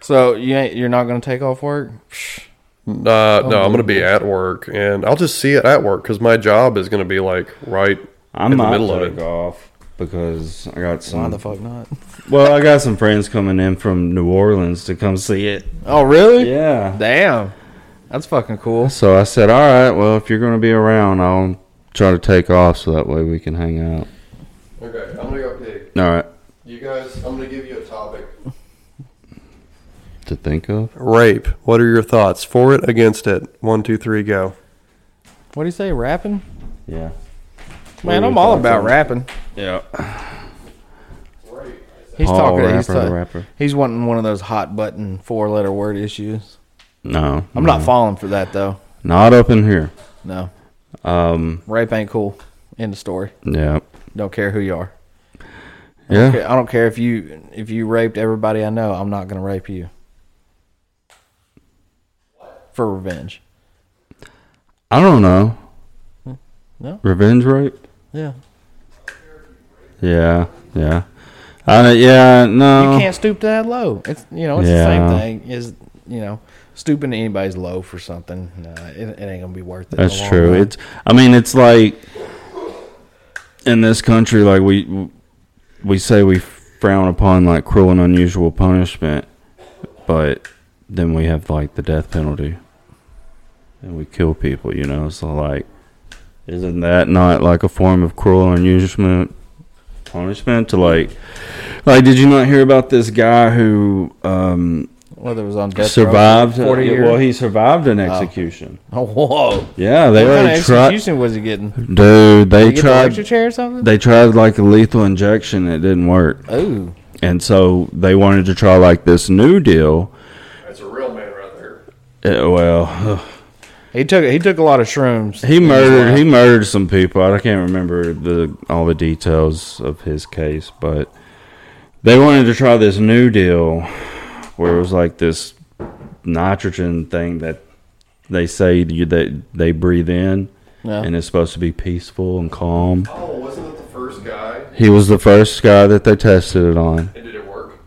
D: So you ain't, you're not going to take off work? Psh,
C: Uh, no, I'm gonna be at work, and I'll just see it at work because my job is gonna be like right
E: I'm
C: in the
E: not
C: middle of
E: going
C: it.
E: to golf because I got
D: Why the
E: some.
D: fuck not?
E: Well, I got some friends coming in from New Orleans to come see it.
D: Oh, really?
E: Yeah.
D: Damn. That's fucking cool.
E: So I said, all right, well, if you're going to be around, I'll try to take off so that way we can hang out.
C: Okay, I'm gonna go pee.
E: All right.
C: You guys, I'm gonna give you a topic.
E: To think of?
C: Rape. What are your thoughts? For it, against it. One, two, three, go.
D: What do you say, rapping?
E: Yeah.
D: Man, I'm all about rapping.
E: Yeah.
D: He's
E: Oh,
D: talking. he's,
E: rapper,
D: ta-
E: rapper.
D: he's wanting one of those hot button four letter word issues.
E: No.
D: I'm not falling for that though.
E: Not up in here.
D: No,
E: Um.
D: rape ain't cool. End of story.
E: Yeah.
D: Don't care who you are.
E: Yeah.
D: Okay, I don't care if you if you raped everybody I know. I'm not gonna rape you for revenge.
E: I don't know.
D: Hmm. No.
E: Revenge rape?
D: Yeah,
E: Yeah. Yeah. I don't- yeah. No.
D: you can't stoop that low. It's you know it's the
E: Uh, Yeah.
D: same thing. Is you know stooping to anybody's low for something. Nah, it, it ain't gonna be worth it. in the
E: That's
D: long
E: true.
D: run.
E: It's. I mean, it's like in this country, like we we say we frown upon like cruel and unusual punishment, but then we have like the death penalty, and we kill people. You know, so like, isn't that not like a form of cruel and unusual punishment? To like, like, did you not hear about this guy who um
D: Whether it was on death row for
E: survived?
D: 40
E: yeah,
D: years?
E: Well, he survived an
D: Oh.
E: execution.
D: Oh, whoa.
E: Yeah, they
D: what kind
E: already
D: of
E: tried.
D: execution was he getting?
E: Dude,
D: Did he
E: they
D: get the
E: tried.
D: electric chair or something?
E: They tried like a lethal injection. It didn't work.
D: Ooh.
E: And so they wanted to try like this new deal.
C: That's a real man right there.
E: Uh, well, ugh.
D: He took he took a lot of shrooms.
E: he murdered. He murdered some people. I can't remember the all the details of his case, but they wanted to try this new deal where it was like this nitrogen thing that they say you, that they breathe in,
C: Yeah.
E: and it's supposed to be peaceful and calm.
C: Oh, wasn't it the first guy?
E: He was the first guy that they tested it on.
C: And did it work?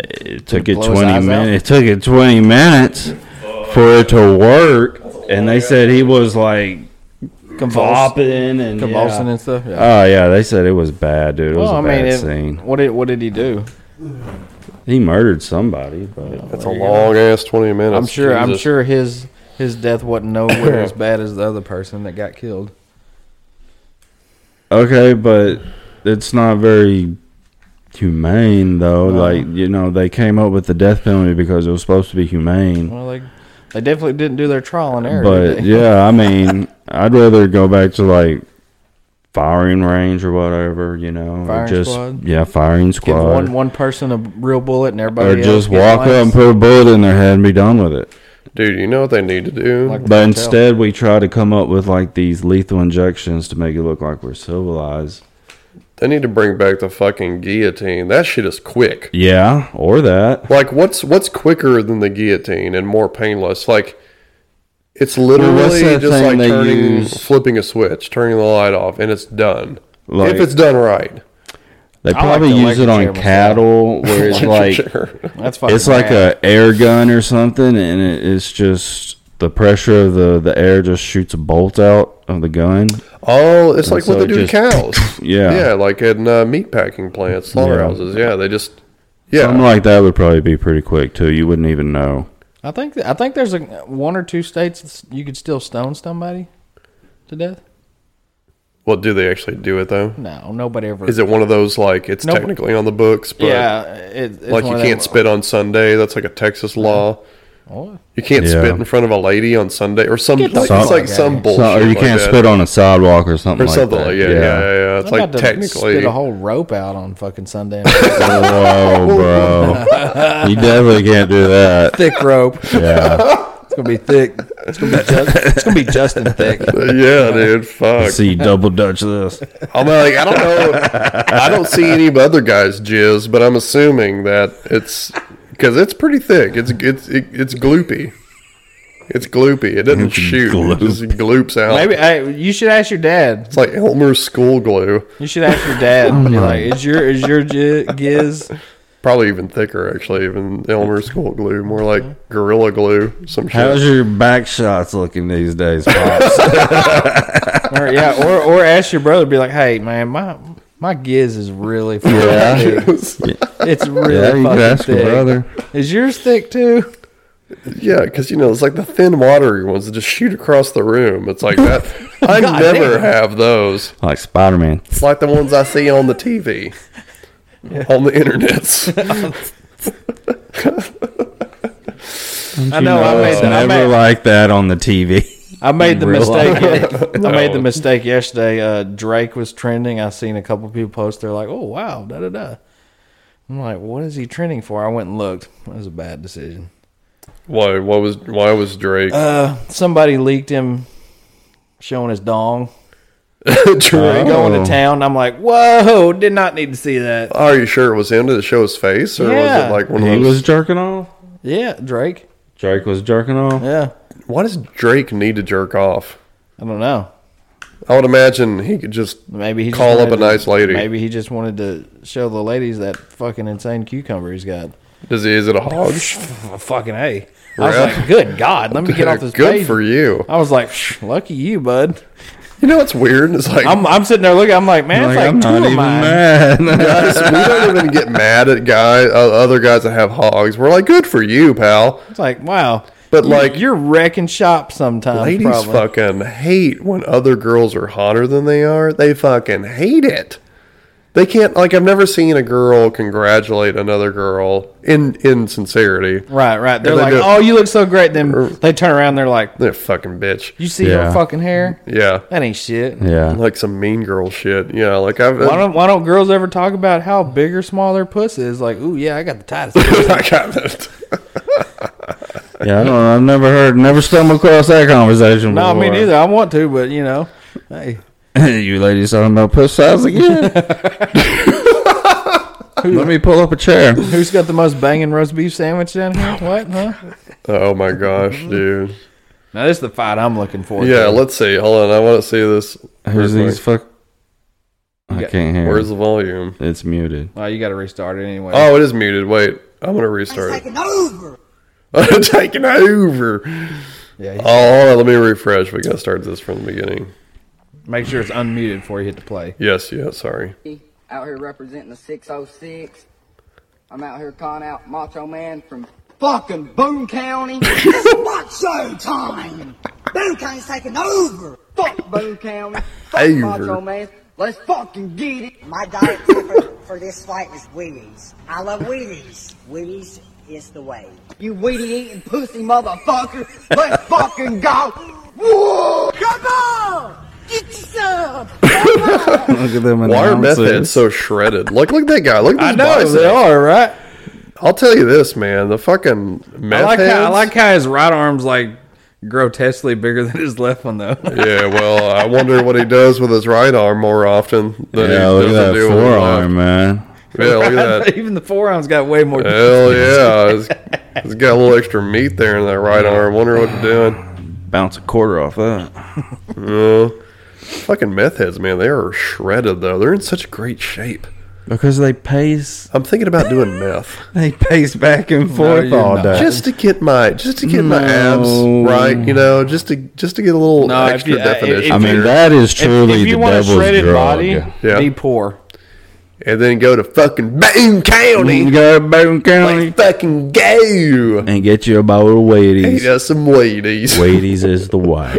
E: It
C: Did
E: took
C: it
E: it
C: blow his
E: twenty
C: eyes out?
E: minutes. It took it twenty minutes for it to work, and they said he was like flopping and
D: Convulsing
E: yeah.
D: and stuff, yeah.
E: Oh yeah, they said it was bad, dude. It was
D: Well,
E: a
D: I mean,
E: bad
D: it-
E: scene.
D: What did what did he do?
E: He murdered somebody, but
C: That's a long ass twenty minutes.
D: I'm sure. I'm
C: Jesus.
D: sure his his death wasn't nowhere as bad as the other person that got killed.
E: Okay, but it's not very humane though.
D: No.
E: Like you know, they came up with the death penalty because it was supposed to be humane.
D: Well, they they definitely didn't do their trial and error.
E: But
D: did they?
E: yeah, I mean, I'd rather go back to like firing range or whatever, you know, or
D: Firing
E: just
D: squad?
E: yeah, firing
D: give
E: squad,
D: one one person a real bullet and everybody
E: or
D: else
E: just
D: get
E: walk up
D: lines.
E: and put a bullet in their head and be done with it.
C: Dude, you know what they need to do?
E: But instead, we try to come up with like these lethal injections to make it look like we're civilized.
C: they need to bring back the fucking guillotine. That shit is quick.
E: Yeah, or that.
C: Like what's what's quicker than the guillotine and more painless? Like it's literally
E: that
C: just
E: thing
C: like
E: they
C: turning
E: use?
C: flipping a switch, turning the light off, and it's done.
E: Like-
C: if it's done right.
E: They
C: I like
E: probably
C: the
E: use
C: electric
E: it on
C: chair myself.
E: cattle, where it's like
C: Electric chair. That's fucking
E: it's like
C: rad.
E: a air gun or something, and it, it's just the pressure of the the air just shoots a bolt out of the gun.
C: Oh, it's like
E: And
C: what
E: so
C: they do
E: it
C: to cows.
E: just- Yeah.
C: Yeah, like in uh, meat packing plants, slaughterhouses. Yeah. they just yeah.
E: Something like that would probably be pretty quick too. You wouldn't even know.
D: I think I think there's a one or two states that's- you could still stone somebody to death.
C: Well, do they actually do it though?
D: No, nobody ever.
C: Is it one of those like it's
D: Nope.
C: technically on the books, but
D: Yeah, it- it's
C: like
D: one
C: you
D: of
C: can't
D: them-
C: spit on Sunday. That's like a Texas law.
D: Oh.
C: You can't
E: Yeah.
C: spit in front of a lady on Sunday or some.
D: Get the
C: Like,
E: fuck
C: it's like
E: outta
C: some
E: here.
C: bullshit.
E: So- or you
C: like
E: can't
C: that.
E: spit on a sidewalk or something
C: Or
E: like
C: something
E: that.
C: like yeah, yeah,
E: Yeah.
C: yeah. yeah. It's
D: I'm
C: like
D: about to
C: technically
D: spit a whole rope out on fucking Sunday.
E: Whoa, bro! you definitely can't do that.
D: thick rope.
E: Yeah.
D: it's gonna be thick. It's gonna be just. It's gonna be Justin thick.
C: yeah, dude. Fuck.
E: See, double dutch this.
C: I'm like, I don't know. I don't see any of other guys jizz, but I'm assuming that it's because it's pretty thick. It's it's it, it's gloopy. It's gloopy. It doesn't shoot. It just gloops out.
D: Maybe I, you should ask your dad.
C: It's like Elmer's school glue.
D: You should ask your dad. Be like, is your is your gi- giz?
C: Probably even thicker, actually, even Elmer's school glue. More
D: Mm-hmm.
C: like Gorilla Glue. Some shit.
E: How's your back shots looking these days, pops?
D: Or, yeah, or or ask your brother. Be like, hey man, my my giz is really fucking
E: Yeah.
D: thick. It's really
E: Yeah, you could
D: fucking
E: ask your
D: thick.
E: brother.
D: Is yours thick too?
C: Yeah, because you know it's like the thin, watery ones that just shoot across the room. It's like that. I
D: God
C: never
D: damn.
C: have those.
E: like Spider Man.
C: It's like the ones I see on the TV, on the internets.
D: I know. I made
E: it's
D: the, I
E: never
D: made,
E: like that on the TV.
D: I made the
E: In real
D: mistake.
E: life.
D: I made the mistake yesterday. Uh, Drake was trending. I seen a couple people post. They're like, "Oh wow, da da da." I'm like, "What is he trending for?" I went and looked. That was a bad decision.
C: why? What was? Why was Drake?
D: Uh, somebody leaked him showing his dong.
C: Drake
D: going to town. I'm like, "Whoa!" Did not need to see that.
C: Are you sure it was him? Did it show his face, or was
D: Yeah.
C: it like one
E: He
C: of those?
E: was jerking off.
D: Yeah, Drake.
E: Drake was jerking off.
D: Yeah,
C: why does Drake need to jerk off?
D: I don't know.
C: I would imagine he could just
D: Maybe he just
C: call up
D: wanted
C: a
D: to-
C: nice lady.
D: Maybe he just wanted to show the ladies that fucking insane cucumber he's got.
C: Does he? Is it a hog?
D: fucking a. I was
C: Right.
D: like, good God, let me get off this
C: Good
D: page.
C: for you.
D: I was like, lucky you, bud.
C: You know what's weird? It's like
D: I'm, I'm sitting there looking. I'm like, man,
C: Like, I'm
D: it's like
C: not
D: two of
C: even
D: mine.
E: mad.
C: guys, we don't even get mad at guys, uh, other guys that have hogs. We're like, good for you, pal.
D: It's like, wow.
C: But
D: You-
C: like,
D: you're wrecking shop sometimes.
C: ladies
D: probably.
C: fucking hate when other girls are hotter than they are. They fucking hate it. They can't like I've never seen a girl congratulate another girl in in sincerity.
D: Right, right. They're
C: They
D: like,
C: do it.
D: oh, you look so great. Then they turn around. They're like,
C: they're fucking bitch.
D: You see
C: Yeah.
D: your fucking hair?
C: Yeah.
D: That ain't shit.
E: Yeah.
C: Like some mean girl shit. Yeah, like I've
D: Why don't Why don't girls ever talk about how big or small their puss is? Like, ooh, yeah, I got the tightest. I
C: got it.
E: Yeah, I don't know. I've never heard, never stumbled across that conversation
D: No, Oh, me
E: before.
D: neither. I want to, but you know, hey,
E: you ladies talking about push size again? Let me pull up a chair.
D: who's got the most banging roast beef sandwich down here? What? Huh?
C: Oh my gosh, dude.
D: Now this is the fight I'm looking for.
C: Yeah, let's see. Hold on, I want to see this.
E: Who's
C: real
E: these
C: quick.
E: fuck? I can't hear.
C: Where's the volume?
E: It's muted.
D: Oh, you got to restart it anyway.
C: Oh, it is muted. Wait, I'm gonna restart it.
D: taking over.
C: taking over.
D: Yeah,
C: Yeah.
D: he's-
C: Oh, hold on, let me refresh. We gotta start this from the beginning.
D: Make sure it's unmuted before you hit the play.
C: Yes, yeah, sorry.
P: out here representing the 606. I'm out here calling out Macho Man from fucking Boone County. it's macho time! Boone County's taking over! Fuck Boone County. Fuck
Q: Over.
P: Macho Man. Let's fucking get it.
Q: My diet for, for this fight is Wheaties. I love Wheaties. Wheaties is the way.
P: You weedy eating pussy motherfucker. Let's fucking go! Whoa! Come on! Get you some!
E: Look at them
C: Why are meth
E: announcers.
C: heads so shredded? Look, look at that guy. Look at
D: I
C: those
D: know,
C: biceps.
D: Oh, they are, right?
C: I'll tell you this, man. The fucking meth
D: I like
C: heads.
D: how I like how his right arm's like grotesquely bigger than his left one though.
C: yeah, well, I wonder what he does with his right arm more often than
E: Yeah,
C: he
E: look
C: doesn't
E: at
C: do
E: that
C: with his left.
E: forearm, man.
C: Yeah, look at that.
D: Even the forearm's got way more.
C: Hell yeah. It's, it's got a little extra meat there in that right arm. Wonder what you're doing.
E: Bounce a quarter off that.
C: fucking meth heads, man. They are shredded, though. They're in such great shape.
E: Because they pace.
C: I'm thinking about doing meth.
E: They pace back and forth all day.
C: Just to get my just to get my abs
E: No.
C: right, you know, just to just to get a little
D: No, if
C: extra
D: you- uh,
C: definition.
D: if I mean, you- that is if- truly if you the want a devil's shredded drug. body, be poor,
C: and then go to fucking Boone County.
E: Go to Boone County,
C: fucking go.
E: and get you a bottle of Wheaties.
C: Eat us some Wheaties.
E: Wheaties is the way.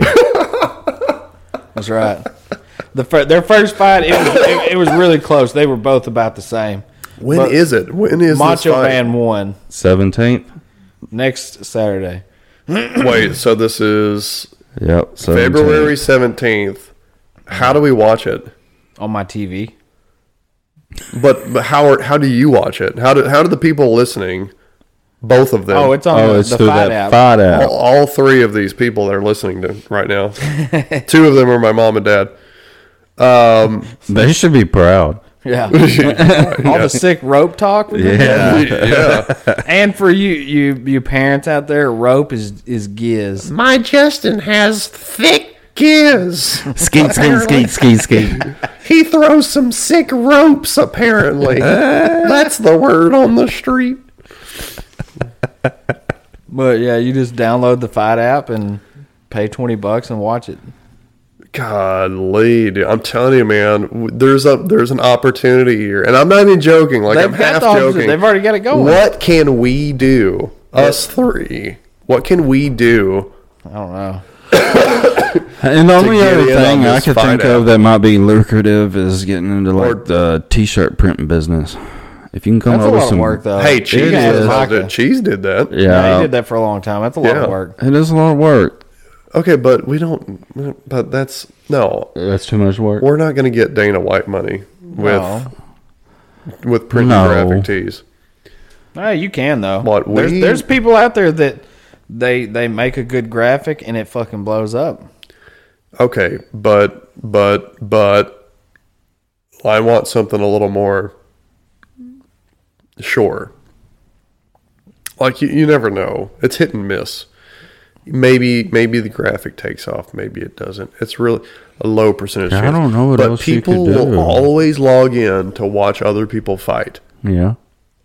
D: That's right. The fir- their first fight, it was, it, it was really close. They were both about the same.
C: When
D: When
C: is
D: is
C: it? When is this
D: Macho
C: fight?
D: Man won
E: Seventeenth.
D: next Saturday?
C: Wait, so this is
E: Yep. 17th.
C: February seventeenth. How do we watch it?
D: On my TV.
C: But, but how are, how do you watch it? How do how do the people listening, both of them?
D: Oh, it's on Oh, the- it's the through Fight that app. Oh.
E: Fight app.
C: All, all three of these people that are listening to right now. Two of them are my mom and dad. Um,
E: They should be proud.
D: Yeah. All
C: Yeah.
D: the sick rope talk. we been
E: Yeah.
D: getting.
E: Yeah.
D: And for you, you, you parents out there, rope is is giz.
C: My Justin has thick gears.
E: Skeet, skeet, skeet, skeet, skeet.
C: He throws some sick ropes, apparently. That's the word on the street.
D: But yeah, you just download the fight app and pay twenty bucks and watch it.
C: Golly, dude. I'm telling you, man, w- there's a there's an opportunity here. And I'm not even joking. Like,
D: They've
C: I'm
D: got
C: half
D: the opportunity.
C: joking.
D: They've already got it
E: Oh,
D: going.
C: What can we do?
E: Uh,
C: Us three. What can we do? I
D: don't know.
E: And the
C: To
E: only
C: get
E: other
C: in on
E: thing I
C: this
E: could
C: fight
E: think
C: app.
E: of that might be lucrative is getting into like the t-shirt printing business. If you can come
D: That's a
E: over
D: lot of
E: some
D: work, though.
C: Hey,
E: Uh, It
C: cheese
E: is.
C: did, did, cheese did that.
E: Yeah. Yeah,
D: He did that for a long time. That's a lot
C: Yeah.
D: of work.
E: It is a lot of work.
C: Okay, but we don't. But that's no.
E: That's too much work.
C: We're not going to get Dana White money with
D: No.
C: with printing
E: No.
C: graphic tees.
D: No, you can though.
C: What,
D: there's,
C: we-
D: there's people out there that they they make a good graphic and it fucking blows up.
C: Okay, but but but I want something a little more sure. Like you, you never know. It's hit and miss. Maybe maybe the graphic takes off. Maybe it doesn't. It's really a low percentage.
E: I
C: chance.
E: don't know what
C: but
E: else you
C: people
E: could do.
C: will always log in to watch other people fight.
E: Yeah.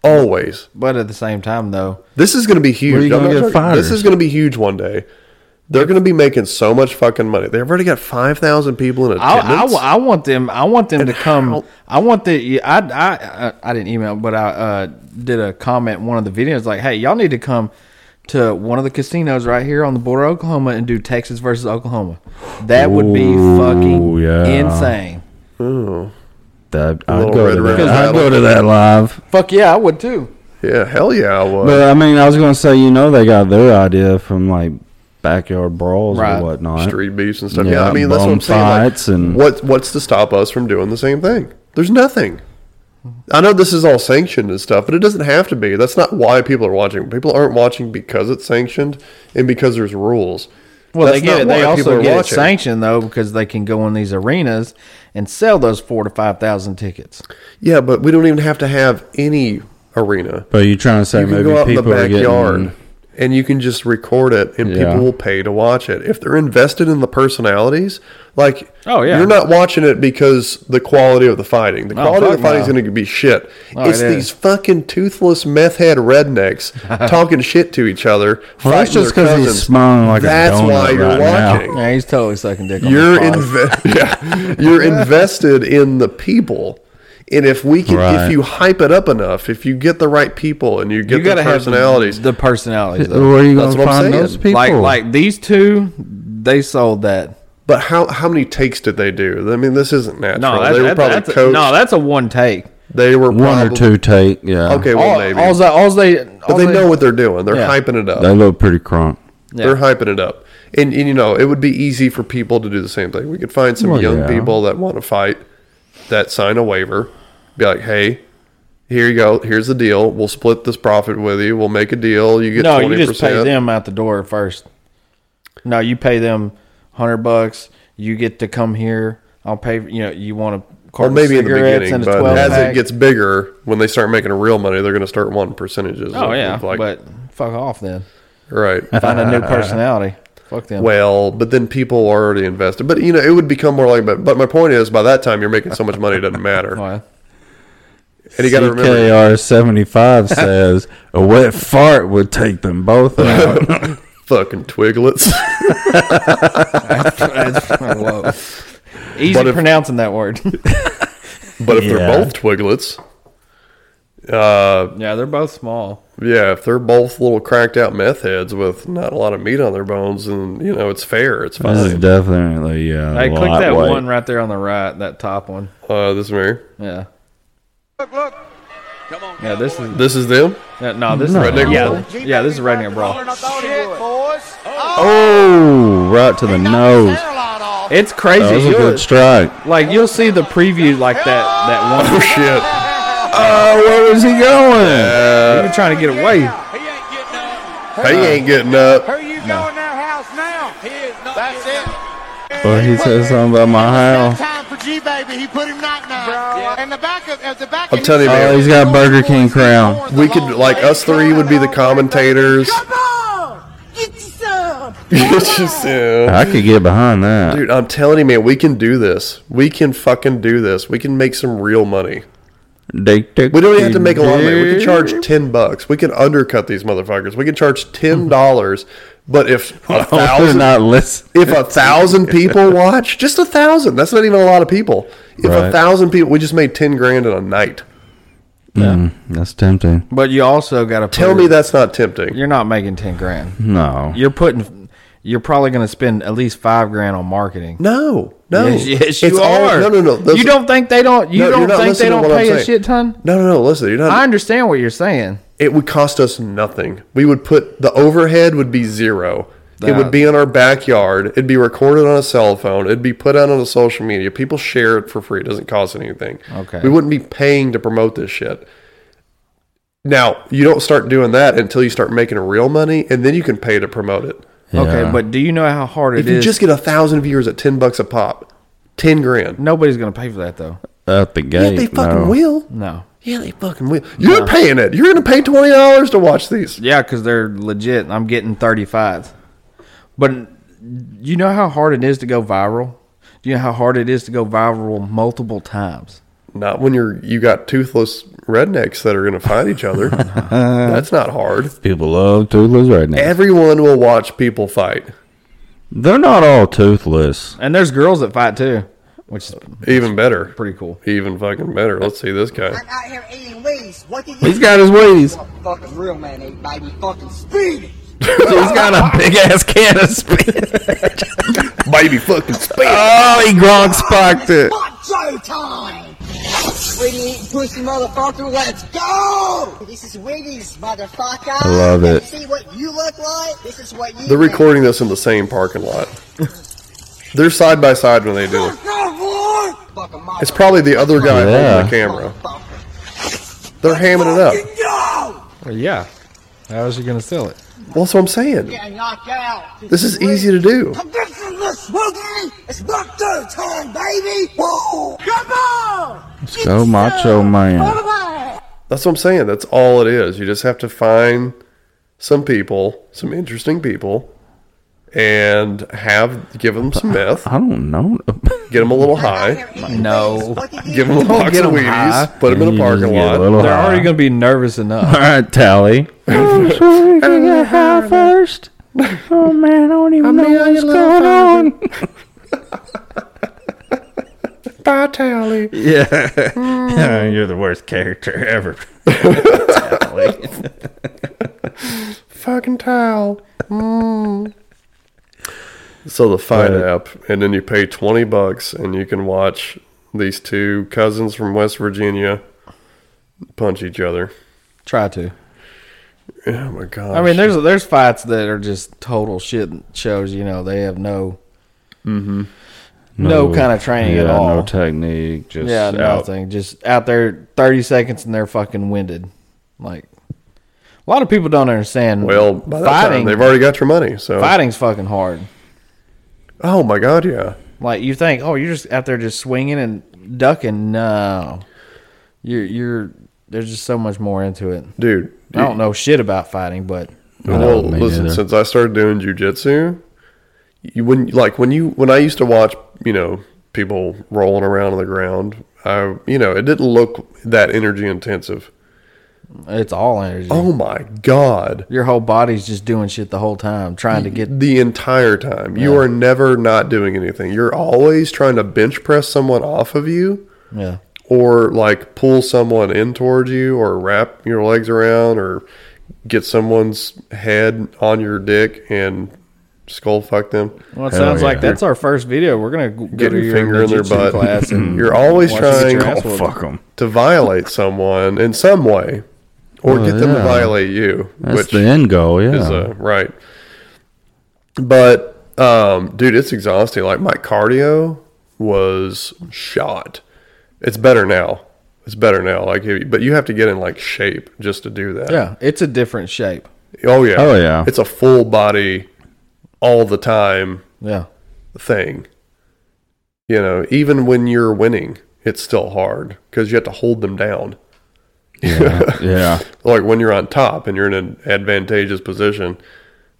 C: Always.
D: But at the same time though,
C: This is going to be
D: Where
C: huge.
D: you
C: I'm
D: gonna
C: not
D: get
C: joking. This
D: fighters?
C: is going to be huge one day They're going to be making so much fucking money. They've already got five thousand people in
D: I, I,
C: attendance.
D: I want them. I want them to come. I want the. yeah, I, I I I didn't email, but I uh, did a comment in one of the videos like, "Hey, y'all need to come to one of the casinos right here on the border of Oklahoma and do Texas versus Oklahoma. That would be
E: Ooh,
D: fucking
E: yeah.
D: insane.
E: That,
D: A
E: I'd
D: little
E: go
D: Red
E: to that.
D: Ribbon
E: I'd go to
D: Island.
E: that live.
D: Fuck yeah, I would too.
C: yeah, hell yeah, I would.
E: But I mean, I was gonna say, you know, they got their idea from like backyard brawls
C: Right.
E: or whatnot,
C: Street beefs and stuff. Yeah, I mean that's what
E: uh, bum
C: I'm saying. like,
E: fights and
C: what what's to stop us from doing the same thing? There's nothing. I know this is all sanctioned and stuff, but it doesn't have to be. That's not why people are watching. People aren't watching because it's sanctioned and because there's rules.
D: Well,
C: That's
D: they get
C: not
D: it. They
C: why people
D: also
C: are
D: get it
C: watching.
D: sanctioned though because they can go in these arenas and sell those four to five thousand tickets.
C: Yeah, but we don't even have to have any arena.
E: But you're trying to say
C: you can
E: maybe
C: go out in the
E: people are getting-
C: backyard and you can just record it, and
E: Yeah.
C: people will pay to watch it if they're invested in the personalities. Like,
E: Oh, yeah.
C: you're not watching it because the quality of the fighting. The
E: No,
C: quality of
E: fuck
C: the fighting is
E: no.
C: going to be shit.
E: No,
C: it's
E: it is.
C: these fucking toothless meth head rednecks talking shit to each other.
E: Well,
C: fighting
E: that's
C: their
E: just 'cause he's
C: cousins.
E: smiling like a
C: that's
E: donut
C: why you're
E: right now.
C: watching.
D: Yeah, he's totally sucking dick. on
C: You're
D: the pod.
C: inve- yeah, you're invested in the people. And if we can,
D: Right.
C: if you hype it up enough, if you get the right people and you get
D: you
C: the
D: gotta
C: personalities,
D: have the personalities.
C: Th- where are you That's gonna what I'm find saying. those people?
D: Like like these two, they sold that.
C: but how how many takes did they do? I mean, this isn't natural.
D: No, that's,
C: they were
D: that-
C: probably
D: that's a-
C: coached.
D: no, that's a one take.
C: they were
E: one or
C: probably-
E: two take. Yeah,
C: Okay, well
D: All,
C: maybe.
D: all's they, all's they,
C: but they, know what they're doing. They're
D: Yeah.
C: hyping it up.
E: they look pretty crunk.
C: They're hyping it up. And, and you know, it would be easy for people to do the same thing. We could find some
E: Well,
C: young
E: yeah.
C: people that want to fight that sign a waiver. Be like, hey, here you go. Here's the deal. We'll split this profit with you. We'll make a deal. You get
D: no,
C: 20%.
D: you just pay them out the door first. No, you pay them hundred bucks. You get to come here. I'll pay. You know, you want a
C: Or
D: carton
C: maybe in
D: of
C: the
D: cigarettes
C: beginning,
D: and a
C: but
D: twelve
C: as
D: pack.
C: it gets bigger, when they start making real money, they're going to start wanting percentages.
D: oh
C: of-
D: yeah,
C: of like,
D: but fuck off then.
C: right.
D: Find a new personality. Fuck them.
C: Well, but then people are already invested. But you know, it would become more like. But, but my point is, by that time, you're making so much money, it doesn't matter. And you got to remember,
E: CKR seventy five says a wet fart would take them both out.
C: fucking twiglets.
D: Whoa. Easy
C: But if-
D: pronouncing that word.
C: But if
D: Yeah.
C: they're both twiglets, uh,
D: yeah, they're both small.
C: yeah, if they're both little cracked out meth heads with not a lot of meat on their bones, and you know it's fair, it's fine.
E: this is definitely yeah.
D: Hey, click that
E: lightweight.
D: one right there on the right, that top one.
C: Uh, this mirror.
D: Yeah. Look, look. Come on. Yeah, this is
C: This is them.
D: Yeah, no, this
E: No.
D: is
E: Redneck
D: yeah, yeah, this is redneck brawl.
E: Oh, right to the nose.
D: It's crazy.
E: That was a
D: You'll-
E: good strike.
D: Like you'll see the preview like that that one.
C: Oh shit.
E: Oh, where was he going?
D: He was trying to get away.
C: He ain't getting up.
E: But he said something about my house.
F: Time for G baby. He put him knock knock. And the back of at the back.
C: I'm telling you, man.
E: Oh, he's got a Burger King crown.
C: we could like us three would be the commentators. It's just, yeah.
E: I could get behind that.
C: Dude, I'm telling you, man, we can do this. We can fucking do this. We can make some real money.
E: They took
C: We don't even have to make a lot of money. We can
E: the-
C: charge ten bucks. We can undercut these motherfuckers. We can charge ten dollars. but if a
E: Oh, They're
C: thousand,
E: not listening.
C: if a thousand people watch, just a thousand. That's not even a lot of people. If a
E: Right.
C: thousand people, we just made ten grand in a night.
E: Mm, that's tempting.
D: But you also got to
C: Tell me Mm-hmm. that's not tempting.
D: you're not making ten grand.
E: No.
D: You're putting. You're probably going to spend at least five grand on marketing.
C: No, no.
D: Yes, yes, you
C: It's all-
D: are.
C: no, no, no. Listen-
D: you don't think they don't? You
C: No, you're not
D: don't think they
C: listening to
D: don't
C: what I'm
D: pay a
C: saying.
D: shit ton?
C: No, no, no. Listen, you're not.
D: I understand what you're saying.
C: it would cost us nothing. We would put the overhead would be zero. it
D: That-
C: would be in our backyard. It'd be recorded on a cell phone. It'd be put out on the social media. People share it for free. It doesn't cost anything.
D: Okay.
C: We wouldn't be paying to promote this shit. Now, you don't start doing that until you start making real money and then you can pay to promote it.
D: Okay,
E: Yeah.
D: but do you know how hard
C: If
D: it
C: you
D: is?
C: just get a thousand viewers at ten bucks a pop, ten grand.
D: Nobody's going to pay for that though.
E: Out the
C: Yeah,
E: gate.
C: they fucking
E: no.
C: will.
D: No.
C: Yeah, they fucking will. You're paying it. You're gonna pay twenty dollars to watch these.
D: Yeah, because they're legit. and I'm getting 35. But you know how hard it is to go viral? Do you know how hard it is to go viral multiple times?
C: Not when you're you got toothless rednecks that are going to fight each other. That's not hard.
E: People love toothless right now.
C: Everyone will watch people fight.
E: They're not all toothless.
D: And there's girls that fight too, which is
C: Even better.
D: Pretty cool.
C: Even fucking better. Let's see this guy.
Q: I'm out here eating weeds. What do you
C: He's got his Wheaties.
Q: What a fucking real man eat, baby. Fucking speed.
D: He's got a big ass can of spinach.
C: Baby fucking spinach.
E: Oh, he gronk spiked it.
Q: Macho time. Weedy eating pussy motherfucker, let's go! This is Wheaties, motherfucker.
C: I love it.
Q: See what you look like? This is what you
C: They're recording this in the same parking lot. They're side by side when they do it. It's probably the other guy
D: Yeah.
C: holding the camera. They're hamming it up.
D: Well, yeah. How is he gonna sell it?
C: Well, that's what I'm saying.
Q: Get knocked out.
C: This is e- easy to do.
Q: I'm fixing this, Woogie! It's Bucko time, baby! Whoa! Come on!
E: Let's go, macho man.
C: That's what I'm saying. That's all it is. You just have to find some people, some interesting people, and have give them some meth.
E: I don't know.
C: Get them a little high.
D: No.
C: Give them a box of Wheaties. Put
D: Mm,
C: them in a parking lot.
D: They're already gonna be nervous enough.
E: All right, Tally.
D: Sure,
E: if we get high first. Oh man, I don't even know what's going on.
C: Bye, Tally.
D: Mm.
E: Yeah, you're the worst character ever. Tally.
C: Fucking towel. Mm. So the Fight app, and then you pay twenty bucks, and you can watch these two cousins from West Virginia punch each other.
D: Try to.
C: Oh my god!
D: I mean, there's there's fights that are just total shit shows. You know, they have no
E: Mm-hmm.
D: no, kind of training at all.
E: No technique. Just
D: yeah,
E: out.
D: nothing. Just out there thirty seconds and they're fucking winded. Like a lot of people don't understand.
C: well, by that time,
D: fighting
C: they've already got your money. So
D: fighting's fucking hard.
C: Oh my god! Yeah,
D: Like you think, oh, you're just out there just swinging and ducking. No, you're you're there's just so much more into it.
C: dude.
D: I don't know shit about fighting, but
C: Well, listen. Since I started doing jujitsu, you when like when you when I used to watch you know people rolling around on the ground, I you know it didn't look that energy intensive.
D: it's all energy.
C: Oh my god!
D: Your whole body's just doing shit the whole time, trying to get
C: the entire time. You
D: Yeah.
C: are never not doing anything. You're always trying to bench press someone off of you
D: yeah.
C: or like pull someone in towards you or wrap your legs around or get someone's head on your dick and skull fuck them.
D: Well, it sounds like that's our first video. We're gonna go
C: Get
D: to
C: your
D: your
C: finger in their
D: ninjutsu
C: butt.
D: Class and
C: You're always
D: watch us
C: trying
D: get your ass whooped.
C: to violate someone in some way or
E: Well,
C: get them to
E: Oh, yeah.
C: violate you.
E: That's the end goal, yeah.
C: is, uh, right. But, um, dude, it's exhausting. Like, my cardio was shot. It's better now. It's better now. Like, if- but you have to get in like shape just to do that.
D: Yeah, it's a different shape.
C: Oh yeah.
E: Oh, yeah.
C: It's a full body, all the time.
D: Yeah.
C: Thing. You know, even when you're winning, it's still hard because you have to hold them down.
E: Yeah, yeah.
C: Like when you're on top and you're in an advantageous position,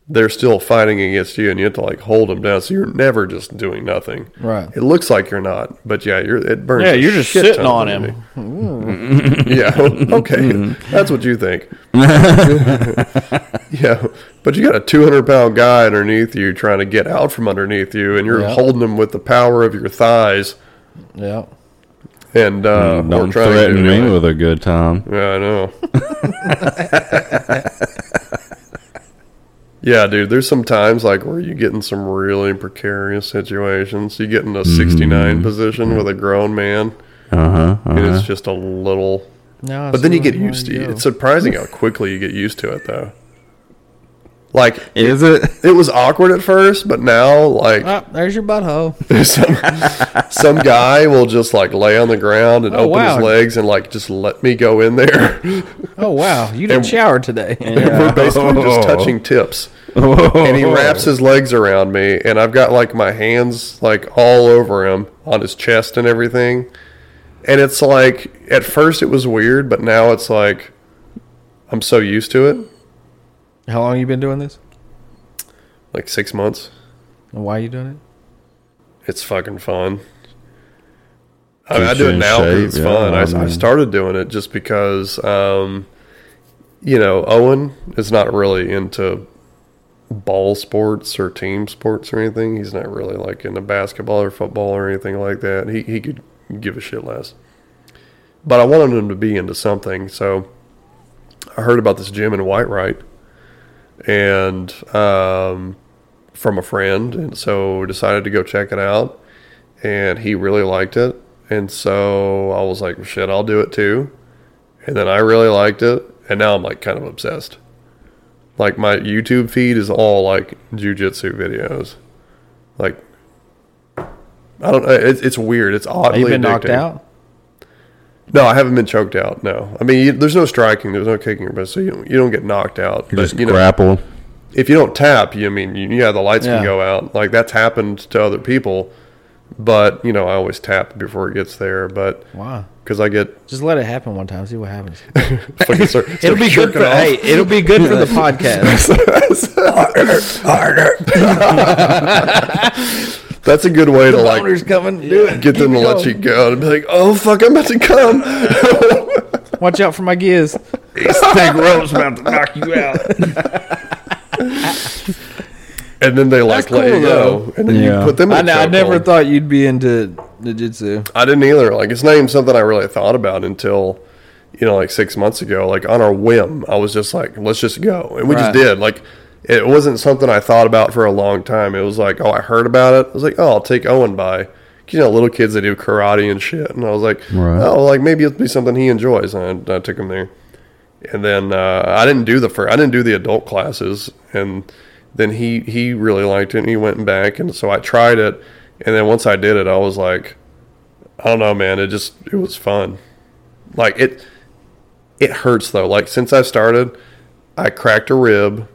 C: they're still fighting against you, and you have to like hold them down. So you're never just doing nothing.
D: Right.
C: It looks like you're not, but yeah, you're. It burns.
D: Yeah,
C: the
D: you're just
C: shit
D: sitting
C: ton of
D: on
C: energy.
D: him.
C: yeah. Okay. That's what you think. yeah. But you got a 200 pound guy underneath you trying to get out from underneath you, and you're
D: Yeah.
C: holding him with the power of your thighs.
D: Yeah.
C: And uh,
E: Mm,
C: or
E: don't
C: trying to
E: threaten
C: do
E: me
C: anything.
E: with a good time.
C: Yeah, I know. yeah, dude, there's some times like where you get in some really precarious situations. You get in a 69 position with a grown man,
E: Uh huh.
C: and it's
E: Uh-huh.
C: just a little.
D: No,
C: but
D: it's
C: then you
D: not
C: get
D: how
C: used
D: you
C: to it.
D: go.
C: It's surprising how quickly you get used to it, though. Like,
E: Is it?
C: it was awkward at first, but now, like,
D: Ah, there's your butthole.
C: some, some guy will just like lay on the ground and
D: Oh,
C: open
D: wow.
C: his legs and like just let me go in there.
D: Oh wow, you didn't
C: And-
D: shower today.
C: We're basically just touching tips. And he wraps his legs around me, and I've got like my hands like all over him on his chest and everything. And it's like, at first it was weird, but now it's like, I'm so used to it.
D: How long you been doing this?
C: Like six months.
D: And why you doing it?
C: It's fucking fun. I, mean, I
E: Keeps
C: do
E: you
C: it
E: in
C: now 'cause
E: shape,
C: it's
E: yeah,
C: fun.
E: I
C: I, I
E: mean-
C: started doing it just because, um, you know, Owen is not really into ball sports or team sports or anything. He's not really like into basketball or football or anything like that. He he could give a shit less. But I wanted him to be into something, so I heard about this gym in Whitewright, and um, from a friend, and so decided to go check it out. And he really liked it, and so I was like, "Shit, I'll do it too." And then I really liked it, and now I'm like kind of obsessed. Like my YouTube feed is all like jujitsu videos. Like I don't. It's, it's weird. It's oddly.
D: Have you been knocked
C: addicting.
D: out?
C: No, I haven't been choked out. No, I mean you, there's no striking, there's no kicking, but so you don't, you don't get knocked out.
E: You
C: But,
E: just
C: you know,
E: grapple.
C: if you don't tap, you I mean you, yeah the lights
E: Yeah.
C: can go out. Like that's happened to other people, but you know I always tap before it gets there. But
D: Wow.
C: because I get
D: Just let it happen one time. See what happens.
C: fucking start,
D: it'll
C: start
D: be good
C: jerking
D: for
C: off.
D: hey. It'll be good for the podcast.
C: That's a good way to like
D: boner's coming. Do it.
C: Get them to
D: Keep it
C: let
D: going.
C: you go and be like, oh fuck, I'm about to come.
D: Watch out for my gears.
C: This
D: big rope's
C: about
D: to knock you out.
C: and then they like let you go, and then you put them. In
D: I,
C: a
D: know, I never
C: chokehold.
D: thought you'd be into jiu-jitsu.
C: I didn't either. Like it's not even something I really thought about until you know like six months ago. Like on our whim, I was just like, let's just go, and we
D: Right.
C: just did. Like it wasn't something I thought about for a long time. It was like, oh, I heard about it. I was like, oh, I'll take Owen by. You know, little kids that do karate and shit, and I was like,
E: Right.
C: oh, like maybe it'll be something he enjoys, and I, I took him there. And then uh, I didn't do the fir- I didn't do the adult classes, and then he he really liked it, and he went back, and so I tried it, and then once I did it, I was like, I don't know, man. It just it was fun. Like it it hurts though. Like since I started, I cracked a rib.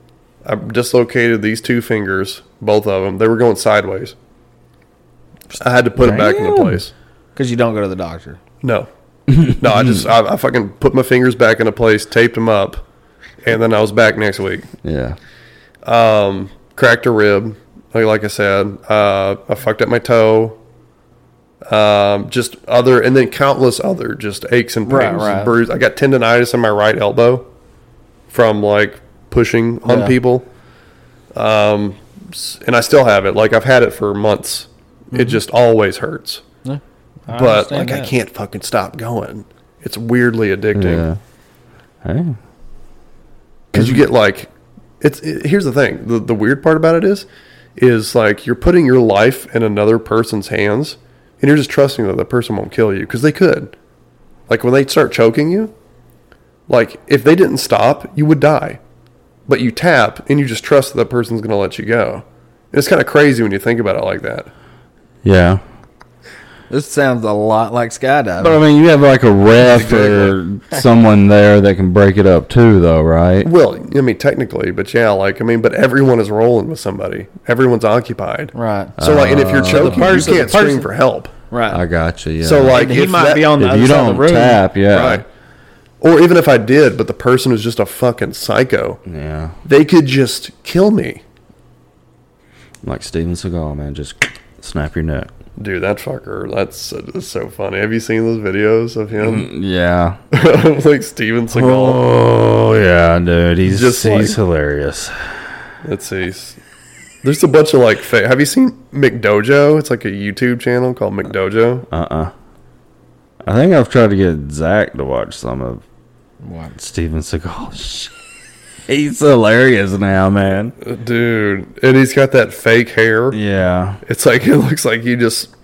C: I dislocated these two fingers, both of them. They were going sideways. I had to put it back into place.
D: Because you don't go to the doctor.
C: No, no. I just I, I fucking put my fingers back into place, taped them up, and then I was back next week.
E: Yeah.
C: Um, cracked a rib, like, like I said. Uh, I fucked up my toe. Um, just other, and then countless other just aches and pains,
D: Right,
C: and
D: right.
C: bruise. I got tendonitis in my right elbow from like pushing on
D: Yeah.
C: people. Um, s- and I still have it. Like I've had it for months. It just always hurts.
D: Mm-hmm. Yeah, I
C: but
D: understand
C: like I
D: that.
C: can't fucking stop going. It's weirdly addicting
E: Yeah. Hey.
C: because you get like it's it, here's the thing the, the weird part about it is is like you're putting your life in another person's hands and you're just trusting that the person won't kill you because they could like when they start choking you like if they didn't stop you would die but you tap and you just trust that the person's going to let you go And it's kind of crazy when you think about it like that
E: Yeah.
D: This sounds a lot like skydiving.
E: But I mean, you have like a ref or someone there that can break it up too, though, right?
C: well i mean technically but yeah like i mean but everyone is rolling with somebody everyone's occupied
D: right
C: so like and if you're
E: Uh,
C: choking
D: The
C: you
D: person-
C: can't
D: the person-
C: scream for help
D: Right.
E: I got you. Yeah.
C: So like
D: He
C: if
D: might
C: that-
D: be on the
E: If
D: other
E: you
D: side of the
E: don't
D: room.
E: tap, yeah.
C: Right. Or even if I did, but the person was just a fucking psycho.
E: Yeah.
C: They could just kill me.
E: Like Steven Seagal, man, just snap your neck.
C: Dude, that fucker, that's, that's so funny. Have you seen those videos of him?
E: Yeah.
C: like Steven Seagal.
E: Mm-hmm. Oh yeah, dude. He's
C: Just
E: just
C: like-
E: he's hilarious.
C: Let's see. There's a bunch of like fa Have you seen McDojo? It's like a YouTube channel called McDojo.
E: Uh uh I think I've tried to get Zach to watch some of
D: What?
E: Steven Seagal. shit. he's hilarious now, man.
C: Dude, and he's got that fake hair.
E: Uh-huh. Yeah.
C: It's like, it looks like he just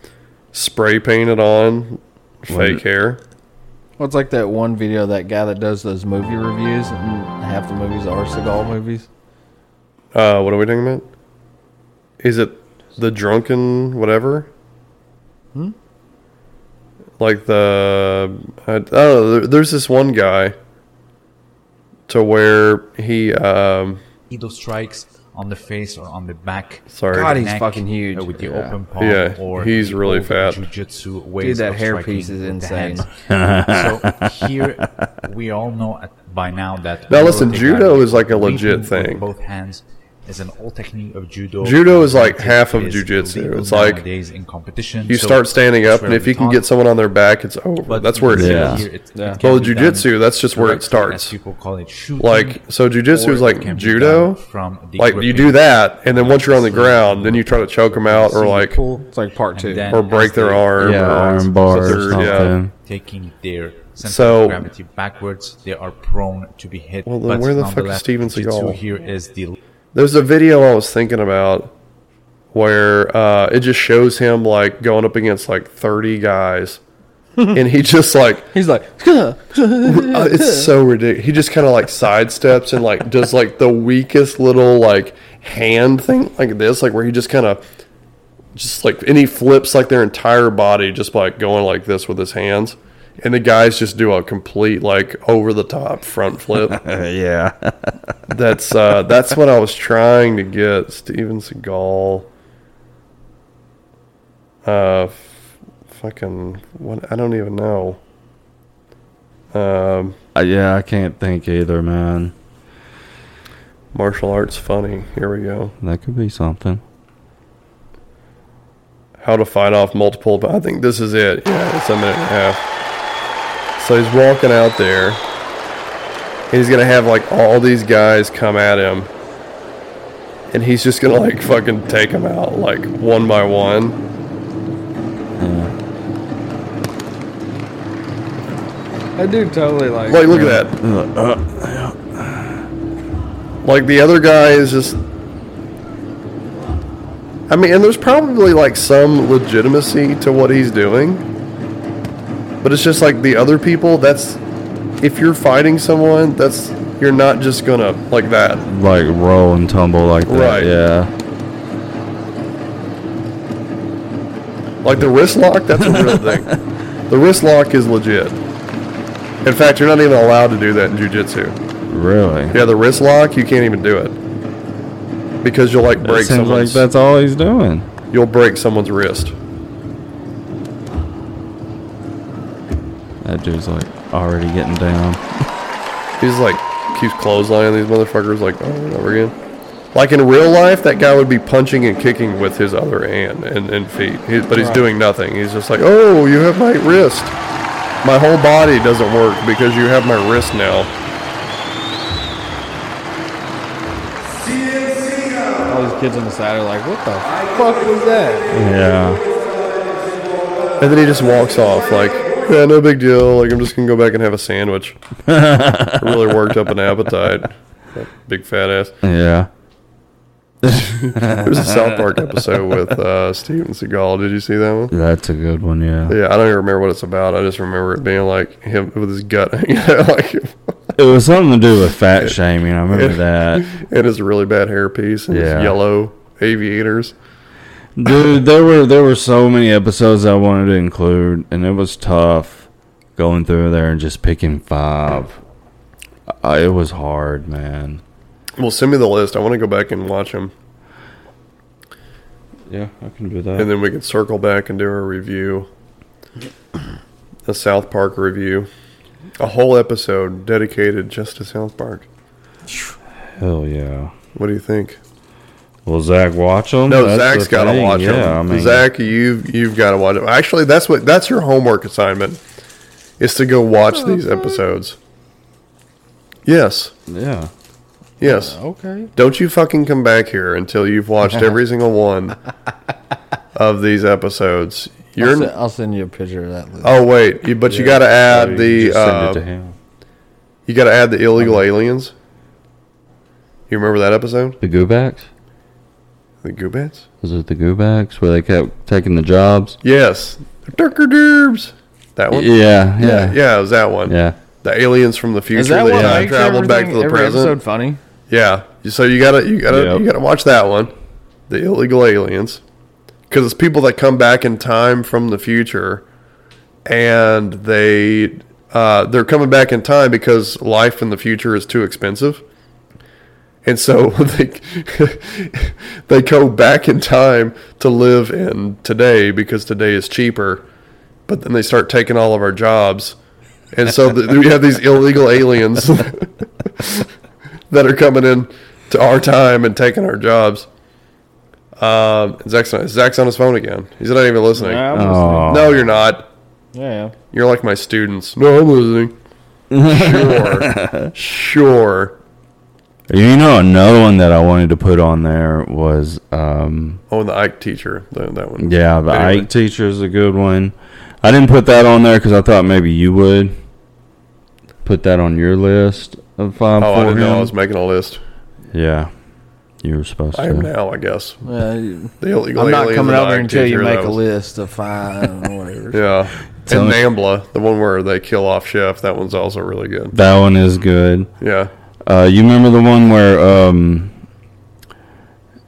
C: spray painted on fake hair.
D: Well, it's like that one video of that guy that does those movie reviews, and half the movies are Seagal movies.
C: Uh, what are we talking about? Is it the drunken whatever?
D: Hmm?
C: Like the I, oh, there- there's this one guy to where he um
R: Needle strikes on the face or on the back.
C: Sorry.
D: God, he's
R: Neck,
D: fucking huge.
R: uh, With the
D: Yeah.
R: open palm.
C: Yeah,
R: or
C: he's
R: the
C: really
R: old
C: fat.
R: Jiu-jitsu ways
D: that
R: of
D: hair
R: striking
D: piece is
R: with the
D: insane.
R: hand. so here we all know at, by now that
C: Now listen,
R: Muay Thai
C: judo
R: with
C: is like a legit
R: leaping with
C: thing.
R: Both hands is an old technique of judo.
C: Judo is like
R: It
C: half of
R: is
C: jujitsu.
R: legal
C: It's like
R: nowadays in competition.
C: you
R: so
C: start standing
R: it's
C: up, and
R: where
C: if
R: we
C: you can
R: taught
C: get someone on their back, it's over.
R: But
C: that's where it
R: yeah.
C: ends.
R: here it- it
C: Well,
R: can be
C: jujitsu,
R: done
C: that's just where it
R: correctly, as
C: starts.
R: people call it shooting,
C: like so, jujitsu
R: Mm. or it can
C: is like
R: be
C: judo.
R: done from the
C: Like you
R: gripping.
C: do that, and then once you're on the ground, then you try to choke them out, or like it's
D: like part two,
R: then
C: or break
R: as
C: their
R: they-
C: arm,
E: Yeah,
C: or
E: arm bar or
C: third, yeah.
E: something.
R: taking their center
C: So-
R: of gravity backwards. They are prone to be hit.
C: Well, then
R: but
C: where the fuck is
R: nonetheless,
C: Steven
R: jujitsu
C: Seagal?
R: Here is the
C: There's a video I was thinking about where uh, it just shows him like going up against like 30 guys, and he just like
D: he's like
C: Uh, it's so ridiculous. He just kind of like sidesteps and like does like the weakest little like hand thing like this, like where he just kind of just like and he flips like their entire body just like going like this with his hands, and the guys just do a complete like over the top front flip.
E: Uh, yeah,
C: that's uh that's what I was trying to get Steven Seagal. Uh, f- fucking what? I don't even know. Um.
E: Uh, yeah, I can't think either, man.
C: Martial arts funny. Here we go.
E: That could be something.
C: How to fight off multiple. I think this is it. Yeah, it's a minute and a half. So he's walking out there. He's gonna have like all these guys come at him, and he's just gonna like fucking take them out like one by one.
D: That dude totally like.
C: Like look at that. Like the other guy is just. I mean, and there's probably like some legitimacy to what he's doing, but it's just like the other people. That's if you're fighting someone, that's you're not just gonna like that.
E: Like roll and tumble like that.
C: Right.
E: Yeah.
C: Like the wrist lock, that's a real thing. The wrist lock is legit. In fact, you're not even allowed to do that in jujitsu.
E: Really.
C: Yeah, the wrist lock, you can't even do it because you'll like break
E: It seems like
C: someone's.
E: that's all he's doing.
C: you'll break someone's wrist.
E: That dude's like already getting down.
C: He's like keeps clotheslining these motherfuckers like over and over again. Like in real life, that guy would be punching and kicking with his other hand and, and feet, he, but he's
J: Right.
C: doing nothing. He's just like, "Oh, you have my wrist. My whole body doesn't work because you have my wrist now."
D: All these kids on the side are like, "What the fuck was that?"
E: Yeah.
C: And then he just walks off like, "Yeah, no big deal. Like I'm just gonna go back and have a sandwich." I really worked up an appetite. That Big fat ass.
E: Yeah.
C: There's a South Park episode with uh, Steven Seagal. Did you see that one?
E: That's a good one. Yeah.
C: Yeah, I don't even remember what it's about. I just remember it being like him with his gut hanging out, like,
E: It was something to do with fat shaming. I remember that.
C: and his really bad hairpiece and
E: Yeah.
C: his yellow aviators.
E: Dude, there were there were so many episodes I wanted to include, and it was tough going through there and just picking five. Uh, it was hard, man.
C: Well, send me the list. I want to go back and watch them,
E: Yeah, I can do that.
C: and then we can circle back and do a review, a South Park review, a whole episode dedicated just to South Park.
E: Hell yeah.
C: What do you think?
E: Will Zach watch them?
C: No, Zach's got to watch
E: yeah, I
C: them.
E: mean,
C: Zach, you've you've got to watch them. Actually, that's what that's your homework assignment is to go watch these episodes. Yes.
E: Yeah.
C: Yes.
D: okay.
C: Don't you fucking come back here until you've watched every single one of these episodes.
D: You're. I'll,
C: You're
D: se- I'll send you a picture of that. List.
C: Oh wait, you, but you
D: Yeah,
C: got to add
E: you
C: the
E: just send it
C: uh,
E: to him.
C: you got to add the illegal aliens. You remember that episode?
E: the Goobacks?
C: The Goobats?
E: Was it the Goobacks where they kept taking the jobs?
C: Yes. The Durker Derbs. That one?
E: Yeah, yeah.
C: Yeah, it was that one.
E: Yeah.
C: The aliens from the future
D: Is that
C: that,
D: what
C: time
D: makes
C: traveled back to
D: everything-
C: the
D: every
C: present.
D: episode funny?
C: Yeah. So you gotta you gotta
E: Yep.
C: you gotta watch that one. The illegal aliens. Because it's people that come back in time from the future and they uh, they're coming back in time because life in the future is too expensive. And so they they go back in time to live in today because today is cheaper. But then they start taking all of our jobs, and so th we have these illegal aliens that are coming in to our time and taking our jobs. Um, Zach's, on, Zach's on his phone again. He's not even listening.
D: Yeah, I'm listening. Aw.
C: No, you're not.
D: Yeah.
C: You're like my students. No, I'm listening. Sure. sure.
E: You know, another one that I wanted to put on there was, um,
C: Oh, and the Ike teacher. That, that one.
E: yeah, the
C: Anyway.
E: Ike teacher is a good one. I didn't put that on there because I thought maybe you would put that on your list of five.
C: Oh, I
E: for
C: didn't know I
E: him.
C: was making a list.
E: Yeah, you were supposed
C: I
E: to.
C: am now, I guess.
D: Well, you-
C: The illegal
D: I'm not
C: alien
D: coming
C: and
D: over
C: Ike
D: until you
C: teacher,
D: make
C: that
D: a
C: was-
D: list of five or whatever.
C: Yeah.
E: Tell
C: and
E: me-
C: Nambla, the one where they kill off Chef, that one's also really good.
E: That one is good.
C: Yeah.
E: Uh, you remember the one where um,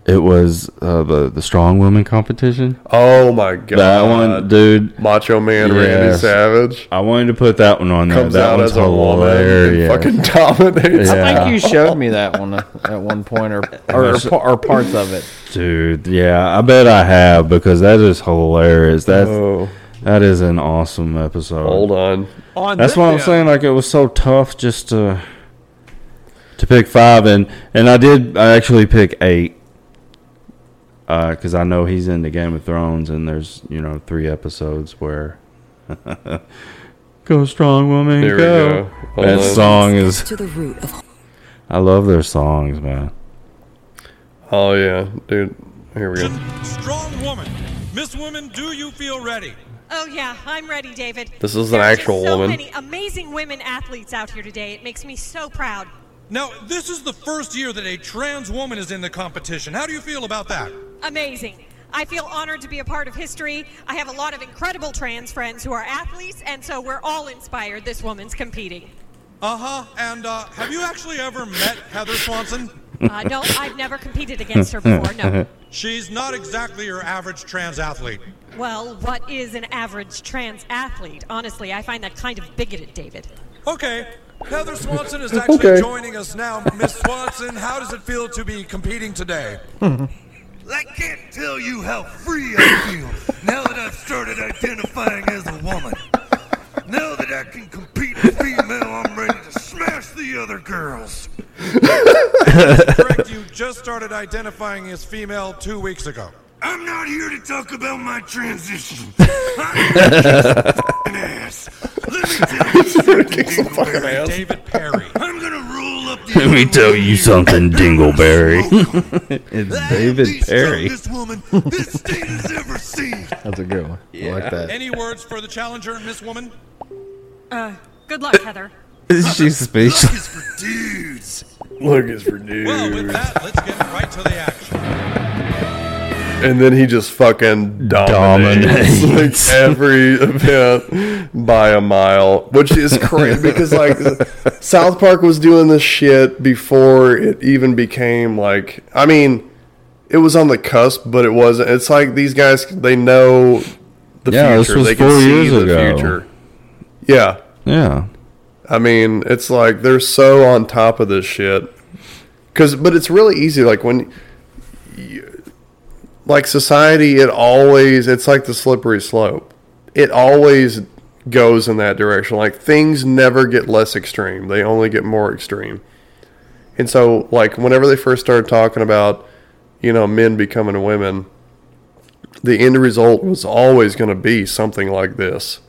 E: it was uh, the the strong woman competition?
C: Oh my god.
E: That one, dude.
C: Macho Man Randy
E: Yes.
C: Savage
E: I wanted to put that one on there.
C: comes
E: that
C: out
E: one's
C: as a woman and
E: hilarious.
C: fucking dominates.
D: I
E: Yeah.
D: think you showed me that one uh, at one point, or or, or, or parts of it.
E: Dude, yeah, I bet I have because that is hilarious. That's
C: Oh.
E: that is an awesome episode.
C: Hold on.
A: On
E: That's
A: that
E: why I'm
A: note-
E: saying like it was so tough just to to pick five and and I did I actually pick eight because I know he's into Game of Thrones and there's you know three episodes where go strong woman
C: Here we
E: go.
C: go.
E: That
C: Hold on.
E: song is
M: To the root of
E: I love their songs, man.
C: Oh yeah, dude. Here we go.
S: Strong woman. Miss Woman, do you feel ready?
T: Oh yeah, I'm ready, David.
C: This is an
T: There's
C: actual
T: just so
C: woman.
T: many amazing women athletes out here today. It makes me so proud.
S: Now, this is the first year that a trans woman is in the competition. How do you feel about that?
T: Amazing. I feel honored to be a part of history. I have a lot of incredible trans friends who are athletes, and so we're all inspired. This woman's competing.
S: Uh huh. And uh, have you actually ever met Heather Swanson?
T: Uh, no, I've never competed against her before. No.
S: She's not exactly your average trans athlete.
T: Well, what is an average trans athlete? Honestly, I find that kind of bigoted, David.
S: Okay. Heather Swanson is actually
T: Okay.
S: joining us now. Miss Swanson, how does it feel to be competing today?
B: I can't tell you how free I feel now that I've started identifying as a woman. Now that I can compete with female, I'm ready to smash the other girls.
S: Correct, you just started identifying as female two weeks ago.
B: I'm not here to talk about my transition. I'm here to kick some ass. Let me tell you something, Dingleberry. David Perry. I'm gonna roll up the
E: Let me tell you something, Dingleberry. it's David Perry.
B: strongest woman this state has ever seen.
D: That's a good one. I like that.
S: Any words for the challenger, Miss Woman?
T: Uh, good luck, Heather.
E: She's speechless.
B: for dudes.
C: Look is for dudes.
S: Well, with that, let's get right to the action.
C: And then he just fucking dominates,
E: Dominates.
C: like every event by a mile, which is crazy because like South Park was doing this shit before it even became like I mean, it was on the cusp, but it wasn't. It's like these guys they know the
E: Yeah,
C: future.
E: this was
C: they can
E: four
C: see
E: years
C: the
E: ago.
C: future. Yeah,
E: Yeah.
C: I mean, it's like they're so on top of this shit. Cause, but it's really easy. Like when, you, like society, it always it's like the slippery slope. It always goes in that direction. Like things never get less extreme; they only get more extreme. And so, like whenever they first started talking about, you know, men becoming women, the end result was always going to be something like this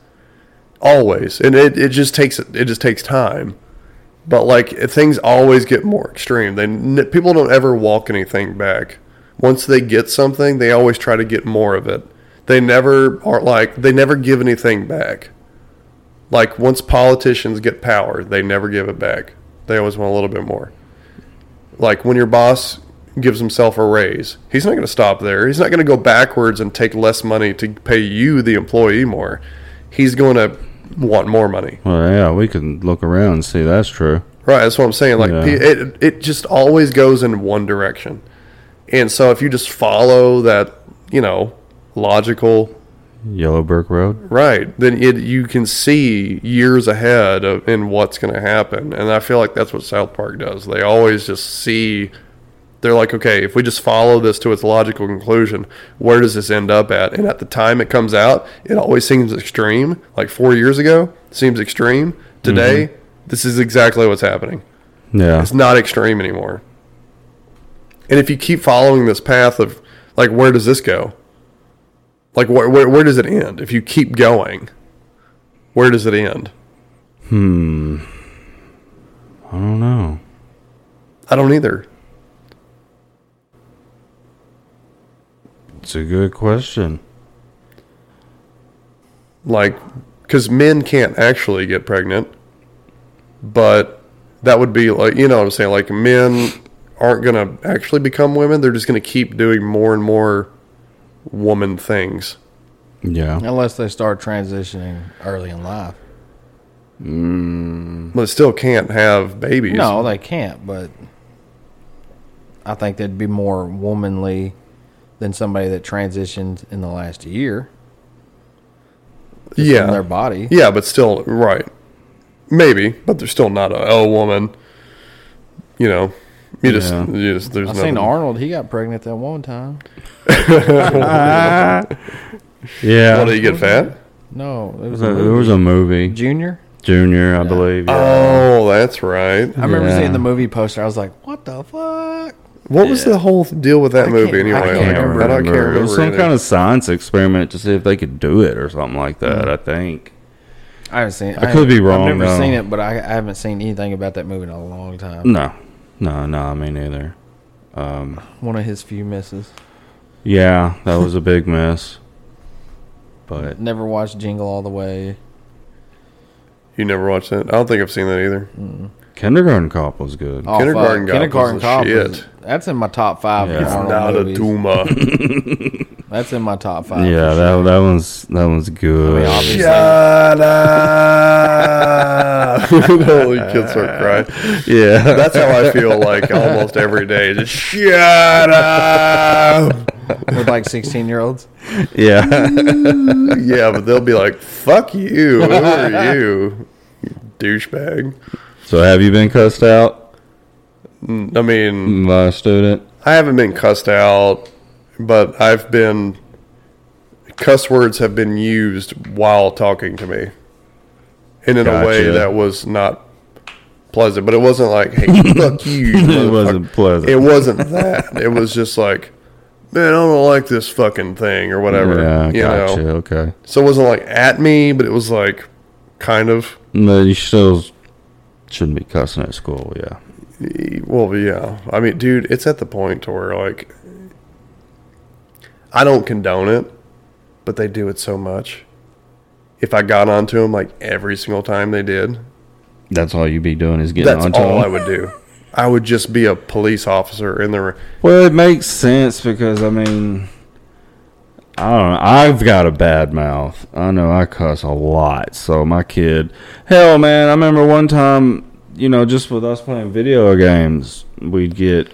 C: always and it, it just takes it just takes time but like if things always get more extreme they n- people don't ever walk anything back once they get something they always try to get more of it they never are like they never give anything back like once politicians get power they never give it back they always want a little bit more like when your boss gives himself a raise he's not going to stop there he's not going to go backwards and take less money to pay you the employee more he's going to want more money
E: Well, yeah, we can look around and see that's true.
C: right that's what i'm saying like
E: Yeah.
C: pe it, it just always goes in one direction and so if you just follow that you know logical
E: Yellow Brick Road.
C: Right. Then it, you can see years ahead of, in what's going to happen. And I feel like that's what South Park does. They always just see, they're like, okay, if we just follow this to its logical conclusion, where does this end up at? And at the time it comes out, it always seems extreme. Like four years ago, seems extreme. Today, this is exactly what's happening.
E: Yeah.
C: It's not extreme anymore. And if you keep following this path of like, where does this go? Like, where where, where does it end? If you keep going, where does it end?
E: Hmm. I don't know.
C: I don't either.
E: It's a good question.
C: like because men can't actually get pregnant but that would be like you know what i'm saying like men aren't going to actually become women they're just going to keep doing more and more woman things
E: Yeah.
D: Unless they start transitioning early in life.
C: mm. but still can't have babies
D: No, they can't, but I think they'd be more womanly than somebody that transitioned in the last year.
C: yeah
D: from their body.
C: yeah but still right maybe but they're still not a, a woman you know you just,
E: Yeah.
C: you just there's
D: I seen
C: nothing-
D: Arnold, he got pregnant that one time.
E: Yeah.
C: What, did he get fat?
D: No, it was a
E: There
D: movie.
E: was a movie.
D: Junior?
E: Junior, I believe.
C: Oh, that's right.
D: I remember
E: Yeah.
D: seeing the movie poster. I was like, what the fuck?
C: what was the whole deal with that movie anyway
E: I
C: Like,
E: can't remember.
C: i don't care
E: It was some
C: either.
E: kind of science experiment to see if they could do it or something like that. I think.
D: I haven't seen it.
E: I could be wrong.
D: I've never
E: though. Mm.
D: seen it, but I, I haven't seen anything about that movie in a long time.
E: No, no, no. Me neither. Um,
D: One of his few misses.
E: yeah, that was a big mess. But
D: Never watched Jingle All the Way.
C: You never watched that? I don't think I've seen that either.
E: Kindergarten Cop was good.
D: Oh,
C: Kindergarten
D: fuck.
C: Cop
D: Kindergarten
C: was the
D: Cop.
C: shit.
D: was- that's in my top five.
E: Yeah. It's
D: Arnold
C: not a
D: movies. that's in my top five.
E: yeah, that that one's that one's good.
C: Shut up! Holy kids are crying.
E: Yeah.
C: that's how I feel like almost every day. Just shut up.
D: With like sixteen year olds.
E: Yeah.
C: yeah, but they'll be like, "Fuck you! Who are you, you douchebag?"
E: So have you been cussed out
C: I mean,
E: by a student?
C: I haven't been cussed out, but I've been cuss words have been used while talking to me, and in a way
E: Gotcha.
C: that was not pleasant. But it wasn't like, "Hey, fuck you."
E: it
C: motherfucker."
E: wasn't pleasant.
C: It wasn't that. it was just like, "Man, I don't like this fucking thing" or whatever.
E: Yeah,
C: you
E: gotcha.
C: know.
E: Okay.
C: So it wasn't like at me, but it was like kind of.
E: No, you still shouldn't be cussing at school. Yeah.
C: Well, yeah. I mean, dude, it's at the point to where like I don't condone it, but they do it so much. If I got onto them like every single time they did,
E: That's all you'd be doing is getting
C: that's
E: onto
C: all
E: them.
C: I would do. I would just be a police officer in the room.
E: Well, it makes sense because I mean, I don't know. I've got a bad mouth. I know I cuss a lot. So my kid, hell, man, I remember one time, you know, just with us playing video games, we'd get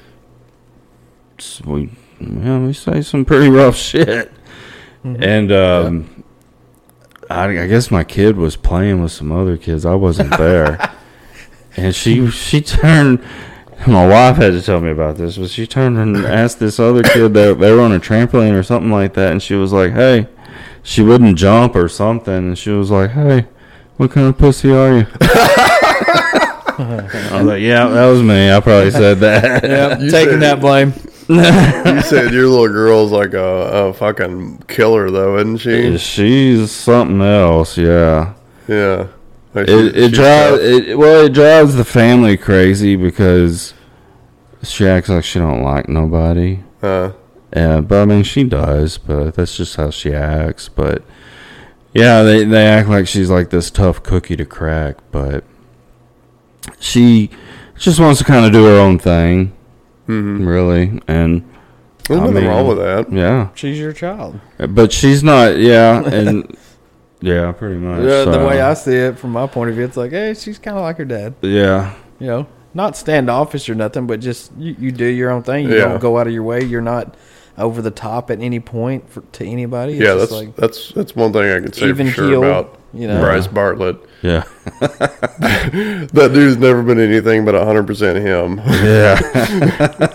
E: we, yeah, we say some pretty rough shit, and um. I, I guess my kid was playing with some other kids. I wasn't there, and she she turned. My wife had to tell me about this, but she turned and asked this other kid that they were on a trampoline or something like that, and she was like, "Hey," she wouldn't jump or something, and she was like, "Hey, what kind of pussy are you?" I was like, "Yeah, that was me. I probably said that."
C: You
D: taking
C: said-
D: that blame.
C: you said your little girl's like a, a fucking killer, though, isn't she?
E: She's something else, yeah.
C: Yeah. Like, she-
E: it, it
C: she's
E: drives
C: tough.
E: it, well it drives the family crazy because she acts like she don't like nobody
C: Uh.
E: yeah but i mean she does but that's just how she acts but yeah they, they act like she's like this tough cookie to crack but she just wants to kind of do her own thing mm-hmm. really and
C: There's
E: I
C: nothing
E: mean,
C: wrong with that.
E: yeah
D: She's your child.
E: but she's not yeah and yeah pretty much
D: Yeah, the
E: so,
C: uh,
D: way I see it, from my point of view, it's like, hey, she's kind of like her dad.
E: yeah
D: You know, not standoffish or nothing, but just you, you do your own thing. You
C: Yeah.
D: don't go out of your way. You're not over the top at any point for, to anybody. It's
C: Yeah,
D: just
C: that's that's that's one thing I can say for
D: Even
C: sure
D: keel,
C: about
D: you know.
C: Bryce Bartlett.
E: yeah
C: that dude's never been anything but 100% him.
E: Yeah.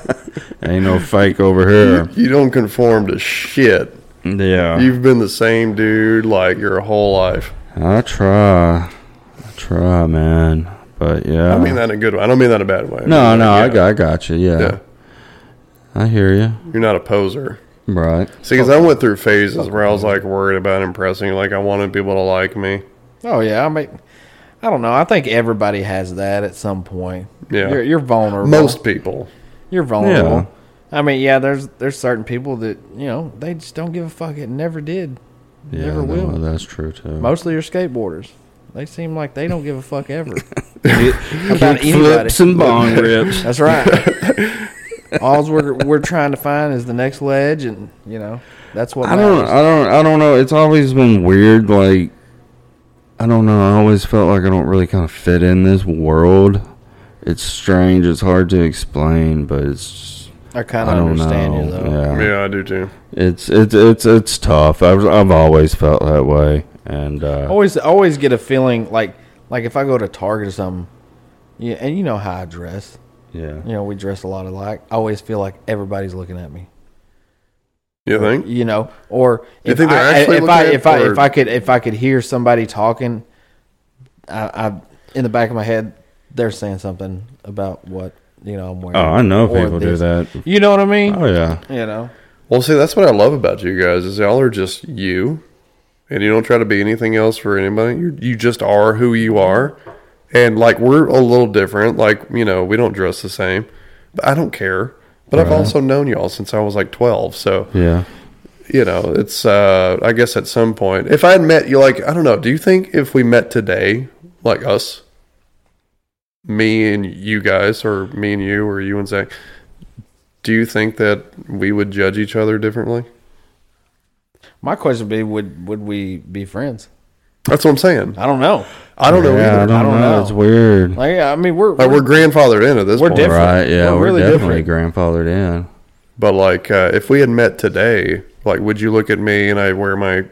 E: Ain't no fake over here.
C: You don't conform to shit.
E: Yeah.
C: You've been the same dude like your whole life.
E: I try. I try, man. But yeah.
C: I mean that in a good way. I don't mean that in a bad way. I
E: No,
C: mean,
E: no,
C: like,
E: I, got, I got you. Yeah.
C: Yeah.
E: I hear you.
C: You're not a poser.
E: Right.
C: See, because I went through phases where I was like worried about impressing. Like I wanted people to like me.
D: Oh yeah, I mean, I don't know. I think everybody has that at some point.
C: Yeah.
D: you're, you're vulnerable.
C: Most people.
D: you're vulnerable.
E: Yeah.
D: I mean, yeah, there's there's certain people that you know they just don't give a fuck. It never did,
E: Yeah,
D: never
E: no,
D: will.
E: that's true too.
D: Mostly are skateboarders. They seem like they don't give a fuck ever
E: Kick flips and bong rips.
D: That's right. All we're we're trying to find is the next ledge, and you know that's what
E: I don't.
D: matters.
E: I don't. I don't know. It's always been weird. Like I don't know. I always felt like I don't really kind of fit in this world. It's strange. It's hard to explain, but it's.
D: I kinda
E: don't
D: understand you,
E: know.
D: though.
E: Yeah.
C: Yeah, I do too.
E: It's it's it's it's tough. I've I've always felt that way, and uh,
D: always always get a feeling like like if I go to Target or something, yeah, and you know how I dress.
E: Yeah.
D: You know, we dress a lot alike. I always feel like everybody's looking at me.
C: You think?
D: You know, or
C: You
D: if
C: think they're
D: I,
C: actually
D: if
C: looking
D: I
C: at
D: if I
C: or-
D: if I could if I could hear somebody talking, I, I in the back of my head they're saying something about what you know I'm wearing.
E: oh, I know
D: or
E: people do
D: this.
E: that.
D: You know what I mean?
E: Oh yeah.
D: You know,
C: Well, see, that's what I love about you guys is y'all are just you, and you don't try to be anything else for anybody. You you just are who you are, and like we're a little different. Like you know, we don't dress the same, but I don't care. But I've
E: Right.
C: also known y'all since I was like twelve, so
E: Yeah.
C: you know, it's uh I guess at some point. If I had met you like I don't know, do you think if we met today, like us, me and you guys or me and you or you and Zach, do you think that we would judge each other differently?
D: my question would be would would we be friends?
C: That's what I'm saying.
D: I don't know.
C: I don't know
E: Yeah,
C: either.
E: I don't, know. It's weird.
D: Like yeah, I mean we're,
C: Like we're grandfathered in at this
D: We're
C: point.
D: different.
E: Right? Yeah.
D: We're
E: We're,
D: really
E: definitely grandfathered in.
C: But like, uh, if we had met today, like, would you look at me and I wear my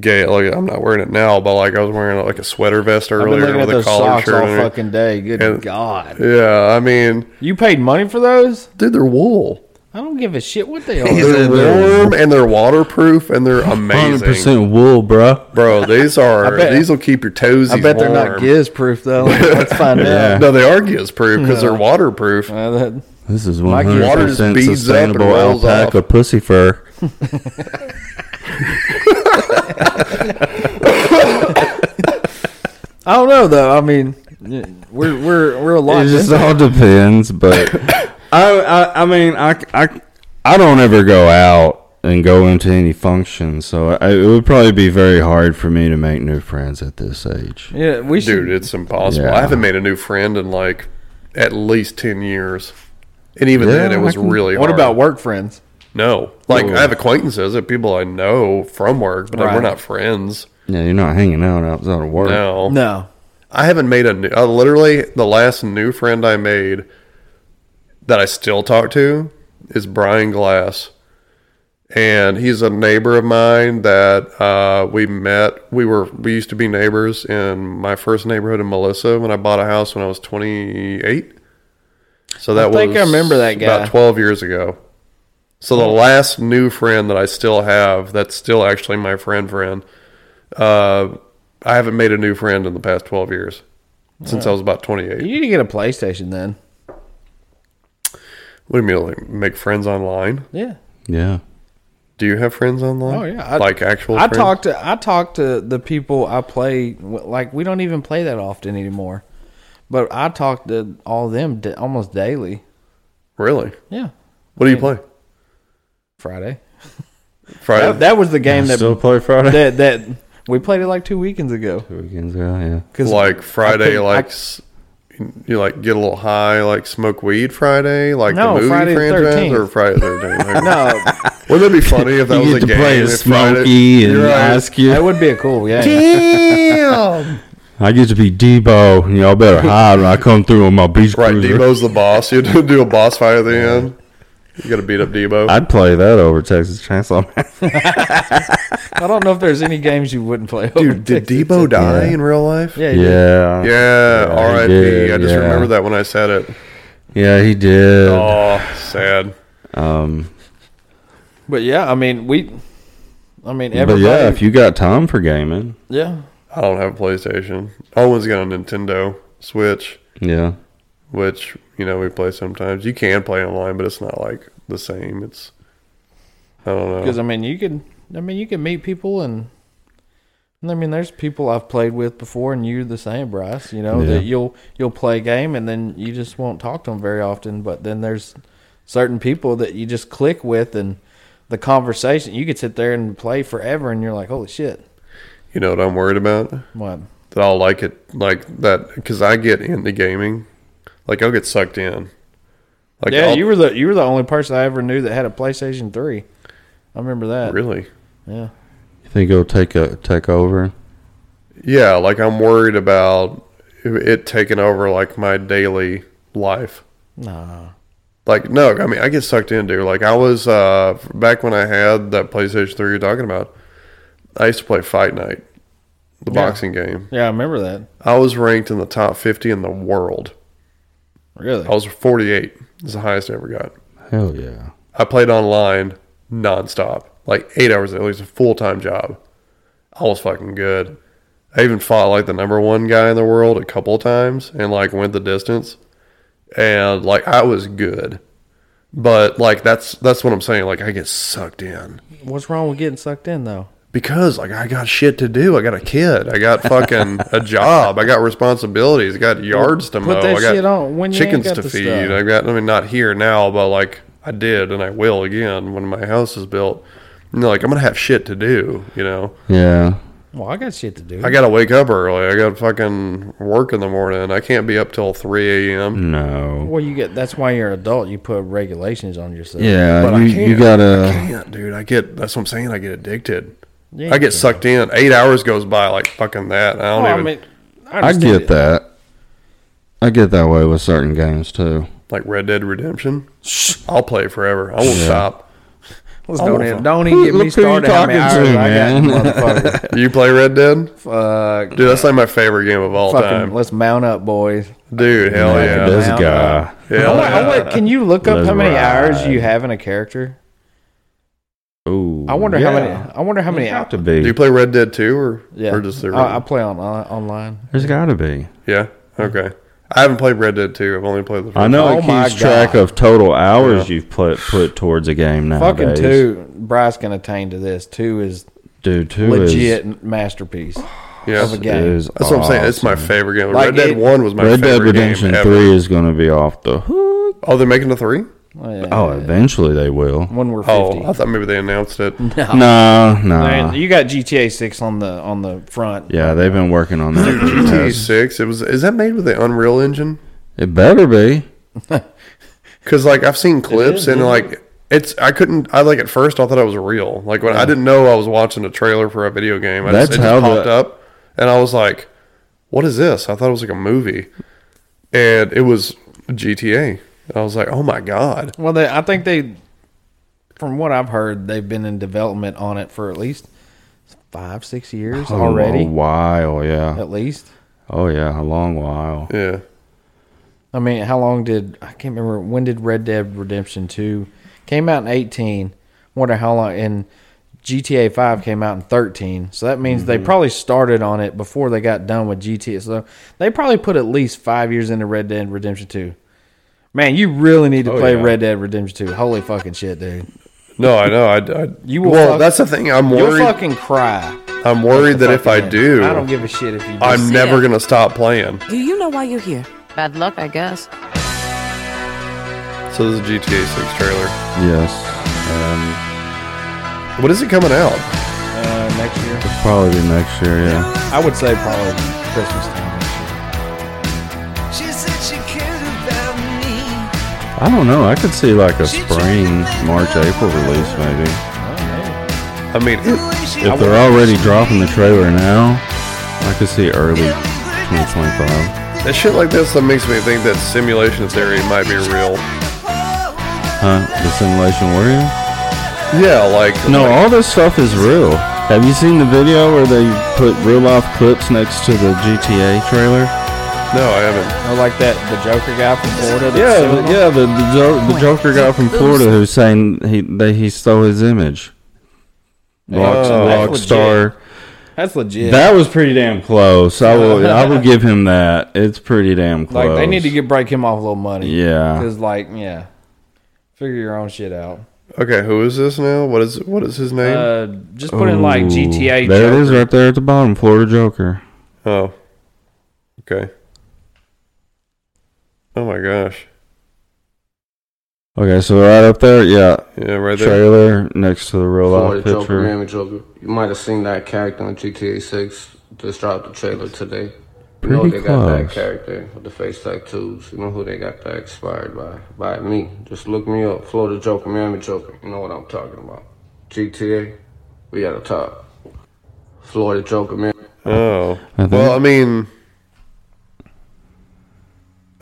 C: gay? Like, I'm not wearing it now, but like, I was wearing like a sweater vest
D: I've been
C: earlier
D: looking at
C: with a
D: those
C: collar
D: socks
C: shirt.
D: all
C: underneath.
D: fucking day. Good
C: And-
D: God.
C: Yeah, I mean,
D: you paid money for those,
C: dude. They're wool.
D: I don't give a shit what they are.
C: They're warm and they're waterproof and they're
E: Hundred
C: amazing,
E: percent wool, bruh.
C: bro. These
D: I
C: are
D: bet-
C: these will keep your toesies.
D: I bet they're not
C: warm.
D: giz proof though. Let's find out.
C: No, they are giz proof because they're
D: No.
C: waterproof.
D: Uh, that-
E: This is one
D: Like
E: hundred
C: water just
E: percent
C: beads up and
E: sustainable
C: rolls
E: alpaca pussy fur.
D: I don't know though. I mean, yeah, we're we're we're a lot.
E: It just all
D: different.
E: depends, but I, I I mean I, I I don't ever go out and go into any function, so I, it would probably be very hard for me to make new friends at this age.
D: yeah, we should.
C: Dude, it's impossible.
E: Yeah.
C: I haven't made a new friend in like at least 10 years. And even
E: Yeah,
C: then, it
E: I
C: was
E: can-
C: really
D: what
C: hard.
D: about work friends?
C: No. Like,
E: Ooh.
C: I have acquaintances of people I know from work, but like, we're
D: Right.
C: not friends.
E: Yeah, you're not hanging out outside of work.
C: No.
D: No,
C: I haven't made a new, uh, literally, the last new friend I made that I still talk to is Brian Glass. And he's a neighbor of mine that uh, we met. We were we used to be neighbors in my first neighborhood in Melissa when I bought a house when I was 28. So that
D: I think
C: was
D: I remember that guy. Oh.
C: about 12 years ago. So the last new friend that I still have, that's still actually my friend friend. Uh, I haven't made a new friend in the past 12 years since I was about 28.
D: you need to get a PlayStation then.
C: What do you mean, like make friends online?
D: Yeah.
E: Yeah.
C: Do you have friends online?
D: Oh yeah. I,
C: like actual.
D: I
C: friends?
D: talk to I talk to the people I play. w- Like we don't even play that often anymore, but I talk to all of them da- almost daily.
C: Really?
D: Yeah.
C: What do you play?
D: Friday.
C: Friday.
D: That, that was the game that
E: Still play Friday
D: that that we played it like two weekends ago.
E: weekends. Yeah, yeah.
D: Cause
C: like Friday,
D: couldn't- I-
C: like s you like get a little high, like smoke weed Friday, like
D: No,
C: the movie
D: Friday the
C: franchise,
D: 13th.
C: or Friday the 13th.
D: no,
C: Wouldn't it be funny if that was
E: you
C: a
E: get to
C: game?
E: play
C: if
E: as
C: Friday-
E: Smokey and
C: You're right.
E: Ice Cube.
D: that would be a cool yeah.
C: Damn.
E: I get to be Debo, and y'all better hide when I come through on my beach
C: right,
E: cruiser.
C: Debo's the boss. You do do a boss fight at the end. You got to beat up Debo.
E: I'd play that over Texas Chainsaw Massacre.
D: I don't know if there's any games you wouldn't play. over
C: Dude, did
D: Texas.
C: Debo die
E: Yeah.
C: in real life?
D: Yeah, you did.
E: Yeah.
C: Yeah,
E: he
C: R.I.P. I
E: did,
C: just
E: yeah.
C: remember that when I said it.
E: Yeah, he did.
C: Oh, sad.
E: Um,
D: But yeah, I mean we, I mean
E: but
D: everybody.
E: yeah, if you got time for gaming,
D: yeah.
C: I don't have a PlayStation. Owen's got a Nintendo Switch.
E: yeah.
C: which you know we play sometimes. You can play online, but it's not like the same. It's I don't know
D: Because I mean, you can. I mean, you can meet people, and, and I mean, there's people I've played with before, and you're the same, Bryce. You know
E: Yeah.
D: that you'll you'll play a game, and then you just won't talk to them very often. But then there's certain people that you just click with, and the conversation you could sit there and play forever, and you're like, holy shit,
C: You know what I'm worried about?
D: What?
C: That I'll like it like that because I get into gaming, like I'll get sucked in. Like
D: yeah,
C: I'll-
D: you were the you were the only person I ever knew that had a PlayStation Three. I remember that.
C: Really?
D: Yeah.
E: You think it'll take a take over?
C: yeah, like I'm worried about it taking over like my daily life.
D: Nah.
C: Like no, I mean I get sucked into. Like I was uh back when I had that PlayStation 3 you're talking about. I used to play Fight Night, the
D: Yeah.
C: boxing game.
D: Yeah, I remember that.
C: I was ranked in the top 50 in the world.
D: Really?
C: I was 48. Is the highest I ever got.
E: Hell yeah.
C: I played online nonstop, like eight hours. It was a full time job. I was fucking good. I even fought like the number one guy in the world a couple times and like went the distance. And like I was good, but like that's that's what I'm saying. Like I get sucked in
D: What's wrong with getting sucked in though?
C: because like I got shit to do. I got a kid. I got fucking a job. I got responsibilities. I got yards to
D: Put
C: mow.
D: that
C: I got
D: shit on when you ain't
C: chickens
D: got
C: to
D: the
C: feed.
D: stuff.
C: I got. I mean, not here now, but like I did, and I will again when my house is built. You know, like I'm gonna have shit to do. You know,
E: Yeah.
D: Well, I got shit to do.
C: I gotta wake up early. I gotta fucking work in the morning. I can't be up till three
D: Mm.
C: a.m.
E: No.
D: Well, you get that's why you're an adult. You put regulations on yourself.
E: Yeah,
C: But I
E: you, you
C: can't. I
E: gotta.
C: can't, dude. I get. That's what I'm saying. I get addicted.
D: Yeah,
C: I
D: you
C: get sucked in. Eight hours goes by like fucking that. I don't
D: Oh, I
C: even.
D: mean, I
E: I
D: understand
E: get
D: it.
E: that. I get that way with certain games too.
C: like Red Dead Redemption. I'll play forever. I won't
E: Yeah.
C: stop.
D: Let's
C: I
D: don't
C: won't
D: even-
C: stop.
D: don't even get me Look who you started how many talking hours to, I got, man. motherfucker. Uh,
C: you play Red Dead? Fuck, dude, that's like my favorite game of all
D: Fucking,
C: time.
D: let's mount up, boys.
C: Dude, hell
D: Mount
C: yeah,
D: up, mount up.
C: Hell
D: I want- I
C: yeah.
D: want- oh, can you look up
E: Let's
D: how many hours
E: ride.
D: you have in a character?
E: Ooh.
D: uh, I wonder how
E: yeah.
D: many. I wonder how many
E: Got
D: hours.
E: to be.
C: Do you play Red Dead Two or
D: Yeah,
C: or just the
D: I, I play on online.
E: There's got to be.
C: yeah? Okay, I haven't played Red Dead Two. I've only played the. First
E: I know
D: Oh
E: it
D: my
E: keeps track
D: God.
E: of total hours you've put put towards a game nowadays.
D: Fucking two. Bryce can attain to this. Two is
E: Dude, two
D: legit masterpiece. Oh,
C: Yeah,
D: of a game.
E: is
C: that's what I'm saying. It's my
E: awesome.
C: favorite game.
D: Like
C: Red Dead
D: it-
C: One was my
E: Red Dead
C: favorite
E: Redemption
C: game ever.
E: Three is going to be off the. hook.
C: Oh, they're making a three.
E: Oh, eventually they will.
D: When we're fifty.
C: Oh, I thought maybe they announced it.
E: No,
D: Man,
E: no.
D: you got GTA Six on the on the front.
E: Uh, Yeah, they've been working on that. for the
C: GTA
E: past-
C: Six. It was. Is that made with the Unreal Engine?
E: It better be.
C: Because like I've seen clips
D: is,
C: and
D: isn't
C: like it's I couldn't I like at first I thought it was real like when I didn't know I was watching a trailer for a video game I
E: That's
C: just, it
E: how
C: just popped
E: the-
C: up and I was like what is this I thought it was like a movie and it was GTA I was like oh my god
D: Well, they, I think they, from what I've heard, they've been in development on it for at least five, six years
E: A
D: already.
E: while, yeah.
D: At least.
E: Oh yeah, a long while.
C: yeah
D: I mean, how long did I can't remember when did Red Dead Redemption Two came out in eighteen? Wonder how long and GTA Five came out in thirteen. So that means
C: Mm-hmm.
D: they probably started on it before they got done with GTA. So they probably put at least five years into Red Dead Redemption Two. Man, you really need to
E: Oh,
D: play
E: yeah.
D: Red Dead Redemption Two. Holy fucking shit, dude!
C: no I know I, I
D: You will
C: well
D: fuck-
C: that's the thing I'm
D: You'll
C: worried
D: fucking cry.
C: I'm worried that if I
D: Fucking-
C: do
D: I don't give a shit if you. do.
C: I'm never gonna stop playing
M: Do you know why you're here?
K: Bad luck, I guess.
C: so this is GTA Six trailer
E: Yes.
C: what is it coming out
D: uh, next year.
E: Um, probably be next year. Yeah.
D: I would say probably Christmas time.
Q: She said she cared about me.
E: I don't know. I could see like a spring, March, April release maybe.
C: I mean it,
E: If they're already dropping the trailer now, I could see early 2025.
C: that shit like this that makes me think that simulation theory might be real.
E: Huh? The Simulation Warrior?
C: Yeah, like
E: No, all this stuff is real. Have you seen the video where they put real life clips next to the GTA trailer?
C: no, I haven't.
D: Or like that, the Joker guy from Florida. that's
E: Yeah,
D: suing
E: the,
D: them?
E: yeah, the the, jo-
D: Oh
E: the Joker guy from Florida who's saying he they, he stole his image. Rock,
C: Oh.
E: rock
D: That's
E: star,
D: That's legit.
E: That was pretty damn close. I will. I will give him that. It's pretty damn close.
D: Like they need to get break him off a little money.
E: Yeah.
D: Because like yeah, figure your own shit out.
C: Okay, who is this now? What is what is his name?
D: Uh, just put in like
E: Ooh,
D: GTA.
E: There
D: Joker.
E: it is, right there at the bottom. Florida Joker.
C: oh, okay. Oh my gosh!
E: Okay, so right up there, yeah.
C: Yeah, right there.
E: Trailer next to the real
U: Florida
E: life picture.
U: Joker, Miami Joker. You might have seen that character on GTA 6. Just dropped the trailer today. You know
E: Pretty
U: they got that
E: close.
U: character with the face tattoos. You know who they got that inspired by? By me. Just look me up. Florida Joker, Miami Joker. You know what I'm talking about. GTA, we at the top. Florida Joker, Miami.
C: Oh,
E: I think-
C: well, I mean,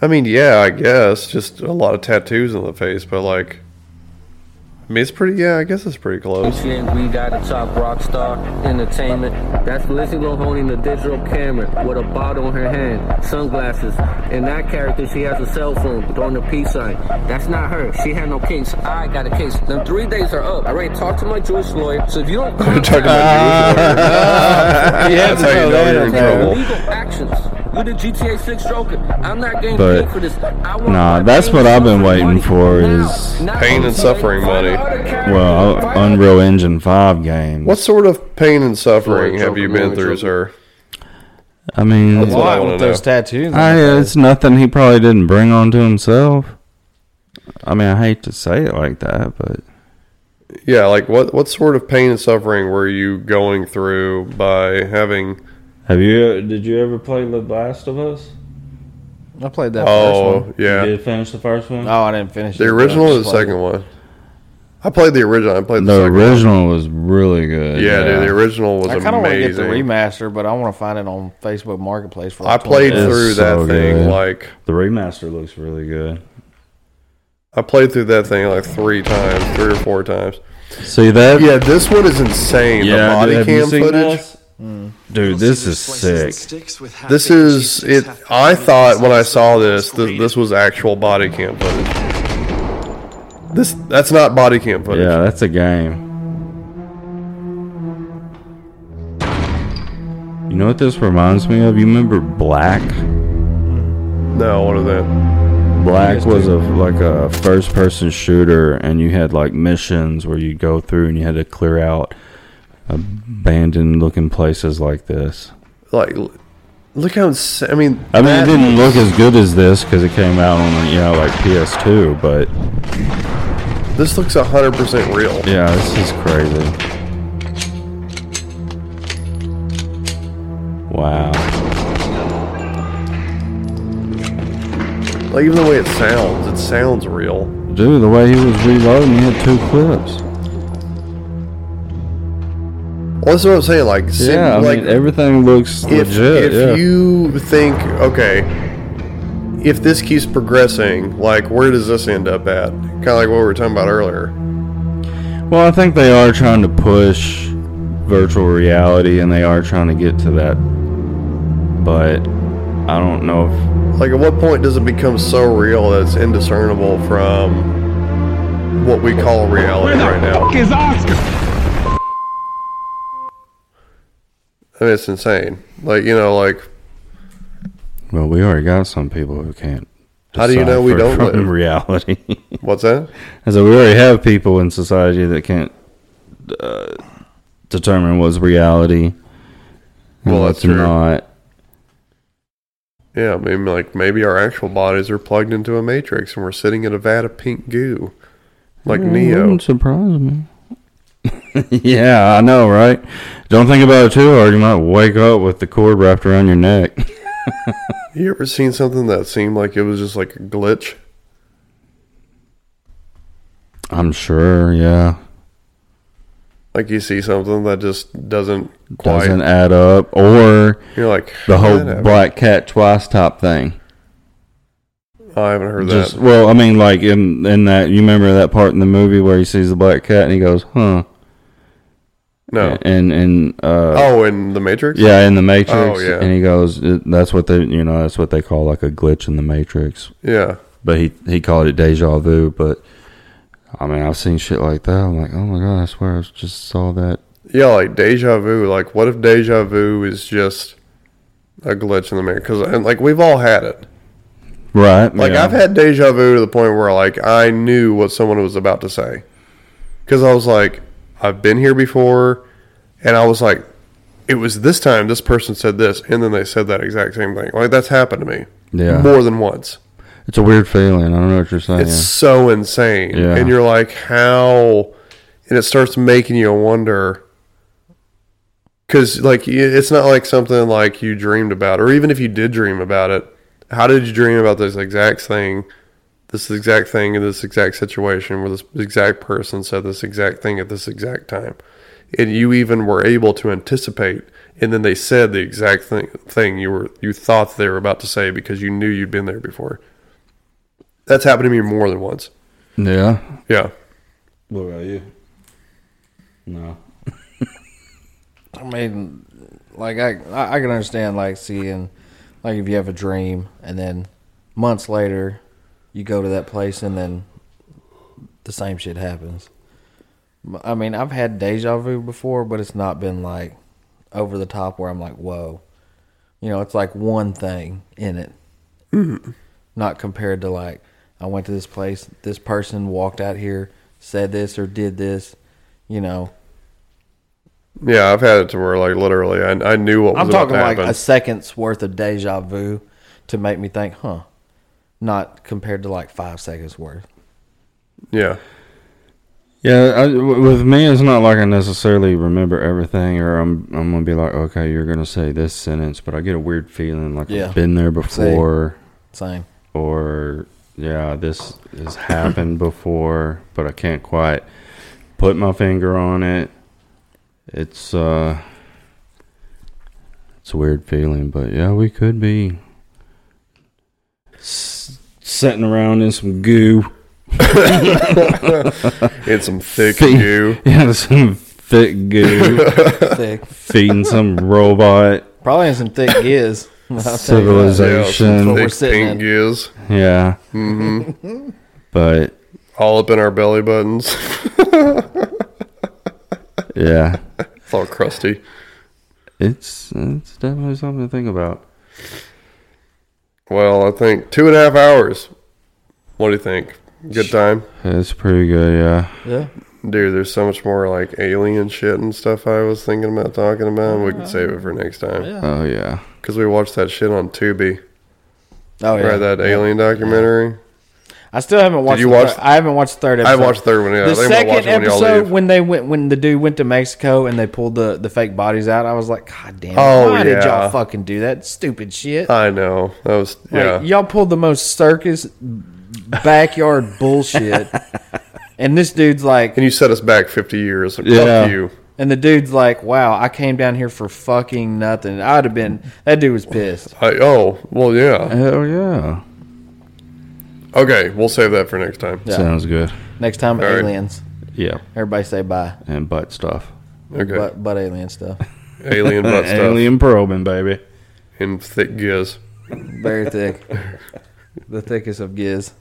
C: I mean, yeah, I guess just a lot of tattoos on the face, but like, I mean, it's pretty. Yeah, I guess it's pretty close.
U: Shit, we got a top rock star entertainment. That's Lizzie Lowe holding a digital camera with a bottle in her hand, sunglasses. In that character, she has a cell phone throwing a peace sign. That's not her. She had no case. I got a case. Them three days are up. I already talked to my Jewish lawyer. So if you don't call
C: Talking about Jewish lawyer.
U: That's
C: That's how you know you're in trouble.
U: legal actions. You're the GTA 6 Joker. I'm not getting
E: But-
U: paid for this. I want
E: Nah, that's what I've been waiting for is
C: Pain and suffering money.
E: well, Unreal Engine Five game.
C: What sort of pain and suffering
U: Florida
C: have you
U: Joker,
C: been
U: Miami Joker.
C: through, sir?
E: I mean,
C: That's what I wanna know.
D: tattoos.
E: I, it's nothing he probably didn't bring onto himself. I mean, I hate to say it like that, but
C: Yeah, like what what sort of pain and suffering were you going through by having?
E: have you? Did you ever play The Last of Us?
D: I played that first
C: oh
D: one.
C: yeah,
E: You did finish the first one.
D: No, I didn't finish
C: the
D: it, but I
C: original or the
D: just played
C: second one? I played the original. I played the,
E: The
C: second
E: original was really
C: One.
E: good.
C: Yeah, dude, the original was
D: I kind of want to get the
C: amazing.
D: remaster, but I want to find it on Facebook Marketplace for.
C: I
D: Like
C: played
D: 20
C: through that thing like
E: the remaster looks really good.
C: I played through that thing like three times, three or four times.
E: See that?
C: Yeah, this one is insane.
E: Yeah,
C: the body
E: dude, have you
C: cam
E: seen
C: footage.
E: this? Dude, this is sick.
C: This is it. I thought when I saw this, th- this was actual body cam footage. This that's not body cam footage.
E: Yeah, that's a game. You know what this reminds me of? You remember Black?
C: No, what is that?
E: Black was a like a first person shooter and you had like missions where you go through and you had to clear out abandoned looking places like this.
C: Like, l- look how insane. I mean,
E: I mean, it
C: that-
E: didn't look as good as this because it came out on you know like PS2, but
C: This looks hundred percent real.
E: yeah, this is crazy. Wow.
C: Like even the way it sounds, it sounds real.
E: Dude, the way he was reloading, he had two clips.
C: Well, that's what I'm saying. Like, sim-
E: yeah, I
C: like
E: mean, everything looks
C: if if
E: legit. yeah.
C: you think okay, if this keeps progressing, like where does this end up at? Kind of like what we were talking about earlier.
E: well, I think they are trying to push virtual reality and they are trying to get to that. But I don't know if.
C: Like, at what point does it become so real that it's indiscernible from what we call reality right now?
Q: is Oscar?
C: I mean, it's insane. Like, you know, like,
E: Well, we already got some people who can't.
C: How do you know we
E: decipher
C: don't
E: from
C: live?
E: reality?
C: what's that?
E: And so we already have people in society that can't uh, determine what's reality. and
C: Well,
E: what's
C: that's true.
E: not.
C: Yeah, I mean, like, maybe our actual bodies are plugged into a matrix and we're sitting in a vat of pink goo. Like
E: Yeah, it
C: Neo.
E: Wouldn't surprise me. yeah, I know, right? Don't think about it too hard. You might wake up with the cord wrapped around your neck.
C: You ever seen something that seemed like it was just like a glitch?
E: I'm sure. Yeah,
C: Like, you see something that just doesn't quite.
E: doesn't add up. Or
C: You're like,
E: the
C: "How
E: whole
C: did that happen?"
E: black cat twice top thing.
C: Oh, I haven't heard
E: Just
C: that.
E: well, I mean, like in in that you remember that part in the movie where he sees the black cat and he goes, "Huh."
C: No.
E: And and uh,
C: oh, in The Matrix?
E: Yeah, in the
C: Oh,
E: Matrix.
C: yeah.
E: And he goes, "Uh, "That's what they, you know, that's what they call like a glitch in the Matrix."
C: Yeah.
E: But he he called it deja vu. But I mean, I've seen shit like that. I'm like, oh my god, I swear I just saw that
C: yeah, like deja vu. Like, what if deja vu is just a glitch in the mirror? Because and like we've all had it.
E: Right.
C: Like
E: yeah.
C: I've had deja vu to the point where like I knew what someone was about to say because I was like, I've been here before, and I was like, it was this time this person said this, and then they said that exact same thing. Like that's happened to me,
E: Yeah.
C: more than once.
E: It's a weird feeling. I don't know what you're saying.
C: It's so insane.
E: Yeah.
C: And you're like, how? And it starts making you wonder. Because, like, y- it's not like something like you dreamed about, or even if you did dream about it, how did you dream about this exact thing, this exact thing in this exact situation where this exact person said this exact thing at this exact time? And you even were able to anticipate, and then they said the exact thing, thing you were you thought they were about to say because you knew you'd been there before. That's happened to me more than once.
E: yeah.
C: Yeah.
E: What about you? No.
D: I mean, like I, I I can understand like seeing, like if you have a dream and then months later, you go to that place and then the same shit happens. M- I mean, I've had deja vu before, but it's not been like over the top where I'm like, whoa, you know, it's like one thing in it, not compared to like I went to this place, this person walked out here, said this or did this, you know.
C: Yeah, I've had it to where like literally I, I knew what was
D: I'm
C: about
D: talking
C: to
D: like
C: happen.
D: a second's worth of deja vu to make me think, huh? Not compared to like five seconds worth.
C: yeah.
E: Yeah, I, w- with me, it's not like I necessarily remember everything, or I'm I'm gonna be like, okay, you're gonna say this sentence, but I get a weird feeling like
D: Yeah.
E: I've been there
D: Same.
E: before.
D: Same.
E: Or yeah, this has happened before, but I can't quite put my finger on it. It's uh, it's a weird feeling, but yeah, we could be s- sitting around in some goo.
C: In some thick
E: Fe-
C: goo.
E: Yeah, some thick goo.
D: Thick.
E: Feeding some robot.
D: Probably in some thick giz. I'll tell you that.
E: Civilization.
D: That's what
E: Thick
D: we're sitting
C: Pink
D: in.
C: is.
E: Yeah.
C: Mm-hmm.
E: But
C: All up in our belly buttons.
E: yeah,
C: it's all crusty.
E: it's it's definitely something to think about.
C: Well, I think two and a half hours. What do you think? Good time?
E: It's pretty good. Yeah.
D: Yeah.
C: Dude, there's so much more like alien shit and stuff I was thinking about talking about. We can save it for next time.
D: Yeah.
E: Oh yeah.
C: Because we watched that shit on Tubi.
D: Oh, yeah.
C: Right, that
D: Yeah.
C: alien documentary.
D: I still haven't watched.
C: you
D: the
C: watch-
D: thir- I haven't watched the third
C: I
D: episode.
C: watched the third one, yeah.
D: The
C: I think I'm
D: second
C: gonna watch it when y'all
D: episode
C: leave.
D: when they went when the dude went to Mexico and they pulled the, the fake bodies out, I was like, God damn! It,
C: Oh,
D: why did
C: yeah.
D: y'all fucking do that stupid shit?
C: I know. That was
D: Like,
C: yeah.
D: y'all pulled the most circus backyard bullshit. And this dude's like,
C: and you set us back 50 years. Fuck
E: Yeah.
C: you.
D: And the dude's like, "Wow, I came down here for fucking nothing." I'd have been. That dude was pissed.
C: I, oh, well, yeah.
E: Hell yeah.
C: Okay, we'll save that for next time.
D: Yeah.
E: Sounds good.
D: Next time,
C: All right.
D: aliens.
E: Yeah.
D: Everybody say bye.
E: And butt stuff.
C: Okay.
D: But, but alien stuff.
C: Alien butt stuff.
E: Alien probing, baby.
C: In thick giz.
D: Very thick. the thickest of giz.